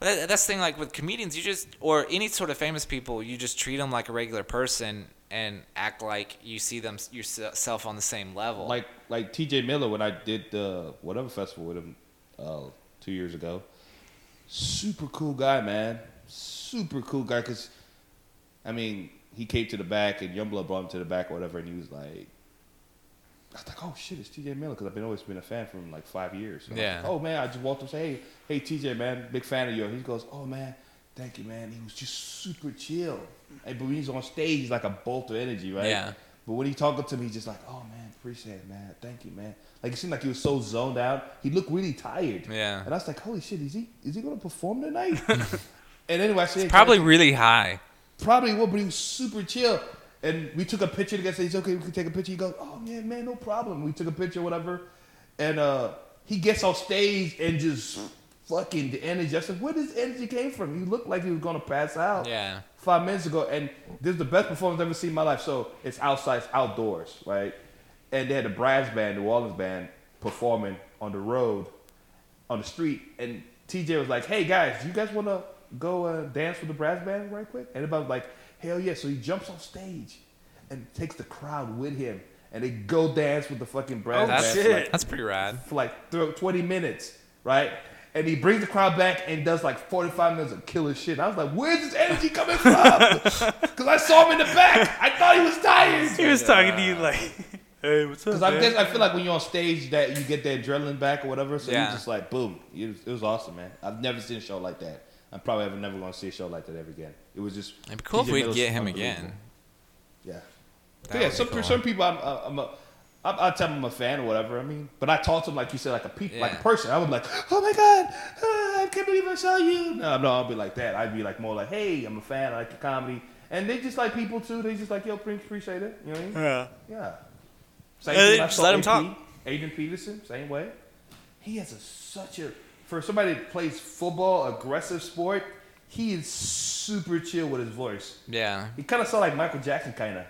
A: But that, that's the thing, like with comedians, you just or any sort of famous people, you just treat them like a regular person and act like you see them yourself on the same level.
D: Like like T.J. Miller when I did the whatever festival with him uh, two years ago. Super cool guy, man. Super cool guy. Cause I mean, he came to the back and Youngblood brought him to the back or whatever, and he was like. I was like, oh shit, it's TJ Miller because I've been always been a fan for him like five years. So I was
A: Yeah.
D: like, oh man, I just walked up and say, hey, hey TJ man, big fan of yours. He goes, oh man, thank you man. He was just super chill. Hey, but when he's on stage, he's like a bolt of energy, right?
A: Yeah.
D: But when he talking to me, he's just like, oh man, appreciate it, man. Thank you, man. Like it seemed like he was so zoned out. He looked really tired.
A: Yeah.
D: And I was like, holy shit, is he is he gonna perform tonight? and anyway, I said,
A: probably really high.
D: probably would, but he was super chill. And we took a picture together. Said, He's okay. We can take a picture. He goes, "Oh man, man, no problem." We took a picture, whatever. And uh, he gets off stage and just fucking the energy. I said, "Where this energy came from? You looked like you was gonna pass out."
A: Yeah.
D: Five minutes ago, and this is the best performance I've ever seen in my life. So it's outside, it's outdoors, right? And they had a brass band, New Orleans band, performing on the road, on the street, and TJ was like, "Hey guys, you guys want to go uh, dance with the brass band right quick?" And everybody was like, "Hell yeah!" So he jumps off stage and takes the crowd with him, and they go dance with the fucking
B: Oh,
D: brass band.
A: That's
D: for, like,
A: that's pretty rad.
D: for like th- 20 minutes, right? And he brings the crowd back and does like 45 minutes of killer shit. I was like, where's this energy coming from? Because I saw him in the back. I thought he was
B: He
D: tired.
B: was talking to you like, "Hey, what's up?"
D: Because I
B: man?"
D: guess I feel like when you're on stage that you get the adrenaline back or whatever. So
A: Yeah.
D: you're just like, boom. It was, it was awesome, man. I've never seen a show like that. I'm probably ever never going to see a show like that ever again. It was just.
A: It'd be cool if
D: TJ
A: we'd
D: Miller's
A: get him
D: unbelievable.
A: again.
D: Yeah.
A: That
D: yeah,
A: would be
D: some
A: cool.
D: some people I'm uh, I'm a, I, I tell them I'm a fan or whatever. I mean, but I talk to them like you said, like a people, like a
A: Yeah.
D: person. I would be like, oh my god, uh, I can't believe I saw you. No, no, I'll be like that. I'd be like more like, hey, I'm a fan. I like your comedy, and they just like people too. They just like, yo, pre- appreciate it. You know what I mean?
B: Yeah.
D: Yeah. Same
A: Uh,
D: thing when I
A: just
D: saw
A: let him
D: AP,
A: talk.
D: Adrian Peterson, same way. He has a such a for somebody that plays football, aggressive sport. He is super chill with his voice.
A: Yeah.
D: He kind of sound like Michael Jackson, kind of.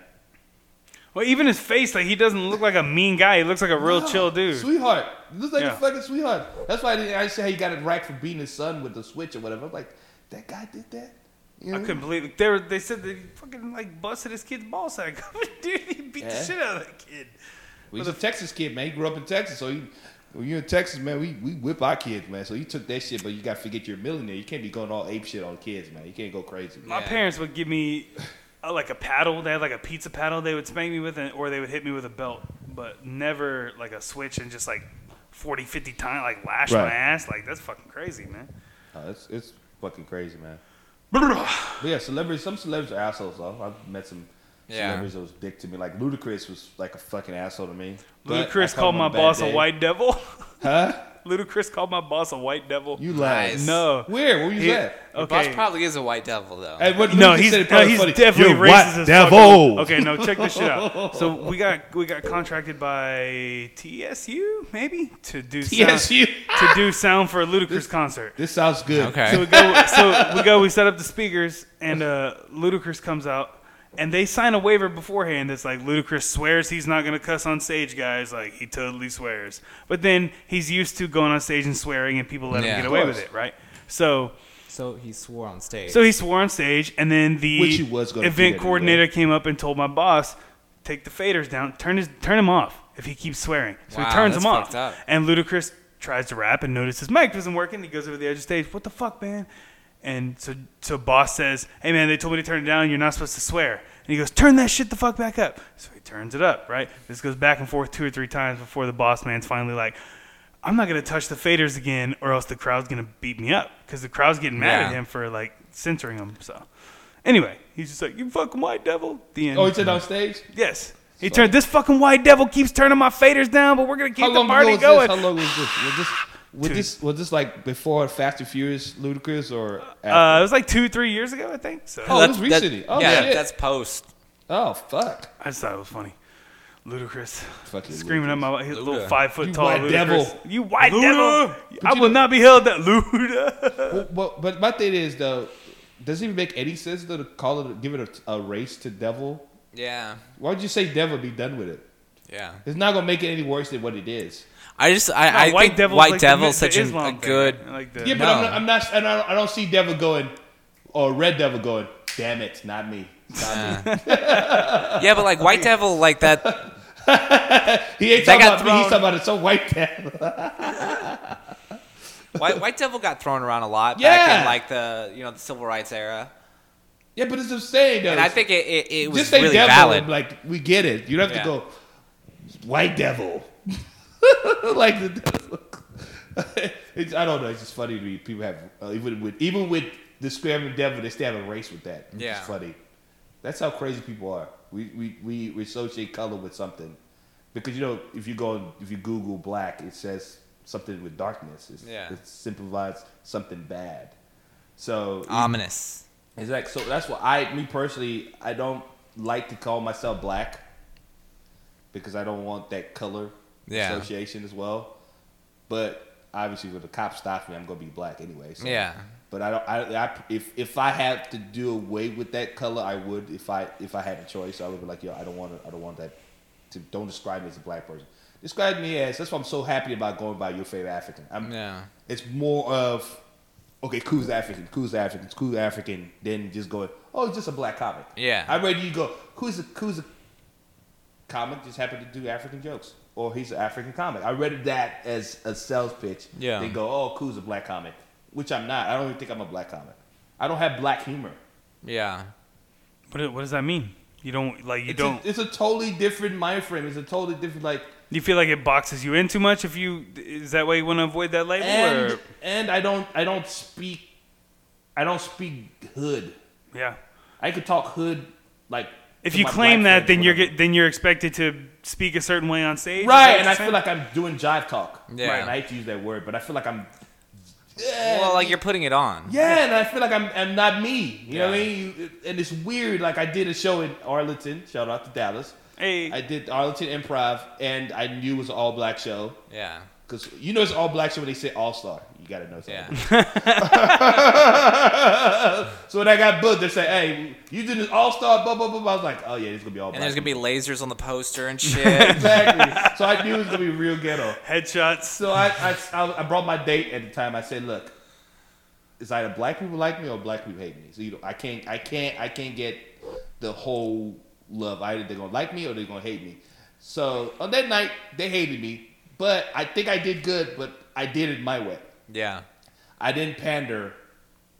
B: Well, even his face, like he doesn't look like a mean guy. He looks like a real
D: No,
B: chill dude.
D: Sweetheart. Looks like
B: Yeah.
D: a fucking sweetheart. That's why I, didn't, I didn't say how you got it racked for beating his son with the switch or whatever. I'm like, that guy did that? You know?
B: I couldn't believe it. They, were, they said they fucking like busted his kid's ball sack. Dude, he beat
D: Yeah.
B: the shit out of that kid.
D: Well, he's a Texas kid, man. He grew up in Texas. So he, when you're in Texas, man, we, we whip our kids, man. So you took that shit, but you got to forget you're a millionaire. You can't be going all ape shit on kids, man. You can't go crazy.
B: My
A: Yeah.
B: parents would give me uh like a paddle. They had like a pizza paddle. They would spank me with, and or they would hit me with a belt, but never like a switch and just like 40, 50 times, like lash my
D: Right.
B: ass. Like that's fucking crazy, man.
D: Uh, it's, it's fucking crazy, man. But yeah, celebrities. Some celebrities are assholes, though. I've met some
A: Yeah.
D: celebrities that was dick to me. Like Ludacris was like a fucking asshole to me. But I
B: Ludacris
D: caught
B: called
D: him on
B: my
D: a bad
B: boss a
D: day.
B: white devil.
D: Huh?
B: Ludacris called my boss a white devil.
D: You lied.
A: Nice.
B: no.
D: Where? Where was
B: He-
D: that?
A: Your boss
B: okay.
A: probably is a white devil though.
D: And what
B: no,
D: Lucas
B: he's,
D: said it
B: no,
D: probably
B: he's
D: funny.
B: definitely
D: You're
B: racist
D: white
B: as fuck.
D: devil.
B: Okay, no, check this shit out. So we got we got contracted by TSU maybe to do
D: Yes,
B: sound,
D: you.
B: to do sound for a Ludacris concert.
D: This sounds good.
A: Okay.
B: So we go. So we go. We set up the speakers, and uh, Ludacris comes out, and they sign a waiver beforehand. That's like Ludacris swears he's not gonna cuss on stage, guys. Like he totally swears. But then he's used to going on stage and swearing, and people let
A: Yeah.
B: him get
A: Of
B: away
D: course.
B: with it, right? So
F: So he swore on stage.
B: so he swore on stage, and then the
D: Which he was gonna do
B: event
D: anyway.
B: coordinator came up and told my boss, "Take the faders down. Turn his turn him off if he keeps swearing." So
A: Wow,
B: he turns
A: that's
B: him off,
A: fucked up.
B: and Ludacris tries to rap and notices his mic isn't working. He goes over the edge of stage. What the fuck, man? And so so boss says, "Hey man, they told me to turn it down. You're not supposed to swear." And he goes, "Turn that shit the fuck back up." So he turns it up. Right. This goes back and forth two or three times before the boss man's finally like. I'm not gonna touch the faders again, or else the crowd's gonna beat me up because the crowd's getting mad at
A: Yeah.
B: him for like censoring him. So, anyway, he's just like, "You fucking white devil." The end.
D: Oh, he said on stage.
B: yes. He turned. This fucking white devil keeps turning my faders down, but we're gonna keep
D: How
B: the
D: long ago
B: party
D: was
B: going.
D: this? How long was this? Was this was
B: Dude.
D: this was this like before Fast and Furious Ludicrous or after?
B: Uh, it was like two, three years ago, I think. So
D: Oh, it was
A: that-
D: recently. Oh,
A: yeah,
D: shit.
A: that's post.
D: oh fuck!
B: I just thought it was funny. Ludicrous.
D: Fucking
B: Screaming at my wa- his little
A: Luda.
B: five foot
D: You
B: tall
D: white
B: Ludacris.
D: devil.
B: You white
D: Luda.
B: devil!
D: But
B: I
D: you
B: will
D: know-
B: not be held that Luda.
D: Well, well, but my thing is though, does it even make any sense though, to call it give it a, a race to devil?
A: Yeah,
D: Why would you say devil? Be done with it.
A: yeah.
D: It's not gonna make it any worse than what it is.
A: I just I, I
B: white
A: think
B: devil's
A: white
B: like the-
A: devil's
B: the
A: such an-
B: Islam
A: a
B: thing.
A: good.
B: Like the,
D: Yeah, but
A: No.
D: I'm not. I'm not I, don't, I don't see devil going or red devil going. Damn it, not me.
A: Yeah, but like white devil like that.
D: He ain't
A: That
D: talking
A: got
D: about me. He's
A: thrown.
D: talking about it's so white devil.
A: White, white devil got thrown around a lot back
D: Yeah.
A: in like the you know the civil rights era,
D: Yeah, but it's insane though.
A: and I think it it, it was
D: just say
A: really
D: devil.
A: valid.
D: and, Like we get it. You don't have
A: Yeah.
D: to go white devil. like the devil. it's, I don't know. It's just funny to me. People have uh, even with even with the scrambling devil, they still have a race with that. Which
A: Yeah.
D: is funny. That's how crazy people are. We, we, we, we associate color with something because you know if you go if you Google black, it says something with darkness. It's,
A: Yeah.
D: It symbolizes something bad. So
A: Ah, Ominous.
D: Exactly. So that's why I, me personally, I don't like to call myself black because I don't want that color
A: Yeah.
D: association as well. But obviously, when the cop stops me, I'm gonna be black anyway. So.
A: Yeah.
D: But I don't. I, I if if I had to do away with that color, I would. If I if I had a choice, I would be like, yo, I don't want to. I don't want that. To don't describe me as a black person. Describe me as. That's why I'm so happy about going by your favorite African. I'm,
A: Yeah.
D: it's more of okay, cool's African, cool's African, cool African, than just going, oh, it's just a black comic.
A: Yeah.
D: I'd rather you go, who's a who's a comic just happened to do African jokes. Or he's an African comic. I read that as a sales pitch.
A: Yeah.
D: They go, oh, cool's a black comic. Which I'm not. I don't even think I'm a black comic. I don't have black humor.
A: Yeah.
B: what, do- what does that mean? You don't like you
D: It's
B: don't.
D: A, it's a totally different mind frame. It's a totally different like
B: Do you feel like it boxes you in too much? If you is that why you want to avoid that label?
D: and
B: or,
D: and I don't I don't speak I don't speak hood.
B: yeah.
D: I could talk hood like.
B: If
D: to
B: you
D: my
B: claim
D: black
B: that,
D: friends
B: then
D: or
B: you're
D: whatever.
B: get, then you're expected to speak a certain way on stage. Is that
D: right,
B: what
D: and
B: you're
D: I
B: saying?
D: feel like I'm doing jive talk.
A: Yeah.
D: Right, and I hate to use that word, but I feel like I'm.
A: Well, like you're putting it on.
D: Yeah, and I feel like I'm, I'm not me. You know what I mean? You- And it's weird. Like I did a show in Arlington. Shout out to Dallas.
B: Hey.
D: I did Arlington Improv, and I knew it was an all black show
A: Yeah.
D: because you know it's an all black show when they say all star. You gotta know something.
A: Yeah.
D: so when I got booked, they said, "Hey, you did an all star." Blah blah blah. blah." I was like, "Oh yeah, it's gonna be all black."
A: And there's gonna be lasers on the poster and shit.
D: exactly. so I knew it was gonna be real ghetto.
B: headshots.
D: So I, I, I- I brought my date at the time. I said, look, it's either black people like me or black people hate me. So you know, I can't, I can't, I can't get the whole love. Either they're gonna like me or they're gonna hate me. So on that night, they hated me, but I think I did good. But I did it my way.
A: yeah.
D: I didn't pander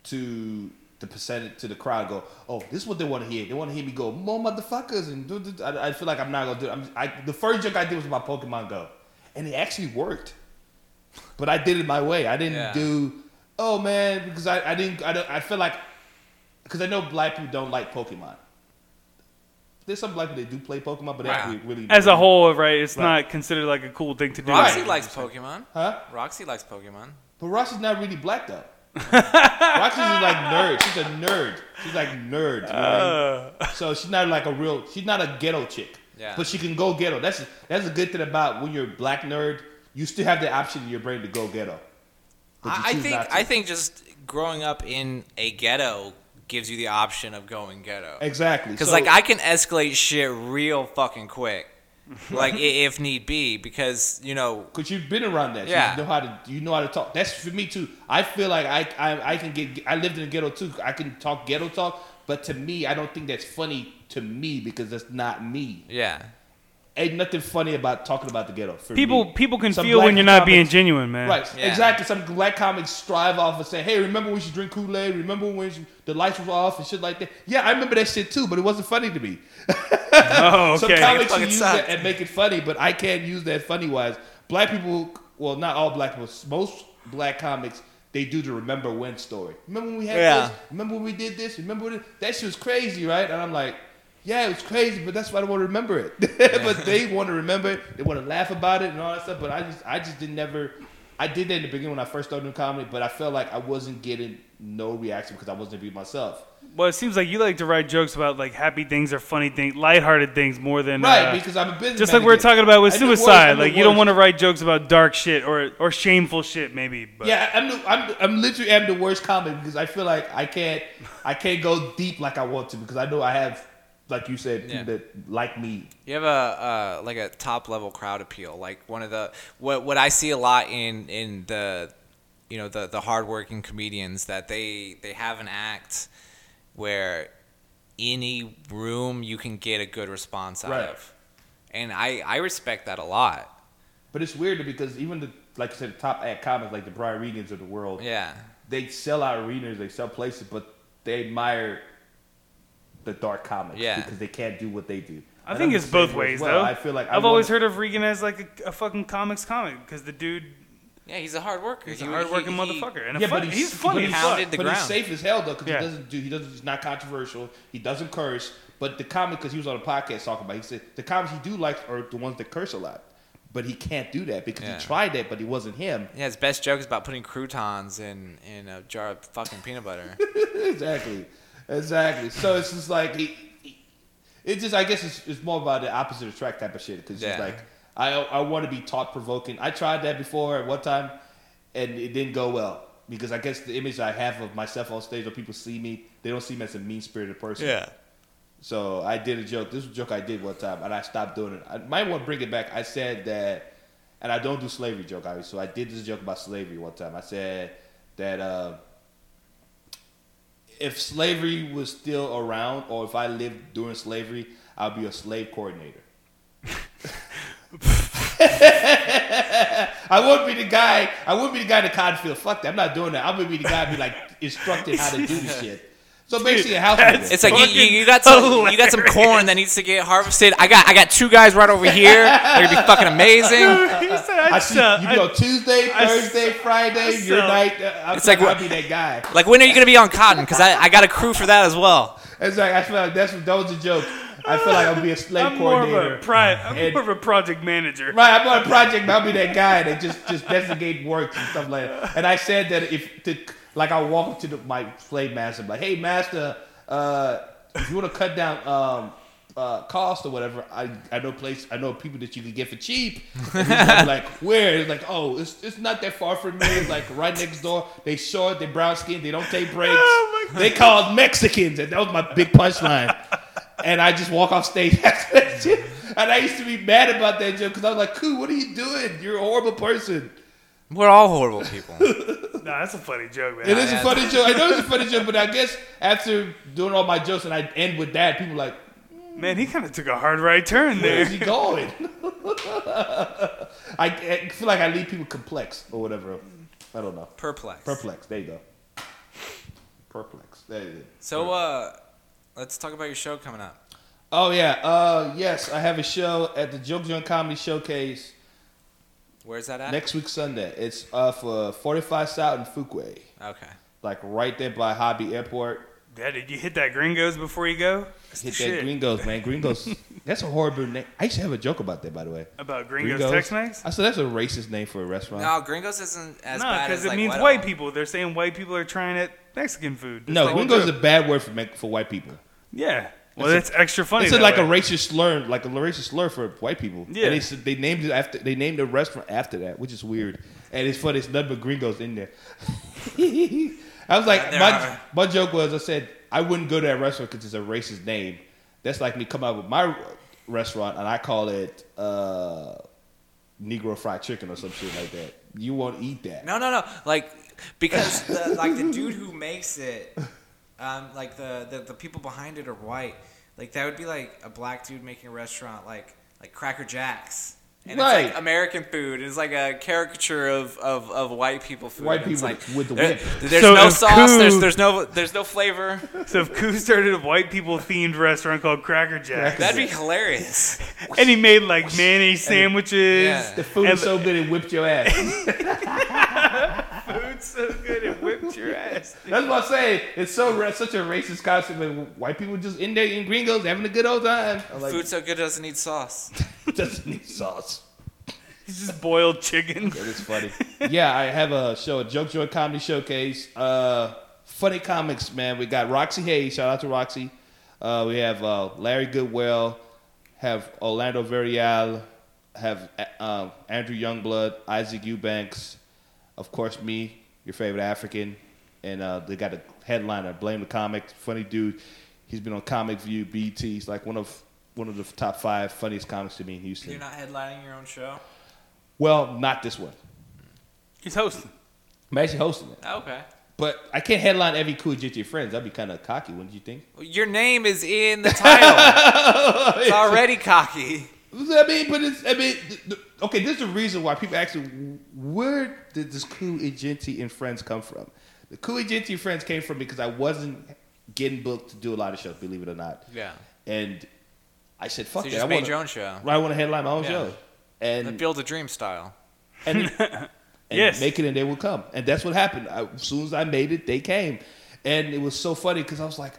D: to the percentage to the crowd. Go, oh, this is what they want to hear. They want to hear me go, more motherfuckers, and do, do, do." I, I feel like I'm not gonna do. It. I'm, I, the first joke I did was about Pokemon Go, and it actually worked. But I did it my way. I didn't
A: Yeah.
D: do, oh man, because I, I didn't. I, don't, I feel like because I know black people don't like Pokemon. There's some black people that do play Pokemon, but they
G: Right.
D: don't really.
B: As a whole, right? It's
D: Right.
B: not considered like a cool thing to do.
D: Right.
A: Roxy likes Pokemon.
D: Huh?
A: Roxy likes Pokemon.
D: But Roxy's not really black though. Roxy's is like nerd. She's a nerd. She's like nerd. you know what I
B: Uh,
D: mean? So she's not like a real. She's not a ghetto chick.
A: Yeah.
D: But she can go ghetto. That's that's a good thing about when you're a black nerd. You still have the option in your brain to go ghetto. But you
A: I, I
D: choose
A: think
D: not to.
A: I think just growing up in a ghetto gives you the option of going ghetto.
D: exactly
A: Because
D: So-
A: like I can escalate shit real fucking quick, like i- if need be. Because you know,
D: Cause you've been around that, so
A: Yeah.
D: you know how to you know how to talk. That's for me too. I feel like I, I I can get I lived in the ghetto too. I can talk ghetto talk, but to me, I don't think that's funny to me because that's not me.
A: yeah,
D: Ain't nothing funny about talking about the ghetto. For
B: people
D: me.
B: people can
D: Some
B: feel
D: black
B: when you're not
D: comics-
B: being genuine, man.
D: Right,
A: Yeah.
D: exactly. Some black comics strive off and say, "Hey, remember when she drink Kool Aid? Remember when she, the lights was off and shit like that?" Yeah, I remember that shit too, but it wasn't funny to me.
B: Oh,
D: Some
B: okay.
D: comics can
A: Fucking
D: use
A: sucked.
D: that and make it funny, but I can't use that funny wise. Black people, well, not all black people, most black comics, they do the remember when story. Remember when we had
A: Yeah.
D: this? Remember when we did this? Remember when it- that shit was crazy, right? And I'm like, yeah, it was crazy, but that's why I don't want to remember it. but they want to remember it. They want to laugh about it and all that stuff. But I just, I just didn't never. I did that in the beginning when I first started doing comedy, but I felt like I wasn't getting no reaction because I wasn't being myself.
B: Well, it seems like you like to write jokes about like happy things or funny things, lighthearted things more than
D: Right,
B: uh,
D: because I'm a business.
B: just like we were talking about with suicide. Like you don't
D: to.
B: want to write jokes about dark shit or or shameful shit, maybe. But
D: Yeah, I'm the, I'm the- I'm literally am the worst comic because I feel like I can't I can't go deep like I want to because I know I have like you said people
A: Yeah.
D: that like me.
A: you have a uh, like a top level crowd appeal. Like one of the what what I see a lot in in the you know the the hardworking comedians that they they have an act where any room you can get a good response out
D: Right.
A: of, and I I respect that a lot.
D: But it's weird because even the like you said the top act comics like the Brian Regans of the world,
A: Yeah,
D: they sell out arenas, they sell places, but they admire the dark comics
A: Yeah.
D: because they can't do what they do.
B: I
D: And
B: think
D: I'm
B: it's
D: the same
B: both
D: way
B: ways
D: as well.
B: though.
D: I feel like I
B: have always
D: wanna-
B: heard of Regan as like a, a fucking comics comic because the dude
A: yeah, he's a hard worker.
B: is a
A: He- he-
B: hardworking
A: he-
B: motherfucker and a
D: Yeah,
B: fun-
D: but
B: he's,
D: he's-
B: funny. as
D: but he's
B: fuck.
A: Pounded the
D: but
A: ground.
D: he's safe as hell though because
B: Yeah.
D: he doesn't do he doesn't he's not controversial. He doesn't curse. But the comic because he was on a podcast talking about it, he said the comics he do like are the ones that curse a lot. But he can't do that because
A: Yeah.
D: he tried that, but he wasn't him.
A: Yeah, his best joke is about putting croutons in in a jar of fucking peanut butter.
D: exactly, exactly. So it's just like he, he- it's just I guess it's, it's more about the opposite attract type of shit because
A: Yeah.
D: it's like I I want to be thought provoking. I tried that before at one time, and it didn't go well because I guess the image I have of myself on stage when people see me, they don't see me as a mean spirited person. So I did a joke. This was a joke I did one time, and I stopped doing it. I might want to bring it back. I said that, and I don't do slavery joke, obviously. So I did this joke about slavery one time. I said that uh, if slavery was still around, or if I lived during slavery, I'd be a slave coordinator. I wouldn't be the guy. I wouldn't be the guy in the cotton field. Fuck that. I'm not doing that. I'm gonna be the guy who be like instructed how to do this shit. So basically, a house.
B: that's-
A: It's like you, you,
B: Fucking
A: you got some you got some corn that needs to get harvested. I got I got two guys right over here. They're gonna be fucking amazing.
B: he said, I, uh,
D: I see
B: sell-
D: you
B: I-
D: go Tuesday,
B: I-
D: Thursday, Friday, your
B: sell-
D: night. Uh, I'm,
A: It's like
D: I'll
A: what-
D: be that guy.
A: Like when are you gonna be on cotton? Because I, I got a crew for that as well.
D: It's like I feel like that's that was a joke. I feel like I'll be a slave
B: I'm more of
D: coordinator.
B: a pri- I'm
D: And-
B: more of a project manager.
D: Right, I'm on a project, but I'll be that guy that just just designate works and stuff like that. And I said that if to like I walk up to the, my slave master, I'm like, hey master, uh, if you want to cut down um, uh, cost or whatever, I, I know place, I know people that you can get for cheap. And he's gonna be like, where? It's like, oh, it's it's not that far from me. It's like right next door. They short, they brown skin, they don't take breaks.
B: Oh my
D: they called Mexicans, and that was my big punchline and I just walk off stage after that shit. And I used to be mad about that joke because I was like, "Cool, what are you doing? You're a horrible person."
A: We're all horrible people.
B: Nah, that's a funny joke, man.
D: It is a
A: yeah.
D: funny joke. I know it's a funny joke, but I guess after doing all my jokes and I end with that, people are like,
B: Man, he kind of took a hard right turn
D: "Where
B: there.
D: is he going?" I, I feel like I leave people complex or whatever. I don't know.
A: Perplex.
D: Perplex. There you go. Perplex. There you go.
A: So uh, let's talk about your show coming up.
D: Oh yeah. Uh, yes, I have a show at the Joke Junk Comedy Showcase.
A: Where's that at?
D: Next week Sunday. It's uh for 45 South and Fuquay.
A: Okay.
D: Like right there by Hobby Airport.
B: Yeah, did you hit that Gringos before you go? That's the
D: Hit that
B: shit.
D: Gringos, man. Gringos. that's a horrible name. I used to have a joke about that, by the way.
B: About Gringos, Tex-Mex?
D: I said that's a racist name for a restaurant.
A: No, Gringos isn't as
B: no,
A: bad
B: because
A: as
B: it
A: like,
B: means
A: Wet
B: white
A: Hot.
B: people. They're saying white people are trying at Mexican food. That's the
D: No,
B: whole
D: gringo is a
B: joke.
D: bad word for me- for white people.
B: Yeah. Well,
D: It's
B: that's extra funny.
D: It's a,
B: that
D: like a
B: way.
D: racist slur, like a racist slur for white people.
B: Yeah.
D: And they, said- they named it after they named the restaurant after that, which is weird. And it's funny, it's nothing but gringos in there. I was like,
A: There
D: my,
A: are.
D: my joke was, I said I wouldn't go to that restaurant because it's a racist name. That's like me come out with my restaurant and I call it uh, Negro Fried Chicken or some shit like that. You won't eat that.
A: No, no, no. Like because the, like the dude who makes it, um, like the, the the people behind it are white. Like that would be like a black dude making a restaurant like like Cracker Jacks. And it's
D: Right.
A: like American food. It's like a caricature of, of, of white people food.
D: White
A: And it's
D: people
A: like,
D: with the
A: there-
D: whip.
A: There's
B: So
A: no
B: if
A: sauce. There's
B: Koo-
A: there's no there's no flavor.
B: So if Koo started a white people themed restaurant called Cracker Jack,
A: That'd be hilarious.
B: and he made like mayonnaise sandwiches.
A: Yeah.
D: The food
B: And-
D: is so good it whipped your ass.
B: Food's so good it whipped your ass.
D: That's what I'm saying. It's so ra- such a racist concept. Like, white people just in there in gringos having a good old time. I'm like,
A: Food so good doesn't need sauce.
D: doesn't need sauce.
B: It's just boiled chicken.
D: It is funny. yeah, I have a show, a Joke Joy Comedy Showcase. Uh, funny comics, man. We got Roxy Hayes. Shout out to Roxy. Uh, we have uh, Larry Goodwell. Have Orlando Verial. Have uh, um, Andrew Youngblood. Isaac Eubanks. Of course, me, your favorite African. And uh, they got a headliner, Blame the Comic. Funny dude. He's been on Comic View, BT. He's like one of one of the top five funniest comics to me in Houston.
A: You're not headlining your own show.
D: well, not this one.
B: He's hosting.
D: I'm actually hosting it.
A: Oh, Okay.
D: But I can't headline every cool get your friends. That'd be kind of cocky, wouldn't you think?
A: Your name is in the title. it's already cocky.
D: I mean, but it's I mean, th- th- okay. This is the reason why people ask, me, where did this cool agenti and friends come from? The cool agenti and friends came from because I wasn't getting booked to do a lot of shows, believe it or not.
A: Yeah.
D: And I said, fuck
A: So you
D: that.
A: just
D: I
A: made
D: want
A: your
D: to.
A: own show.
D: I want to headline my own
A: Yeah.
D: show,
A: Like
D: and
A: build a dream style.
D: and, and
B: Yes.
D: make it and they will come and that's what happened I, as soon as i made it they came and it was so funny because i was like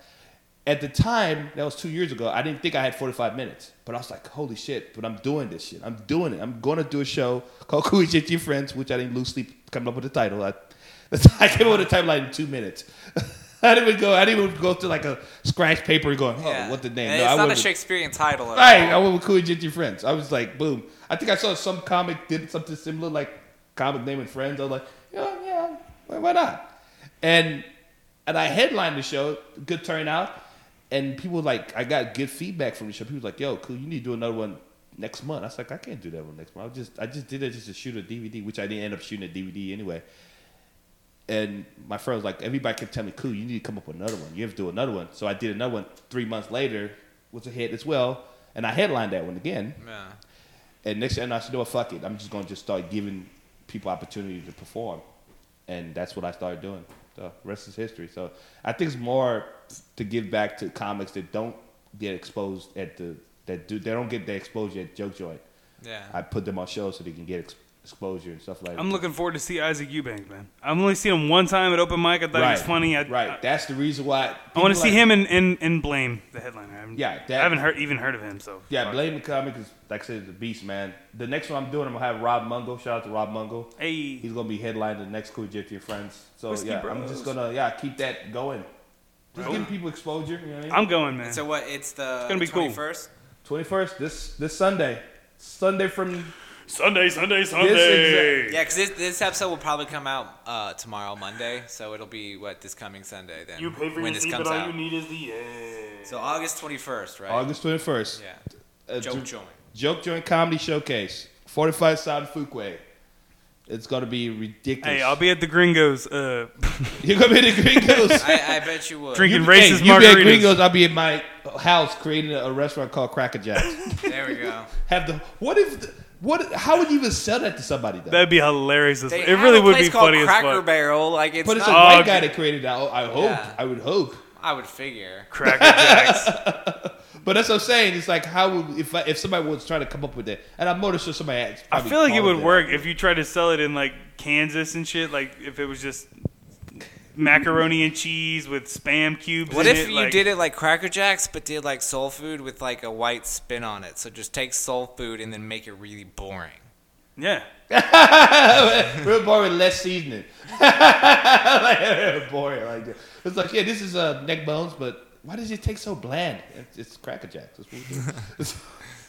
D: at the time that was two years ago i didn't think i had 45 minutes but i was like holy shit but i'm doing this shit i'm doing it i'm going to do a show called cool shit your friends which i didn't lose sleep coming up with the title i, I came up with the timeline in two minutes I didn't even go. I didn't even go through like a scratch paper and going, "Oh,
A: yeah.
D: what the name?"
A: And
D: No,
A: it's
D: I
A: not a
D: wouldn't-
A: Shakespearean title. At
D: Right, I
A: all.
D: went with Cool and Ginger Friends. I was like, boom. I think I saw some comic did something similar, like comic name and friends. I was like, yeah, yeah, why, why not? And and I headlined the show, good turnout, and people like I got good feedback from the show. People was like, yo, cool, you need to do another one next month. I was like, I can't do that one next month. I just I just did it just to shoot a DVD, which I didn't end up shooting a DVD anyway. And my friend was like, everybody kept telling me, cool, you need to come up with another one. You have to do another one. So I did another one three months later, was a hit as well. And I headlined that one again.
A: Yeah.
D: And next thing I know, I said, you know what, fuck it. I'm just going to just start giving people opportunity to perform. And that's what I started doing. The rest is history. So I think it's more to give back to comics that don't get exposed at the, that do, they don't get the exposure at Joke Joint.
A: Yeah.
D: I put them on shows so they can get ex- exposure and stuff like that.
B: I'm looking forward to see Isaac Eubanks, man. I've only seen him one time at open mic. I thought he was funny. I,
D: right.
B: I,
D: That's the reason why.
B: I want to
D: people
B: see
D: like-
B: him and, and, and blame the headliner. I haven't,
D: Yeah, that-
B: I haven't heard, even heard of him. So
D: Yeah,
B: fuck.
D: Blade McCormick is like I said, is a beast, man. The next one I'm doing, I'm gonna have Rob Mungo. Shout out to Rob Mungo.
B: Hey,
D: He's gonna be headlining the next Cool Gypsy Friends. So
B: Whiskey
D: yeah, I'm
B: Bros.
D: just gonna yeah keep that going. Just
B: Bro.
D: giving people exposure. You know what I mean?
B: I'm going, man.
A: So what? It's the
B: gonna be cool.
A: 21st?
D: 21st this this Sunday, Sunday from
B: Sunday, Sunday,
D: Sunday.
A: Yeah, because this, this episode will probably come out uh, tomorrow, Monday. So it'll be what this coming Sunday then. when this comes out.
B: need is the end.
A: so August 21st, right?
D: August 21st.
A: Yeah.
D: Uh,
A: Joke
D: Dr-
A: joint.
D: Joke Joint Comedy Showcase, 45 South Fuquay. It's gonna be ridiculous.
B: Hey, I'll be at the Gringos uh,
D: You're gonna be the Gringos.
A: I, I bet you would.
B: drinking
D: hey,
B: racist
D: you be at
B: margaritas.
D: Gringos, I'll be at my house creating a, a restaurant called Cracker Jacks.
A: There we go.
D: have the what if the, what how would you even sell that to somebody though?
B: That'd be hilarious. as-
A: They
B: It
A: have
B: really
A: a
B: would
A: place
B: be
A: called
B: funny as
A: Cracker
B: fuck.
A: Barrel. Like it's
D: but it's a
A: not,
B: Oh,
D: white
B: okay.
D: guy that created that. I hope.
A: Yeah.
D: I would hope.
A: I would figure.
B: Cracker Jacks.
D: But that's what I'm saying. It's like how would if I, if somebody was trying to come up with that, and I'm more sure somebody. had
B: I
D: probably
B: feel like it
D: thought of
B: would
D: that.
B: work if you tried to sell it in like Kansas and shit. Like if it was just macaroni and cheese with spam cubes.
A: What
B: in
A: if
B: it,
A: you
B: like-
A: did it like Cracker Jacks, but did like soul food with like a white spin on it? So just take soul food and then make it really boring.
B: Yeah,
D: Real boring, less seasoning. like, boring, like that. It's like, yeah, this is uh, neck bones, but why does it taste so bland? It's, it's cracker jacks. That's what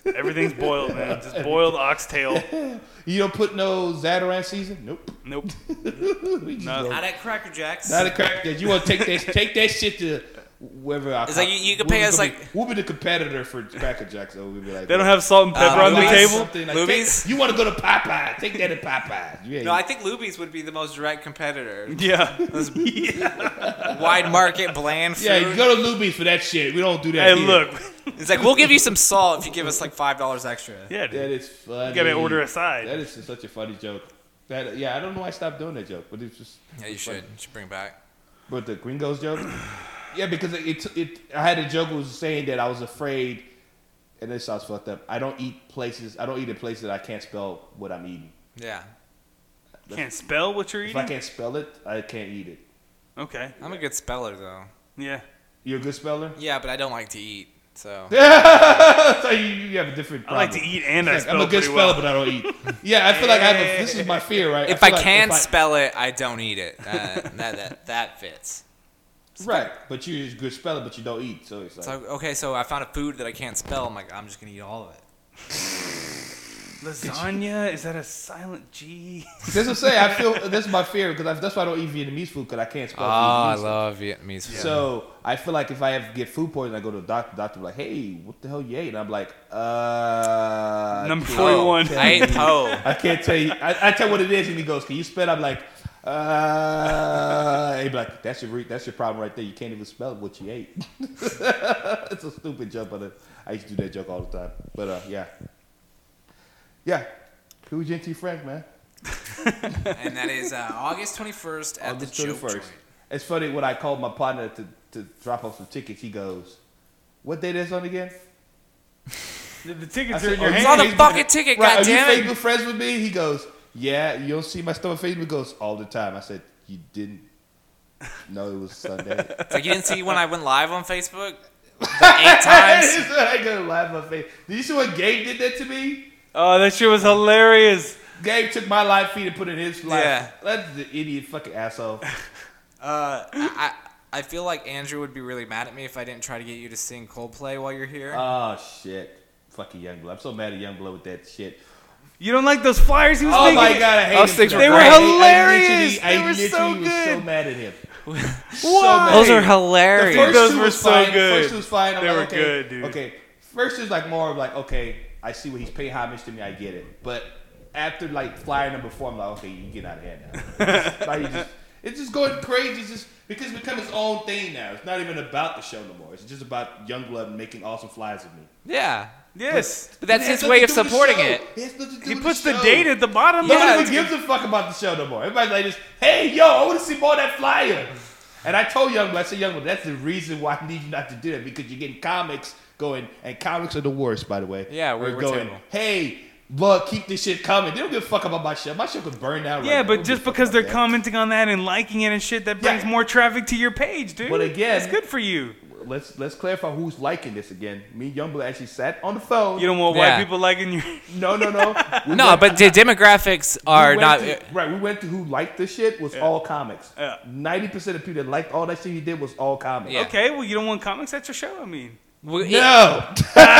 D: we do.
B: everything's boiled, man. Just boiled oxtail.
D: you don't put no Zataran season? Nope.
B: Nope.
D: we just
B: No.
D: go-
F: Not at Cracker Jacks.
D: Not a cracker jack. You want to take that take that shit to wherever I.
A: It's like you- you could pay us, like-
D: we'll be the competitor for cracker jacks. So we'll be like
B: They don't have salt and pepper
A: Uh,
B: on the
A: movies?
B: table.
D: Something like,
A: Movies?
D: take- you want to go to Popeye? Take that to Popeye. You ain't-
A: No, I think Luby's would be the most direct competitor.
B: Yeah.
A: Wide market, bland food.
D: yeah, you go to Luby's for that shit. We don't do that.
B: Hey,
D: here.
B: look.
A: It's like we'll give you some salt if you give us like five dollars extra.
B: Yeah, dude.
D: That is funny.
B: You gotta order a side.
D: That is such a funny joke. That yeah, I don't know why I stopped doing that joke, but it's just.
A: Yeah, you should. You should bring it back.
D: But the Gringos joke. yeah, because it, it it I had a joke that was saying that I was afraid, and this sounds fucked up. I don't eat places. I don't eat at places that I can't spell what I'm eating.
A: Yeah,
B: Can't spell what you're
D: If I
B: eating.
D: can't spell it, I can't eat it.
B: Okay.
A: I'm a good speller though.
B: Yeah.
D: You're a good speller.
A: Yeah, but I don't like to eat. So
D: so you, you have a different.
B: I like to
D: problem.
B: eat and I
D: Like,
B: spell
D: I'm a good
B: pretty
D: speller,
B: well.
D: but I don't eat. Yeah, I feel like I have a, this is my fear, right?
A: if
D: feel
A: I,
D: like
A: can
D: if I-
A: spell it, I don't eat it. Uh, that, that that fits.
D: right? But you're a good speller, but you don't eat, so it's like.
A: So okay, so I found a food that I can't spell. I'm like, I'm just gonna eat all of it.
B: Lasagna? Is that a silent G?
D: That's what I'm saying. I feel this is my fear because that's why I don't eat Vietnamese food because I can't spell.
B: Ah,
D: Vietnamese food.
A: Ah, love Vietnamese food.
D: So I feel like if I have get food poisoning, I go to the doctor. Doctor be like, "Hey, what the hell you ate?" And I'm like, "Uh,
B: Number
D: I
A: Oh,
B: 41.
A: I ate po.
D: can't- I can't tell you. I, I tell what it is." And he goes, "Can you spell?" it?" I'm like, "Uh," he'd be like, "That's your re- that's your problem right there. You can't even spell what you ate." it's a stupid joke, but uh, I used to do that joke all the time. But uh, yeah, yeah, cool, Genty Frank, man.
F: and that is uh, August 21st at
D: August
F: the
D: thirty
F: Joke
D: first.
F: Joint.
D: It's funny when I called my partner to, to drop off some tickets. He goes, "What day that's on again?"
B: The, oh, the
D: I
B: tickets
D: said,
B: are in your
D: "Are you
A: It's on
B: hand.
A: the
D: Facebook-
A: fucking ticket,
D: Right,
A: goddammit."
D: are you Facebook friends with me? He goes, "Yeah." You don't see my stuff on Facebook? He goes all the time. I said, "You didn't know it was Sunday."
A: It's like you didn't see when I went live on Facebook Like eight times.
D: I go laugh my face. Did you see what Gabe did that to me?
B: Oh, that shit was hilarious.
D: Gabe took my live feed and put it in his live.
A: Yeah.
D: That's the idiot fucking asshole.
A: Uh, I I feel like Andrew would be really mad at me if I didn't try to get you to sing Coldplay while you're here.
D: oh shit. Fucking Youngblood. I'm so mad at Youngblood with that shit.
B: You don't like those flyers he was
D: Oh
B: making?
D: my god, I hate
A: Those
D: him.
A: things
D: for
A: were They
D: that.
A: were
D: I- I
B: hilarious.
D: literally- I
B: They were
D: literally
B: so
D: was so
B: good.
D: mad at him.
B: Why?
A: Those are
D: hilarious. The
A: hilarious.
D: first
B: Those
D: two
B: were
D: was
B: so
D: fine.
B: good.
D: First two was fine. I'm
B: They
D: like,
B: were
D: okay,
B: good, dude.
D: Okay, first is like more of like, okay, I see what he's paying homage to me. I get it. But after like flyer number four, I'm like, okay, you get out of here now. Like, you just- it's just going crazy. It's just because it's become its own thing now. It's not even about the show no more. It's just about Youngblood making awesome flies with me.
A: Yeah,
B: Yes.
A: but that's
D: It has
A: his way of
D: nothing to do with the
A: supporting it.
D: show. has nothing to do
B: He
D: with
B: puts the
D: show.
B: date at the bottom.
A: Yeah.
D: Nobody
A: it's
D: gives a fuck about the show no more. Everybody's like, just, hey, yo, I want to see more of that flyer. And I told Youngblood, I said, Youngblood, that's the reason why I need you not to do that because you're getting comics going, and comics are the worst, by the way.
A: Yeah, we're-
D: We're
A: we're
D: going,
A: terrible.
D: hey, look, keep this shit coming. They don't give a fuck about my show. My show could burn down.
B: Yeah,
D: right now. They
B: but
D: don't
B: just
D: give a fuck
B: because they're
D: about that.
B: commenting on that and liking it and shit, that brings
D: Yeah.
B: more traffic to your page, dude.
D: But again-
B: it's good for you.
D: Let's let's clarify who's liking this again. Me, and Youngblood actually sat on the phone.
B: You don't want
A: Yeah.
B: white people liking your.
D: no, no, no. We
A: No,
D: went-
A: but the demographics are
D: went
A: not. uh,
D: to- right. We went to who liked this shit was all comics.
B: Yeah.
D: Ninety percent of people that liked all that shit he did was all comics.
A: Yeah.
B: Okay, well, you don't want comics at your show. I mean,
A: we-
D: No.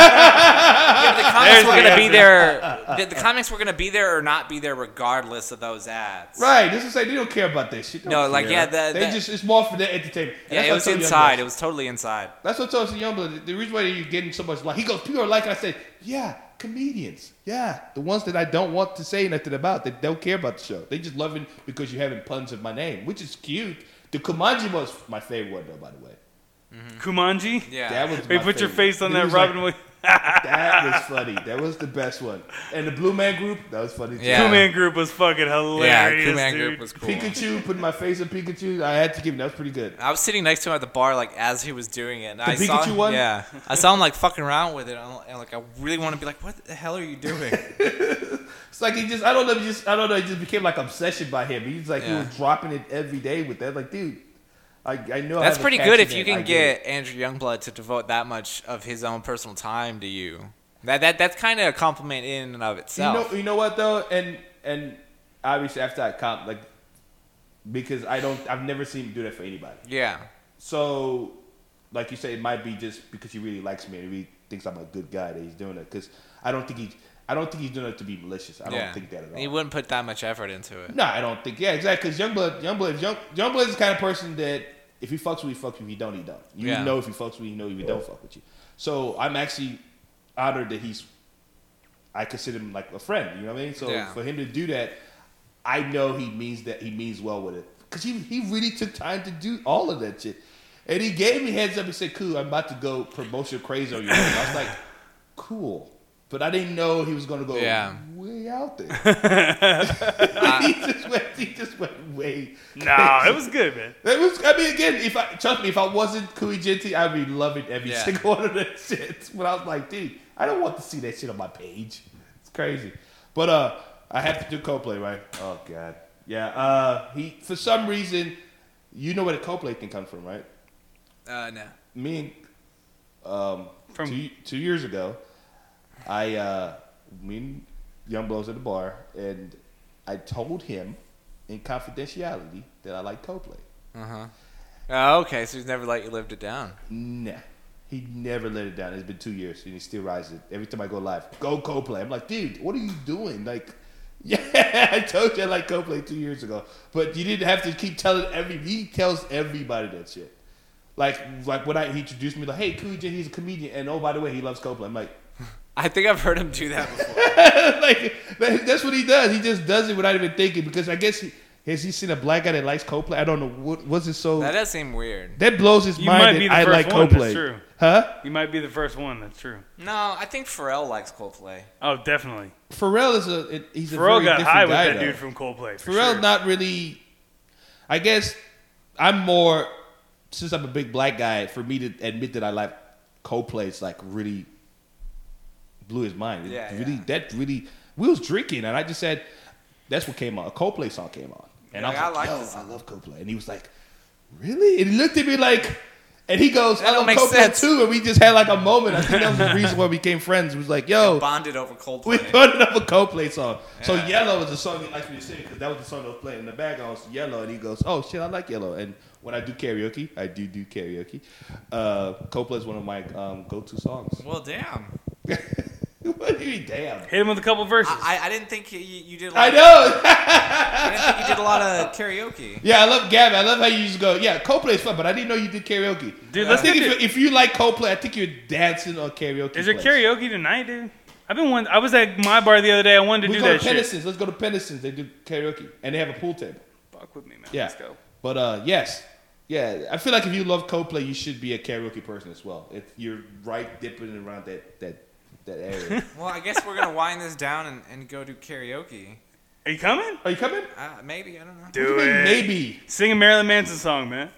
A: the comics
B: There's
A: were
B: the
A: gonna be
B: answer.
A: there. The, the comics were gonna be there or not be there, regardless of those ads.
D: Right. This is like they don't care about this shit. They
A: No,
D: don't
A: like,
D: care.
A: yeah, the-
D: they
A: the-
D: just it's more for their entertainment. And
A: Yeah,
D: that's
A: it
D: what I
A: was
D: told
A: inside. It
D: Youngblood.
A: was totally inside.
D: That's what I told Youngblood. The reason why you're getting so much like he goes, people are like. I said, yeah, comedians. Yeah, the ones that I don't want to say nothing about. That don't care about the show. They just love it because you're having puns of my name, which is cute. The Kumanji was my favorite one, though. By the way,
B: Kumanji.
A: Mm-hmm. Yeah.
D: that was.
B: Hey,
D: my
B: put your
D: favorite.
B: face on
D: He
B: that
D: was like,
B: Robin Williams.
D: that was funny. That was the best one. And the Blue Man Group. That was funny. Too.
A: Yeah.
B: Two Man Group was fucking
A: yeah,
B: hilarious.
A: Cool Man
B: dude.
A: Group was cool.
D: Pikachu, putting my face on Pikachu. I had to give him. That was pretty good.
A: I was sitting next to him at the bar, like as he was doing it. And I saw
D: Pikachu
A: him,
D: one?
A: Yeah, I saw him like fucking around with it, and I'm like I really want to be like, what the hell are you doing?
D: It's like he just, I don't know, he just, I don't know, it just became like obsession by him. He's like, he
A: Yeah.
D: was dropping it every day with that. Like, dude, I, I know I
A: That's
D: have a
A: pretty
D: catchy
A: good if
D: name.
A: you
D: I
A: can
D: get it.
A: get Andrew Youngblood to devote that much of his own personal time to you. That that that's kind of a compliment in and of
D: You
A: itself.
D: know, you know what though, and and obviously after that comp, like because I don't, I've never seen him do that for anybody.
A: yeah.
D: So, like you say, it might be just because he really likes me and he really thinks I'm a good guy that he's doing it. Because I don't think he, I don't think he's doing it to be malicious. I don't
A: yeah.
D: think that at all.
A: He wouldn't put that much effort into it.
D: No, I don't think. Yeah, exactly. Because Youngblood, Youngblood, Young, Youngblood is the kind of person that if he fucks with you, he fucks with you. If he don't, he don't. You
A: Yeah.
D: know if he fucks with you, you know if he don't fuck with you. So I'm actually honored that he's. I consider him like a friend. You know what I mean? So
A: Yeah.
D: for him to do that, I know he means that he means well with it because he he really took time to do all of that shit, and he gave me heads up and said, "Cool, I'm about to go promotion crazy on you." I was like, "Cool." But I didn't know he was going to go
A: Yeah.
D: way out there. he just went. He just went way.
B: No, it was good, man.
D: It was. I mean, again, if I trust me, if I wasn't Kui Jinty, I'd be loving every
A: Yeah.
D: single one of that shit. But I was like, dude, I don't want to see that shit on my page. It's crazy. But uh, I have to do Coplay, right? Oh God. Yeah. Uh, he for some reason, you know where the Coplay thing comes from, right?
A: Uh, no.
D: me and um,
B: From-
D: two, two years ago, I uh, me and Young Blows at the bar, and I told him in confidentiality that I like Coplay.
A: Uh-huh. Oh, okay. So he's never let you lived it down.
D: Nah, he never let it down. It's been two years, and he still rises it every time I go live. Go Coplay! I'm like, dude, what are you doing? Like. Yeah, I told you I like Coplay two years ago, but you didn't have to keep telling every. He tells everybody that shit. Like, like when I he introduced me, like, "Hey, Cooley J, he's a comedian," and oh by the way, he loves Coplay. I'm like,
A: I think I've heard him do that before.
D: like that, that's what he does. He just does it without even thinking because I guess he has he seen a black guy that likes Coldplay. I don't know what was it so
A: that
D: that,
A: does seem weird.
D: blows his
B: You
D: mind.
B: might
D: that
B: be the
D: I
B: first
D: like
B: one,
D: Coldplay.
B: that's true.
D: Huh?
B: You might be the first one. That's true.
A: No, I think Pharrell likes Coldplay.
B: Oh, definitely.
D: Pharrell is a it- he's a
B: Pharrell
D: very
B: got
D: different
B: high with
D: guy,
B: that
D: though.
B: dude from Coldplay. For
D: Pharrell's
B: sure.
D: not really. I guess I'm more since I'm a big black guy. For me to admit that I like Coldplay, it's like really blew his mind. It
A: Yeah,
D: really,
A: yeah.
D: that really. We was drinking, and I just said, "That's what came on." A Coldplay song came on, and
A: Like,
D: I
A: I
D: was
A: like
D: like, "Yo,
A: this
D: I
A: song."
D: love Coldplay," and he was like, "Really?" And he looked at me like. And he goes,
A: That
D: I
A: don't
D: love
A: make
D: Coldplay
A: sense.
D: too, and we just had like a moment. I think that was the reason why we became friends. It was like, yo,
F: Bonded over
D: Oh. we
F: Coldplay.
D: put it up a Coldplay song. So Yellow is the song he likes me to sing because that was the song that was playing in the background. was Yellow, and he goes, "Oh shit, I like Yellow." And when I do karaoke, I do do karaoke. Uh, Coldplay is one of my um, go-to songs.
F: well, damn.
D: what do you mean, damn?
B: Hit him with a couple verses.
F: I, I, I didn't think you, you did. A lot
D: I know.
F: I didn't think you did a lot of karaoke.
D: yeah, I love Gavin. I love how you just go. Yeah, Coldplay's fun, but I didn't know you did karaoke.
B: Dude,
D: I
B: let's
D: think
B: get
D: if, if you like Coldplay, I think you're dancing on karaoke.
B: Is there
D: place.
B: karaoke tonight, dude? I've been one. I was at my bar the other day. I wanted to
D: We
B: do
D: go to
B: that shit.
D: Peniston's. Let's go to Peniston's. They do karaoke, and they have a pool table.
B: Fuck with me, man.
D: Yeah.
B: Let's go.
D: But uh, yes, yeah, I feel like if you love Coldplay, you should be a karaoke person as well. If you're right dipping around that that that area.
F: Well, I guess we're gonna wind this down and, and go do karaoke.
B: Are you coming?
D: Are you coming?
F: Uh, maybe I don't know.
B: Do
D: What do you mean,
B: it.
D: Maybe.
B: Sing a Marilyn Manson song, man.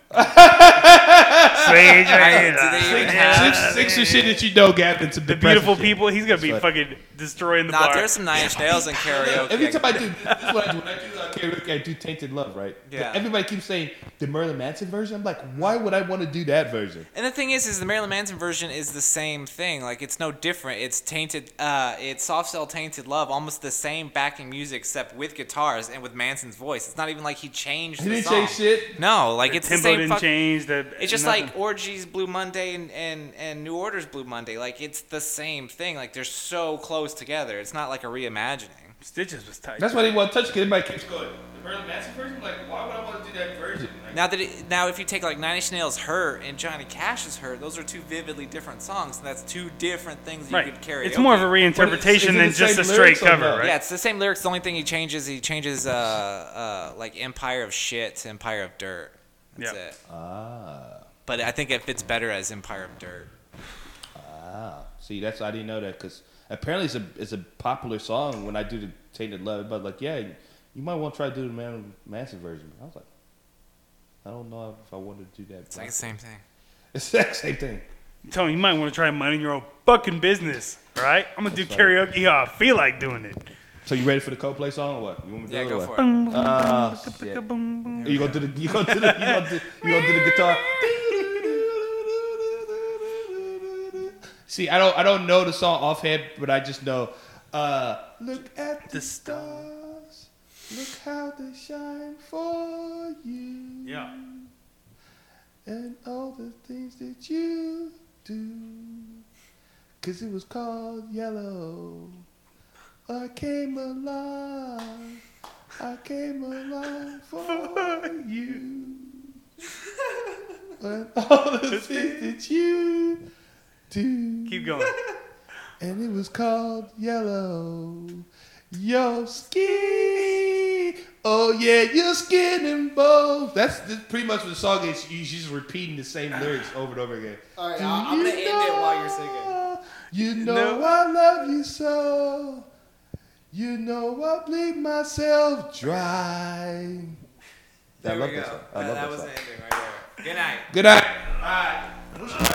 B: Sweet Jesus.
F: Do they even have?
D: Six, six or shit that you know, Gavin. Some
B: The beautiful
D: depressing shit.
B: people. He's gonna be
D: That's
B: fucking destroying the
F: Nah,
B: bar.
F: there's some Nine Inch Nails in karaoke.
D: Every time I do, this is what I do. When I do uh, karaoke, I do Tainted Love, right? But
F: Yeah.
D: everybody keeps saying the Merlin Manson version. I'm like, why would I want to do that version?
F: And the thing is, is the Marilyn Manson version is the same thing. Like it's no different. It's tainted. Uh, it's soft cell tainted love, almost the same backing music, except with guitars and with Manson's voice. It's not even like he changed.
D: He
F: the
D: didn't
F: song.
D: change shit.
F: No, like it's the
B: Tempo
F: same.
B: didn't
F: Fuck,
B: change. The,
F: it's just
B: nothing.
F: like orgies Blue Monday and, and and New Order's Blue Monday. Like it's the same thing. Like they're so close together. It's not like a reimagining.
B: Stitches was tight.
D: That's why they want to touch. Cause everybody keeps going. The Merlin Manson version. I'm like, why would I want to do that version? Like,
F: Now that it, now, if you take like Nine Inch Nails "Hurt" and Johnny Cash's "Hurt," those are two vividly different songs, and that's two different things you
B: right.
F: could carry.
B: It's more of a
D: But it's- is
B: reinterpretation
D: it
B: than
D: the
B: just
D: same
B: a straight
D: lyrics or
B: cover,
D: no?
B: right?
F: Yeah, it's the same lyrics. The only thing he changes, he changes uh, uh, like "Empire of Shit" to "Empire of Dirt." That's
B: Yeah.
F: it. Ah. But I think it fits better as "Empire of Dirt."
D: Ah, see, that's I didn't know that because apparently it's a it's a popular song. When I do the Tainted Love, but like, yeah, you, you might want to try to do the Man Manson version. I was like, I don't know if I wanted to do that.
F: It's like the same thing.
D: It's the same thing.
B: Tony, you might want to try minding your own fucking business, all right? I'm gonna do
D: That's
B: karaoke how I feel like doing it.
D: So you ready for the Coldplay song or what? You want me to
A: Yeah,
D: or
A: go
D: what?
A: for it.
D: Ah, shit.
B: Boom,
D: You gonna do the you gonna do the you gonna do, you gonna do the guitar? See, I don't I don't know the song offhand, but I just know. Uh, look at the,
B: The stars.
D: stars, look how they shine for you,
B: Yeah.
D: and all the things that you do. Cause it was called yellow. I came alive. I came alive for you. And all the things that you do.
B: Keep going.
D: And it was called yellow. Your skin. Oh yeah, your skin and bones. That's the, pretty much what the song is. You- She's just repeating the same lyrics over and over again.
F: All right,
D: Do
F: I'm I'm
D: you
F: gonna end it while you're singing.
D: know- You know
B: No.
D: I love you so. You know I bleed myself dry.
F: There
D: I love
F: we
D: that
F: go.
D: song. I love
F: that
D: that
F: was
D: song.
F: the ending right there. Good night.
D: Good night.
F: All right.